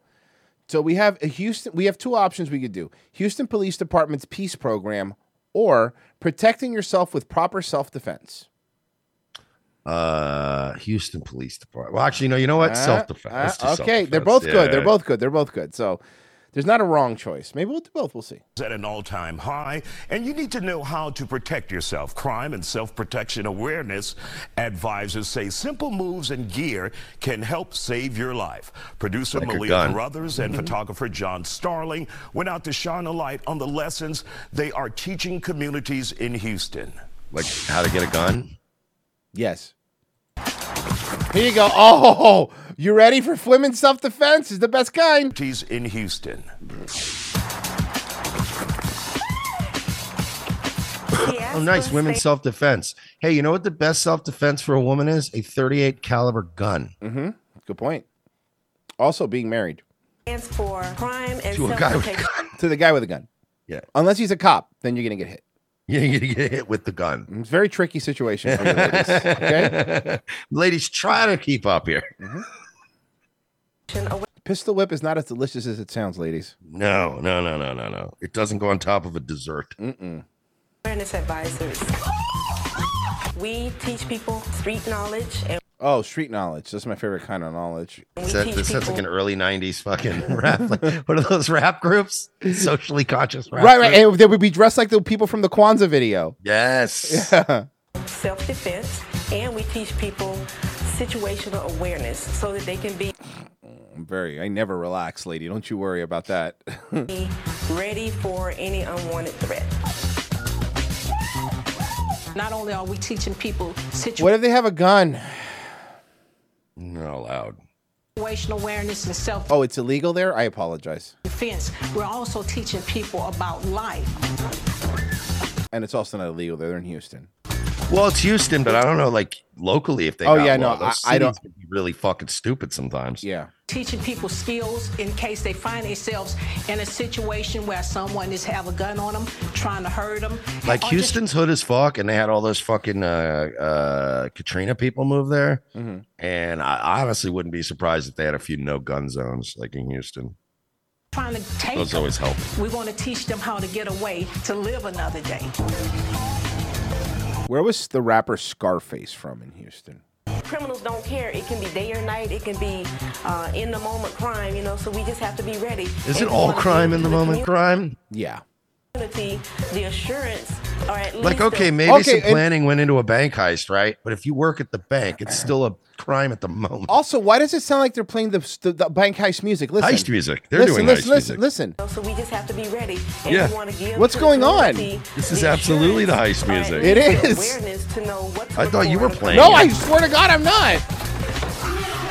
So we have a Houston. We have two options we could do: Houston Police Department's peace program, or protecting yourself with proper self-defense. Uh, Houston Police Department. Well, actually, no. You know what? Uh, Self defense. uh, okay, they're both good. They're both good. They're both good. So there's not a wrong choice. Maybe we'll do both. We'll see. At an all time high, and you need to know how to protect yourself. Crime and self protection awareness advisors say simple moves and gear can help save your life. Producer Like a Malia gun. Mm-hmm. Carruthers and photographer John Starling went out to shine a light on the lessons they are teaching communities in Houston. Like how to get a gun. Yes. Here you go. Oh, you ready for women's self-defense? Is the best kind. He's in Houston. Oh, nice. Women's self defense. Hey, you know what the best self defense for a woman is? A 38 caliber gun. Mm-hmm. Good point. Also, being married Stands for crime and To a guy with a [laughs] self-protection. to the guy with a gun. Yeah. Unless he's a cop, then you're gonna get hit. Mm, Yeah, you're gonna get hit with the gun. It's a very tricky situation for you ladies. Okay. [laughs] Ladies, try to keep up here. Pistol whip is not as delicious as it sounds, ladies. No, no, no, no, no, no. It doesn't go on top of a dessert. Mm-mm. Awareness advisors. We teach people street knowledge and Oh, street knowledge. That's my favorite kind of knowledge. Is that- This sounds like an early '90s fucking [laughs] rap. Like, [laughs] what are those [laughs] rap groups? Socially conscious rap. Right, right. group. and they would be dressed like the people from the Kwanzaa video. Yes. [laughs] Yeah. self-defense, and we teach people situational awareness so that they can be I'm very. I never relax, lady. Don't you worry about that. Hmm. ready for any unwanted threat. Not only are we teaching people What if they have a gun? Not allowed. situational awareness and self Oh, it's illegal there? I apologize. defense, we're also teaching people about life. And it's also not illegal there. They're in Houston. Well, it's Houston, but I don't know, like locally, if they. Oh, got yeah, law. no, Those I- I don't- cities can Be really fucking stupid sometimes. Yeah. Teaching people skills in case they find themselves in a situation where someone is have a gun on them, trying to hurt them. Like Houston's hood as fuck, and they had all those fucking uh, uh, Katrina people move there, Mm-hmm. and I I honestly wouldn't be surprised if they had a few no gun zones like in Houston. Trying to take Those always help. We want to teach them how to get away to live another day. Where was the rapper Scarface from in Houston? Criminals don't care. It can be day or night. It can be uh, in the moment crime. You know, so we just have to be ready. Is it And all we wanna crime in give the moment crime? Oh, Yeah. community the assurance, or at least Like, the- okay, maybe some planning went into a bank heist, right? But if you work at the bank, it's still a crime at the moment. Also, why does it sound like they're playing the, the, the bank heist music? Listen, Heist music. They're listen, doing listen, heist listen, music. Listen, So we just have to be ready. And Yeah. we want to give What's to going the on? community This is absolutely the heist music. It the is. Awareness to know what I thought you were playing. No, it. I swear to God, I'm not.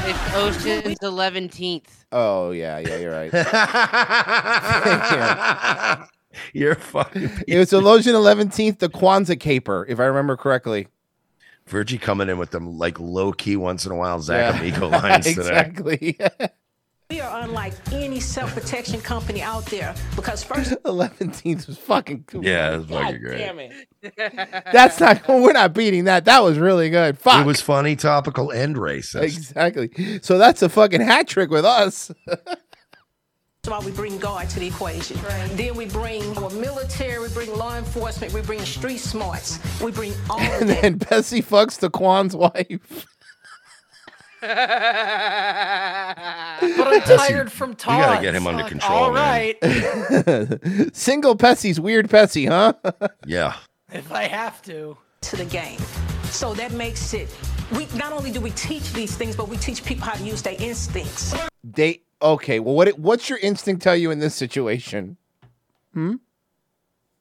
It's Ocean's [laughs] Eleventh. Oh yeah, yeah, you're right. [laughs] Thank you. You're fucking. It was Illusion Eleventeenth, the Kwanzaa caper, if I remember correctly. Virgie coming in with them like low key once in a while, Zach Yeah. [laughs] Amico lines exactly. We are unlike any self-protection company out there because first. Eleventeenth was fucking. today. Yeah, it's fucking great. it. [laughs] That's not. We're not beating that. That was really good. Fuck. It was funny, topical, and racist. Exactly. So that's a fucking hat trick with us. [laughs] That's why we bring God to the equation. Then we bring our military, we bring law enforcement, we bring street smarts, we bring all of and that. then Bessie fucks the Quan's wife. [laughs] But I'm tired from gotta Todd. get him under Fuck, control, All man. right, [laughs] Single Pessie's weird Pessie, huh? [laughs] Yeah. [laughs] If I have to. To the game. So that makes it. We not only do we teach these things, but we teach people how to use their instincts. They okay. Well, what what's your instinct tell you in this situation? Hmm.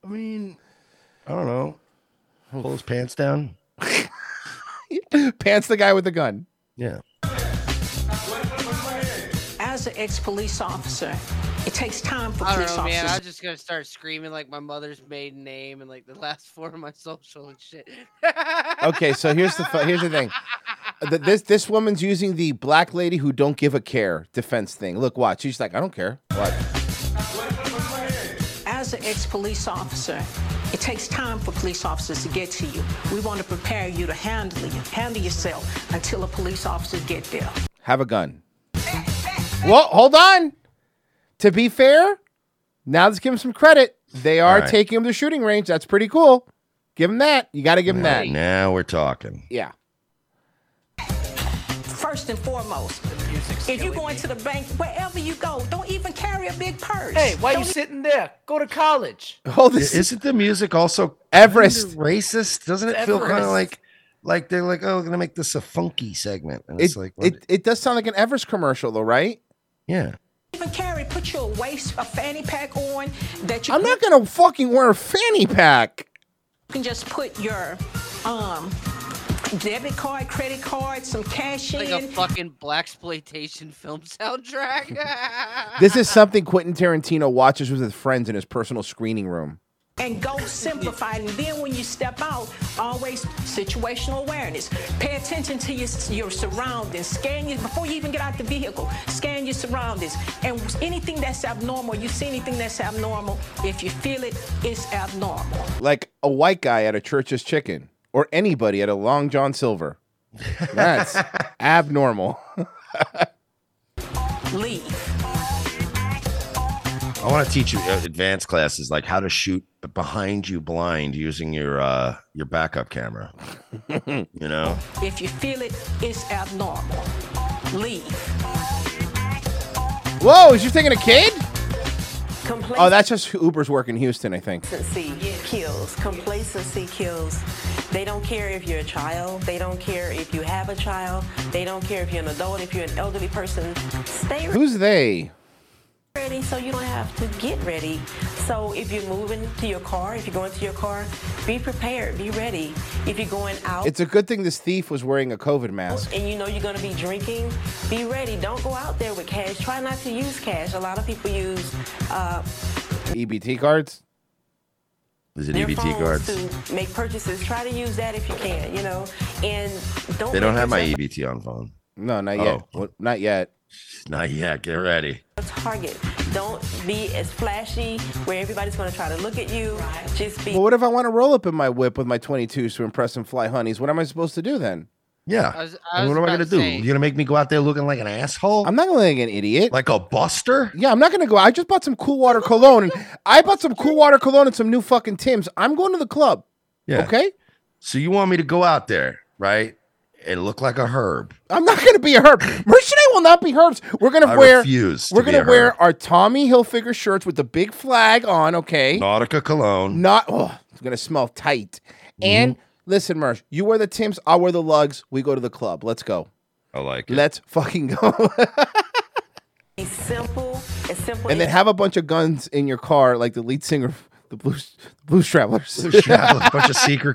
I mean, I don't know. Pull his pants down. Pants the guy with the gun. Yeah. As an ex-police officer, it takes time for I don't police know, man. I officers was just gonna start screaming like my mother's maiden name and like the last [laughs] four of my social and shit. [laughs] Okay, so here's the fu- here's the thing. Th- This this woman's using the black lady who don't give a care defense thing. Look, watch. She's like, I don't care. What? As an ex-police officer, it takes time for police officers to get to you. We want to prepare you to handle you, handle yourself until a police officer get there. Have a gun. Well, hold on. To be fair, now let's give him some credit. They are Alright. taking him to the shooting range. That's pretty cool. Give him that. You got to give him that. Now we're talking. Yeah. First and foremost, if you go into the bank, wherever you go, don't even carry a big purse. e- Hey, why you sitting there? Go to college. Oh, this isn't the music also Everest kinda racist? Doesn't it feel kind of Everest. like like they're like, oh, we're gonna make this a funky segment, and it's It, like, what- it, it does sound like an Everest commercial, though, right? Yeah. Even carry, put your waist, a fanny pack on that you I'm not going to fucking wear a fanny pack. can just put your um debit card, credit card, some cash like in. a fucking black exploitation [laughs] film soundtrack. [laughs] [laughs] This is something Quentin Tarantino watches with his friends in his personal screening room. and go simplified. And then when you step out, always situational awareness. Pay attention to your, your surroundings. Scan your, before you even get out the vehicle, scan your surroundings. And anything that's abnormal, you see anything that's abnormal, if you feel it, it's abnormal. Like a white guy at a church's chicken or anybody at a Long John Silver. That's abnormal. Leave. I want to teach you uh, advanced classes, like how to shoot behind you blind using your uh your backup camera. [laughs] you know, If you feel it, it's abnormal. Leave. Whoa, is you taking a kid? Complacency Oh, that's just Uber's work in Houston, I think. kills. Complacency kills. They don't care if you're a child. They don't care if you have a child. They don't care if you're an adult. If you're an elderly person, stay Who's they? ready so you don't have to get ready. So if you're moving to your car, if you're going to your car, be prepared, be ready. If you're going out, It's a good thing this thief was wearing a COVID mask. and you know you're going to be drinking, be ready. Don't go out there with cash. Try not to use cash. A lot of people use uh, EBT E cards. Is E their phones to make purchases. Try to use that if you can, you know. And don't. They don't make have my E yourself EBT on phone. Oh. No, not yet. Not yet. Not yet. Get ready. a Target. Don't be as flashy where everybody's going to try to look at you. Just be Well, what if I want to roll up in my whip with my 22s to impress some fly honeys? What am I supposed to do then? Yeah. I was- Uh, I And was what am I about gonna to do? say- You gonna make me go out there looking like an asshole? I'm not gonna look like an idiot. Like a buster? Yeah, I'm not gonna go. I just bought some cool water cologne and I bought some cool water cologne and some new fucking Tim's. I'm going to the club. Yeah. Okay. So you want me to go out there, right? And look like a herb. I'm not gonna be a herb. Merchandise will not be herbs. We're gonna I wear refuse to we're be gonna a wear herb. our Tommy Hilfiger shirts with the big flag on, okay? Nautica cologne. Mm-hmm. Not oh, it's gonna smell tight. And listen, Mersh, you wear the Tim's, I'll wear the lugs, we go to the club. Let's go. I like it. Let's fucking go. simple, as simple. and then have a bunch of guns in your car, like the lead singer of the Blues Blues Travelers. [laughs] Blues Travelers, bunch of secret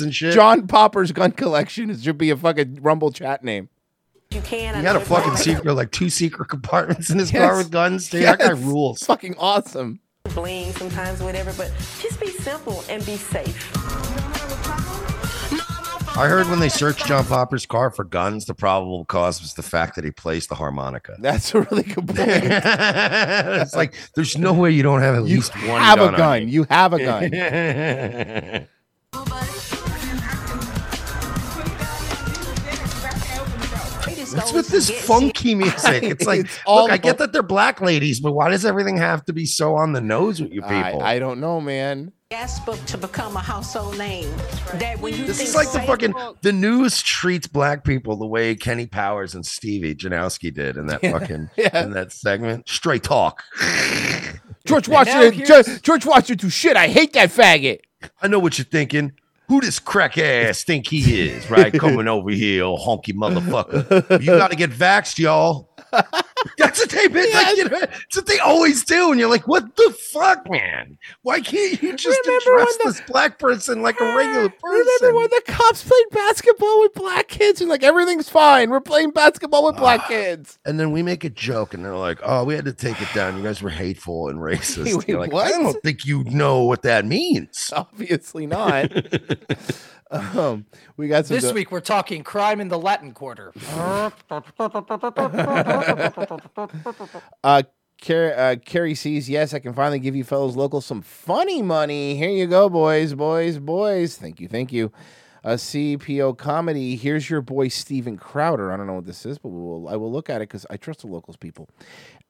[laughs] and shit. John Popper's gun collection is should be a fucking Rumble chat name. as you can. I You got know a it's not [laughs] fucking like secret, like two secret [laughs] compartments in his Yes. car with guns. Dude, That guy Yes. rules. Fucking awesome. Bling sometimes, whatever. But just be simple and be safe. I heard when they searched John Popper's car for guns, the probable cause was the fact that he plays the harmonica. That's a really good point. [laughs] it's like there's no way you don't have at least one. have a gun on gun. you. You have a gun. What's with this [laughs] funky music? It's like, It's all look, I get fun- that they're black ladies, but why does everything have to be so on the nose with you people? I, I don't know, man. Gas book to become a household name. That when you This think is like the fucking Facebook- the news treats black people the way Kenny Powers and Stevie Janowski did [laughs] in that fucking in that segment. Straight talk. George Washington, George, George Washington, shit. I hate that faggot. I know what you're thinking. Who this crack ass think he [laughs] is, right? Coming over here, old honky motherfucker. You got to get vaxxed, y'all. That's what they've been like, you know, that's what they always do. And you're like, what the fuck, man? Why can't you [laughs] just address this black person like a regular person? [laughs] Remember when the cops played basketball with black kids and like everything's fine? We're playing basketball with black Ah. kids. [laughs] And then we make a joke, and they're like, "Oh, we had to take it down. You guys were hateful and racist." Wait, You're like, what? I don't think you know what that means. Obviously [laughs] not. um, we got some This do- week we're talking crime in the Latin Quarter. Uh, Car- uh, Carrie sees, yes, I can finally give you fellows locals some funny money. Here you go, boys, boys, boys. Thank you, thank you. Uh, A CPO comedy. Here's your boy Steven Crowder. I don't know what this is, but we will, I will look at it because I trust the locals people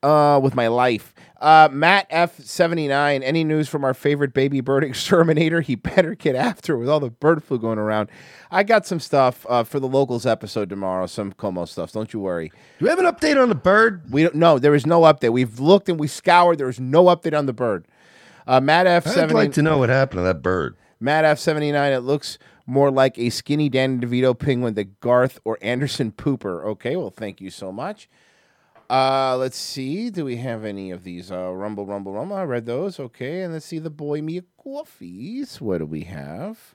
uh, with my life. Uh, Matt F seventy nine. Any news from our favorite baby bird [laughs] exterminator? He better get after it with all the bird flu going around. I got some stuff uh, for the locals episode tomorrow. Some Como stuff. Don't you worry. Do we have an update on the bird? We don't. No, there is no update. We've looked and we scoured. There is no update on the bird. Uh, Matt F I'd seventy. like to know what happened to that bird. Matt F79, it looks more like a skinny Danny DeVito penguin than Garth or Anderson Pooper. Okay, well, thank you so much. Uh, let's see. Do we have any of these? Uh, rumble, rumble, rumble. I read those. Okay, and let's see the boy me a coffees. What do we have?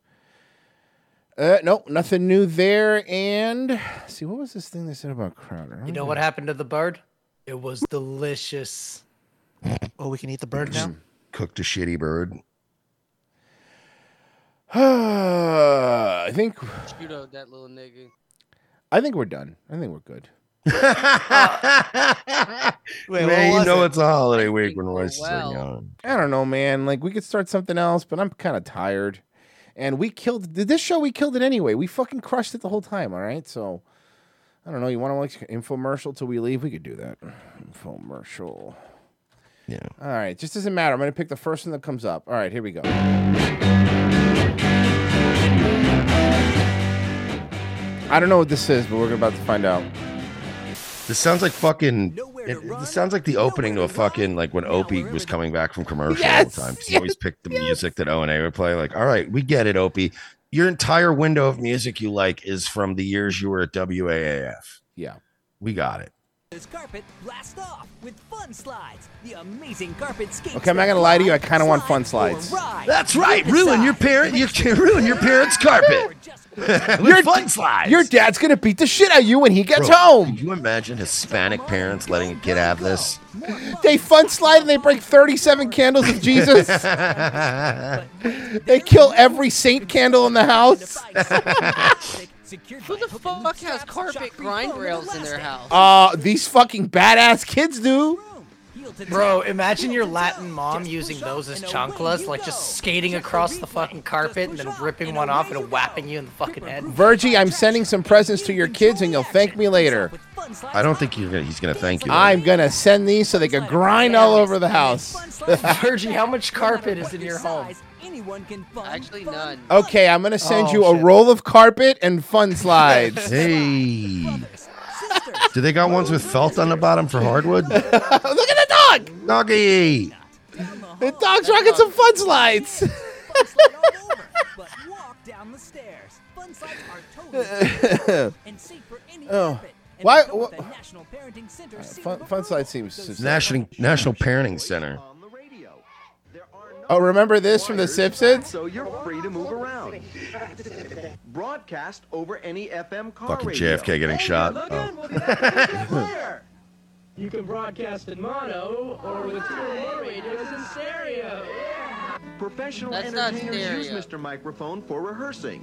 Uh, no, nothing new there. And see, what was this thing they said about Crowder? You know what happened to the bird? It was delicious. Oh, we can eat the bird now. Cooked a shitty bird. [sighs] I think Judo that little nigga. I think we're done. I think we're [laughs] good. Wait, [laughs] Man, you [laughs] know it's a holiday week when we're sitting on. I don't know, man. Like we could start something else, but I'm kind of tired. And we killed did this show. We killed it anyway. We fucking crushed it the whole time. All right, so I don't know. You want to like infomercial till we leave? We could do that. Infomercial. Yeah. All right. Just doesn't matter. I'm gonna pick the first one that comes up. All right. Here we go. I don't know what this is, but we're about to find out. This sounds like fucking. It, it- this sounds like the opening to a fucking like when Opie was coming back from commercial all Yes, the time. 'cause He always picked the music that O and A would play. Like, all right, we get it, Opie. Your entire window of music you like is from the years you were at WAAF. Yeah. We got it. This carpet blast off with fun slides. The amazing carpet skates. Okay, I'm not gonna lie to you. I kind of want fun slides. That's right. Ruin your parent. You can ruin your [laughs] parents' carpet. [laughs] Your fun slides. Your dad's gonna beat the shit out of you when he gets Bro, home. Could you imagine Hispanic parents letting a kid have this? They fun slide and they break 37 candles of [laughs] [laughs] Jesus. they kill every saint candle in the house. Who the fuck has carpet grind rails in their house? uh, these fucking badass kids do. [clears throat] Bro, imagine your Latin mom using those as chanclas, like just skating across the fucking carpet and then ripping one off and whapping you in the fucking head. [laughs] Virgie, I'm sending some presents to your kids and you'll thank me later. I don't think you're gonna, he's going to thank you. I'm gonna send these so they could grind all over the house. [laughs] Virgie, how much carpet is in your home? Anyone can find Actually, none. Okay, I'm gonna send Oh, you a shit. roll of carpet and fun slides. [laughs] Hey. Do they got ones with felt on the bottom for hardwood? [laughs] Look at the dog. Doggy. The dog's rocking some fun slides. Fun slides are [laughs] totally and safe for any Oh. carpet. And Why? come with wh- the National Parenting Center Fun, fun slide seems. National National Parenting Center. Oh, remember this from The Simpsons? So you're free to move around. Broadcast over any FM car Fucking radio. JFK getting shot. [laughs] Oh. [laughs] You can broadcast in mono or with two or more radios in stereo. Professional That's not entertainers use Mr. stereo. Microphone for rehearsing.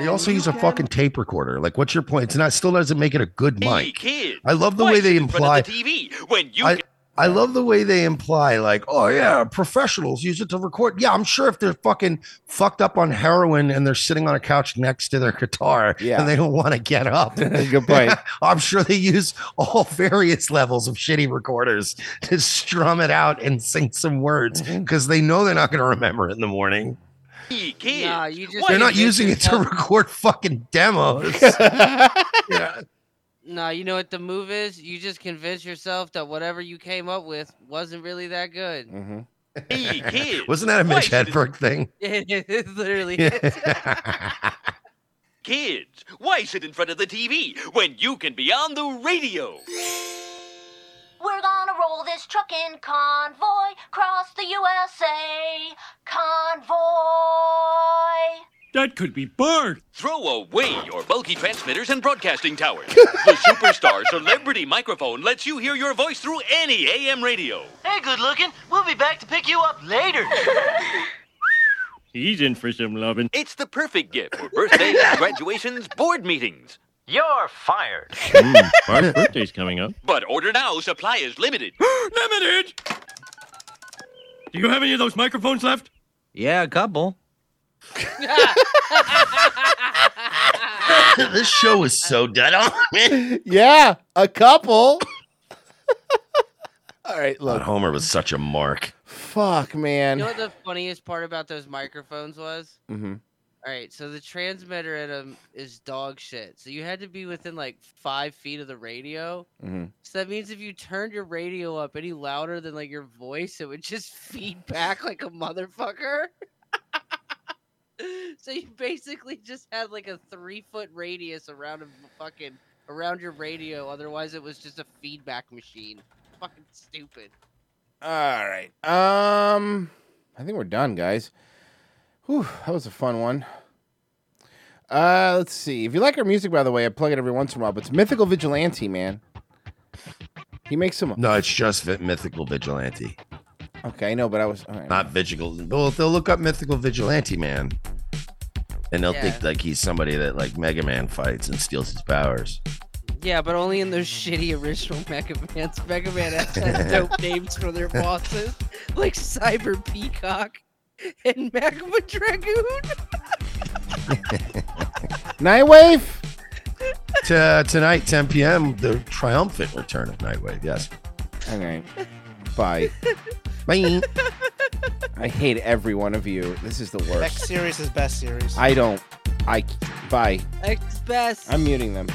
They also use a fucking tape recorder. Like, what's your point? It's not still doesn't make it a good mic. kid, I love the why way sit they in front imply. of the TV when you I, I love the way they imply, like, oh yeah, professionals use it to record. Yeah, I'm sure if they're fucking fucked up on heroin and they're sitting on a couch next to their guitar Yeah. and they don't want to get [laughs] up. Good point. [laughs] I'm sure they use all [laughs] various levels of shitty recorders to strum it out and sing some words Mm-hmm. because they know they're not going to remember it in the morning. kid, Nah, you just they're not you using it just to tell- record fucking [laughs] demos. yeah. Nah, you know what the move is? You just convince yourself that whatever you came up with wasn't really that good. Hey, kid. Mm-hmm. [laughs] Wasn't that a Mitch why sit in- Hedberg thing? [laughs] it literally is. Kids, why sit in front of the TV when you can be on the radio? We're gonna roll this truck in convoy across the USA. Convoy. That could be Bart. Throw away your bulky transmitters and broadcasting towers. [laughs] the Superstar Celebrity Microphone lets you hear your voice through any AM radio. Hey, good looking. We'll be back to pick you up later. He's in for some lovin'. It's the perfect gift for [laughs] birthdays, graduations, board meetings. You're fired. Mm, Bart's birthday's coming up. But order now, supply is [gasps] limited. limited? Do you have any of those microphones left? Yeah, a couple. this show is so dead on. yeah, a couple. All right, But look. Homer was such a mark. [laughs] Fuck, You know man. what the funniest part about those microphones was? Mm-hmm. All right, so the transmitter at 'em is dog shit. So you had to be within like five feet of the radio. Mm-hmm. So that means if you turned your radio up any louder than like your voice, it would just feed back like a motherfucker. [laughs] so you basically just had like a three foot radius around a fucking around your radio. Otherwise, it was just a feedback machine. Fucking stupid. All right. Um, I think we're done, guys. Whew, that was a fun one. Uh, let's see. If you like our music, by the way, I plug it every once in a while. But it's Mythical Vigilante, man. He makes some. No, it's just vi- mythical vigilante, Okay, I know, but I was all right. not vigil. Well, they'll look up mythical vigilante man, and they'll think like he's somebody that like Mega Man fights and steals his powers. Yeah, but only in those shitty original Mega Man's. Mega Man has to have dope names for their bosses, like Cyber Peacock and Magma Dragoon. [laughs] Nightwave. T- uh, tonight, 10 p.m. The triumphant return of Nightwave. Yes. All right. Bye. Bye. I hate every one of you. This is the worst. Next series is best series. I don't. I. Bye. X best. I'm muting them.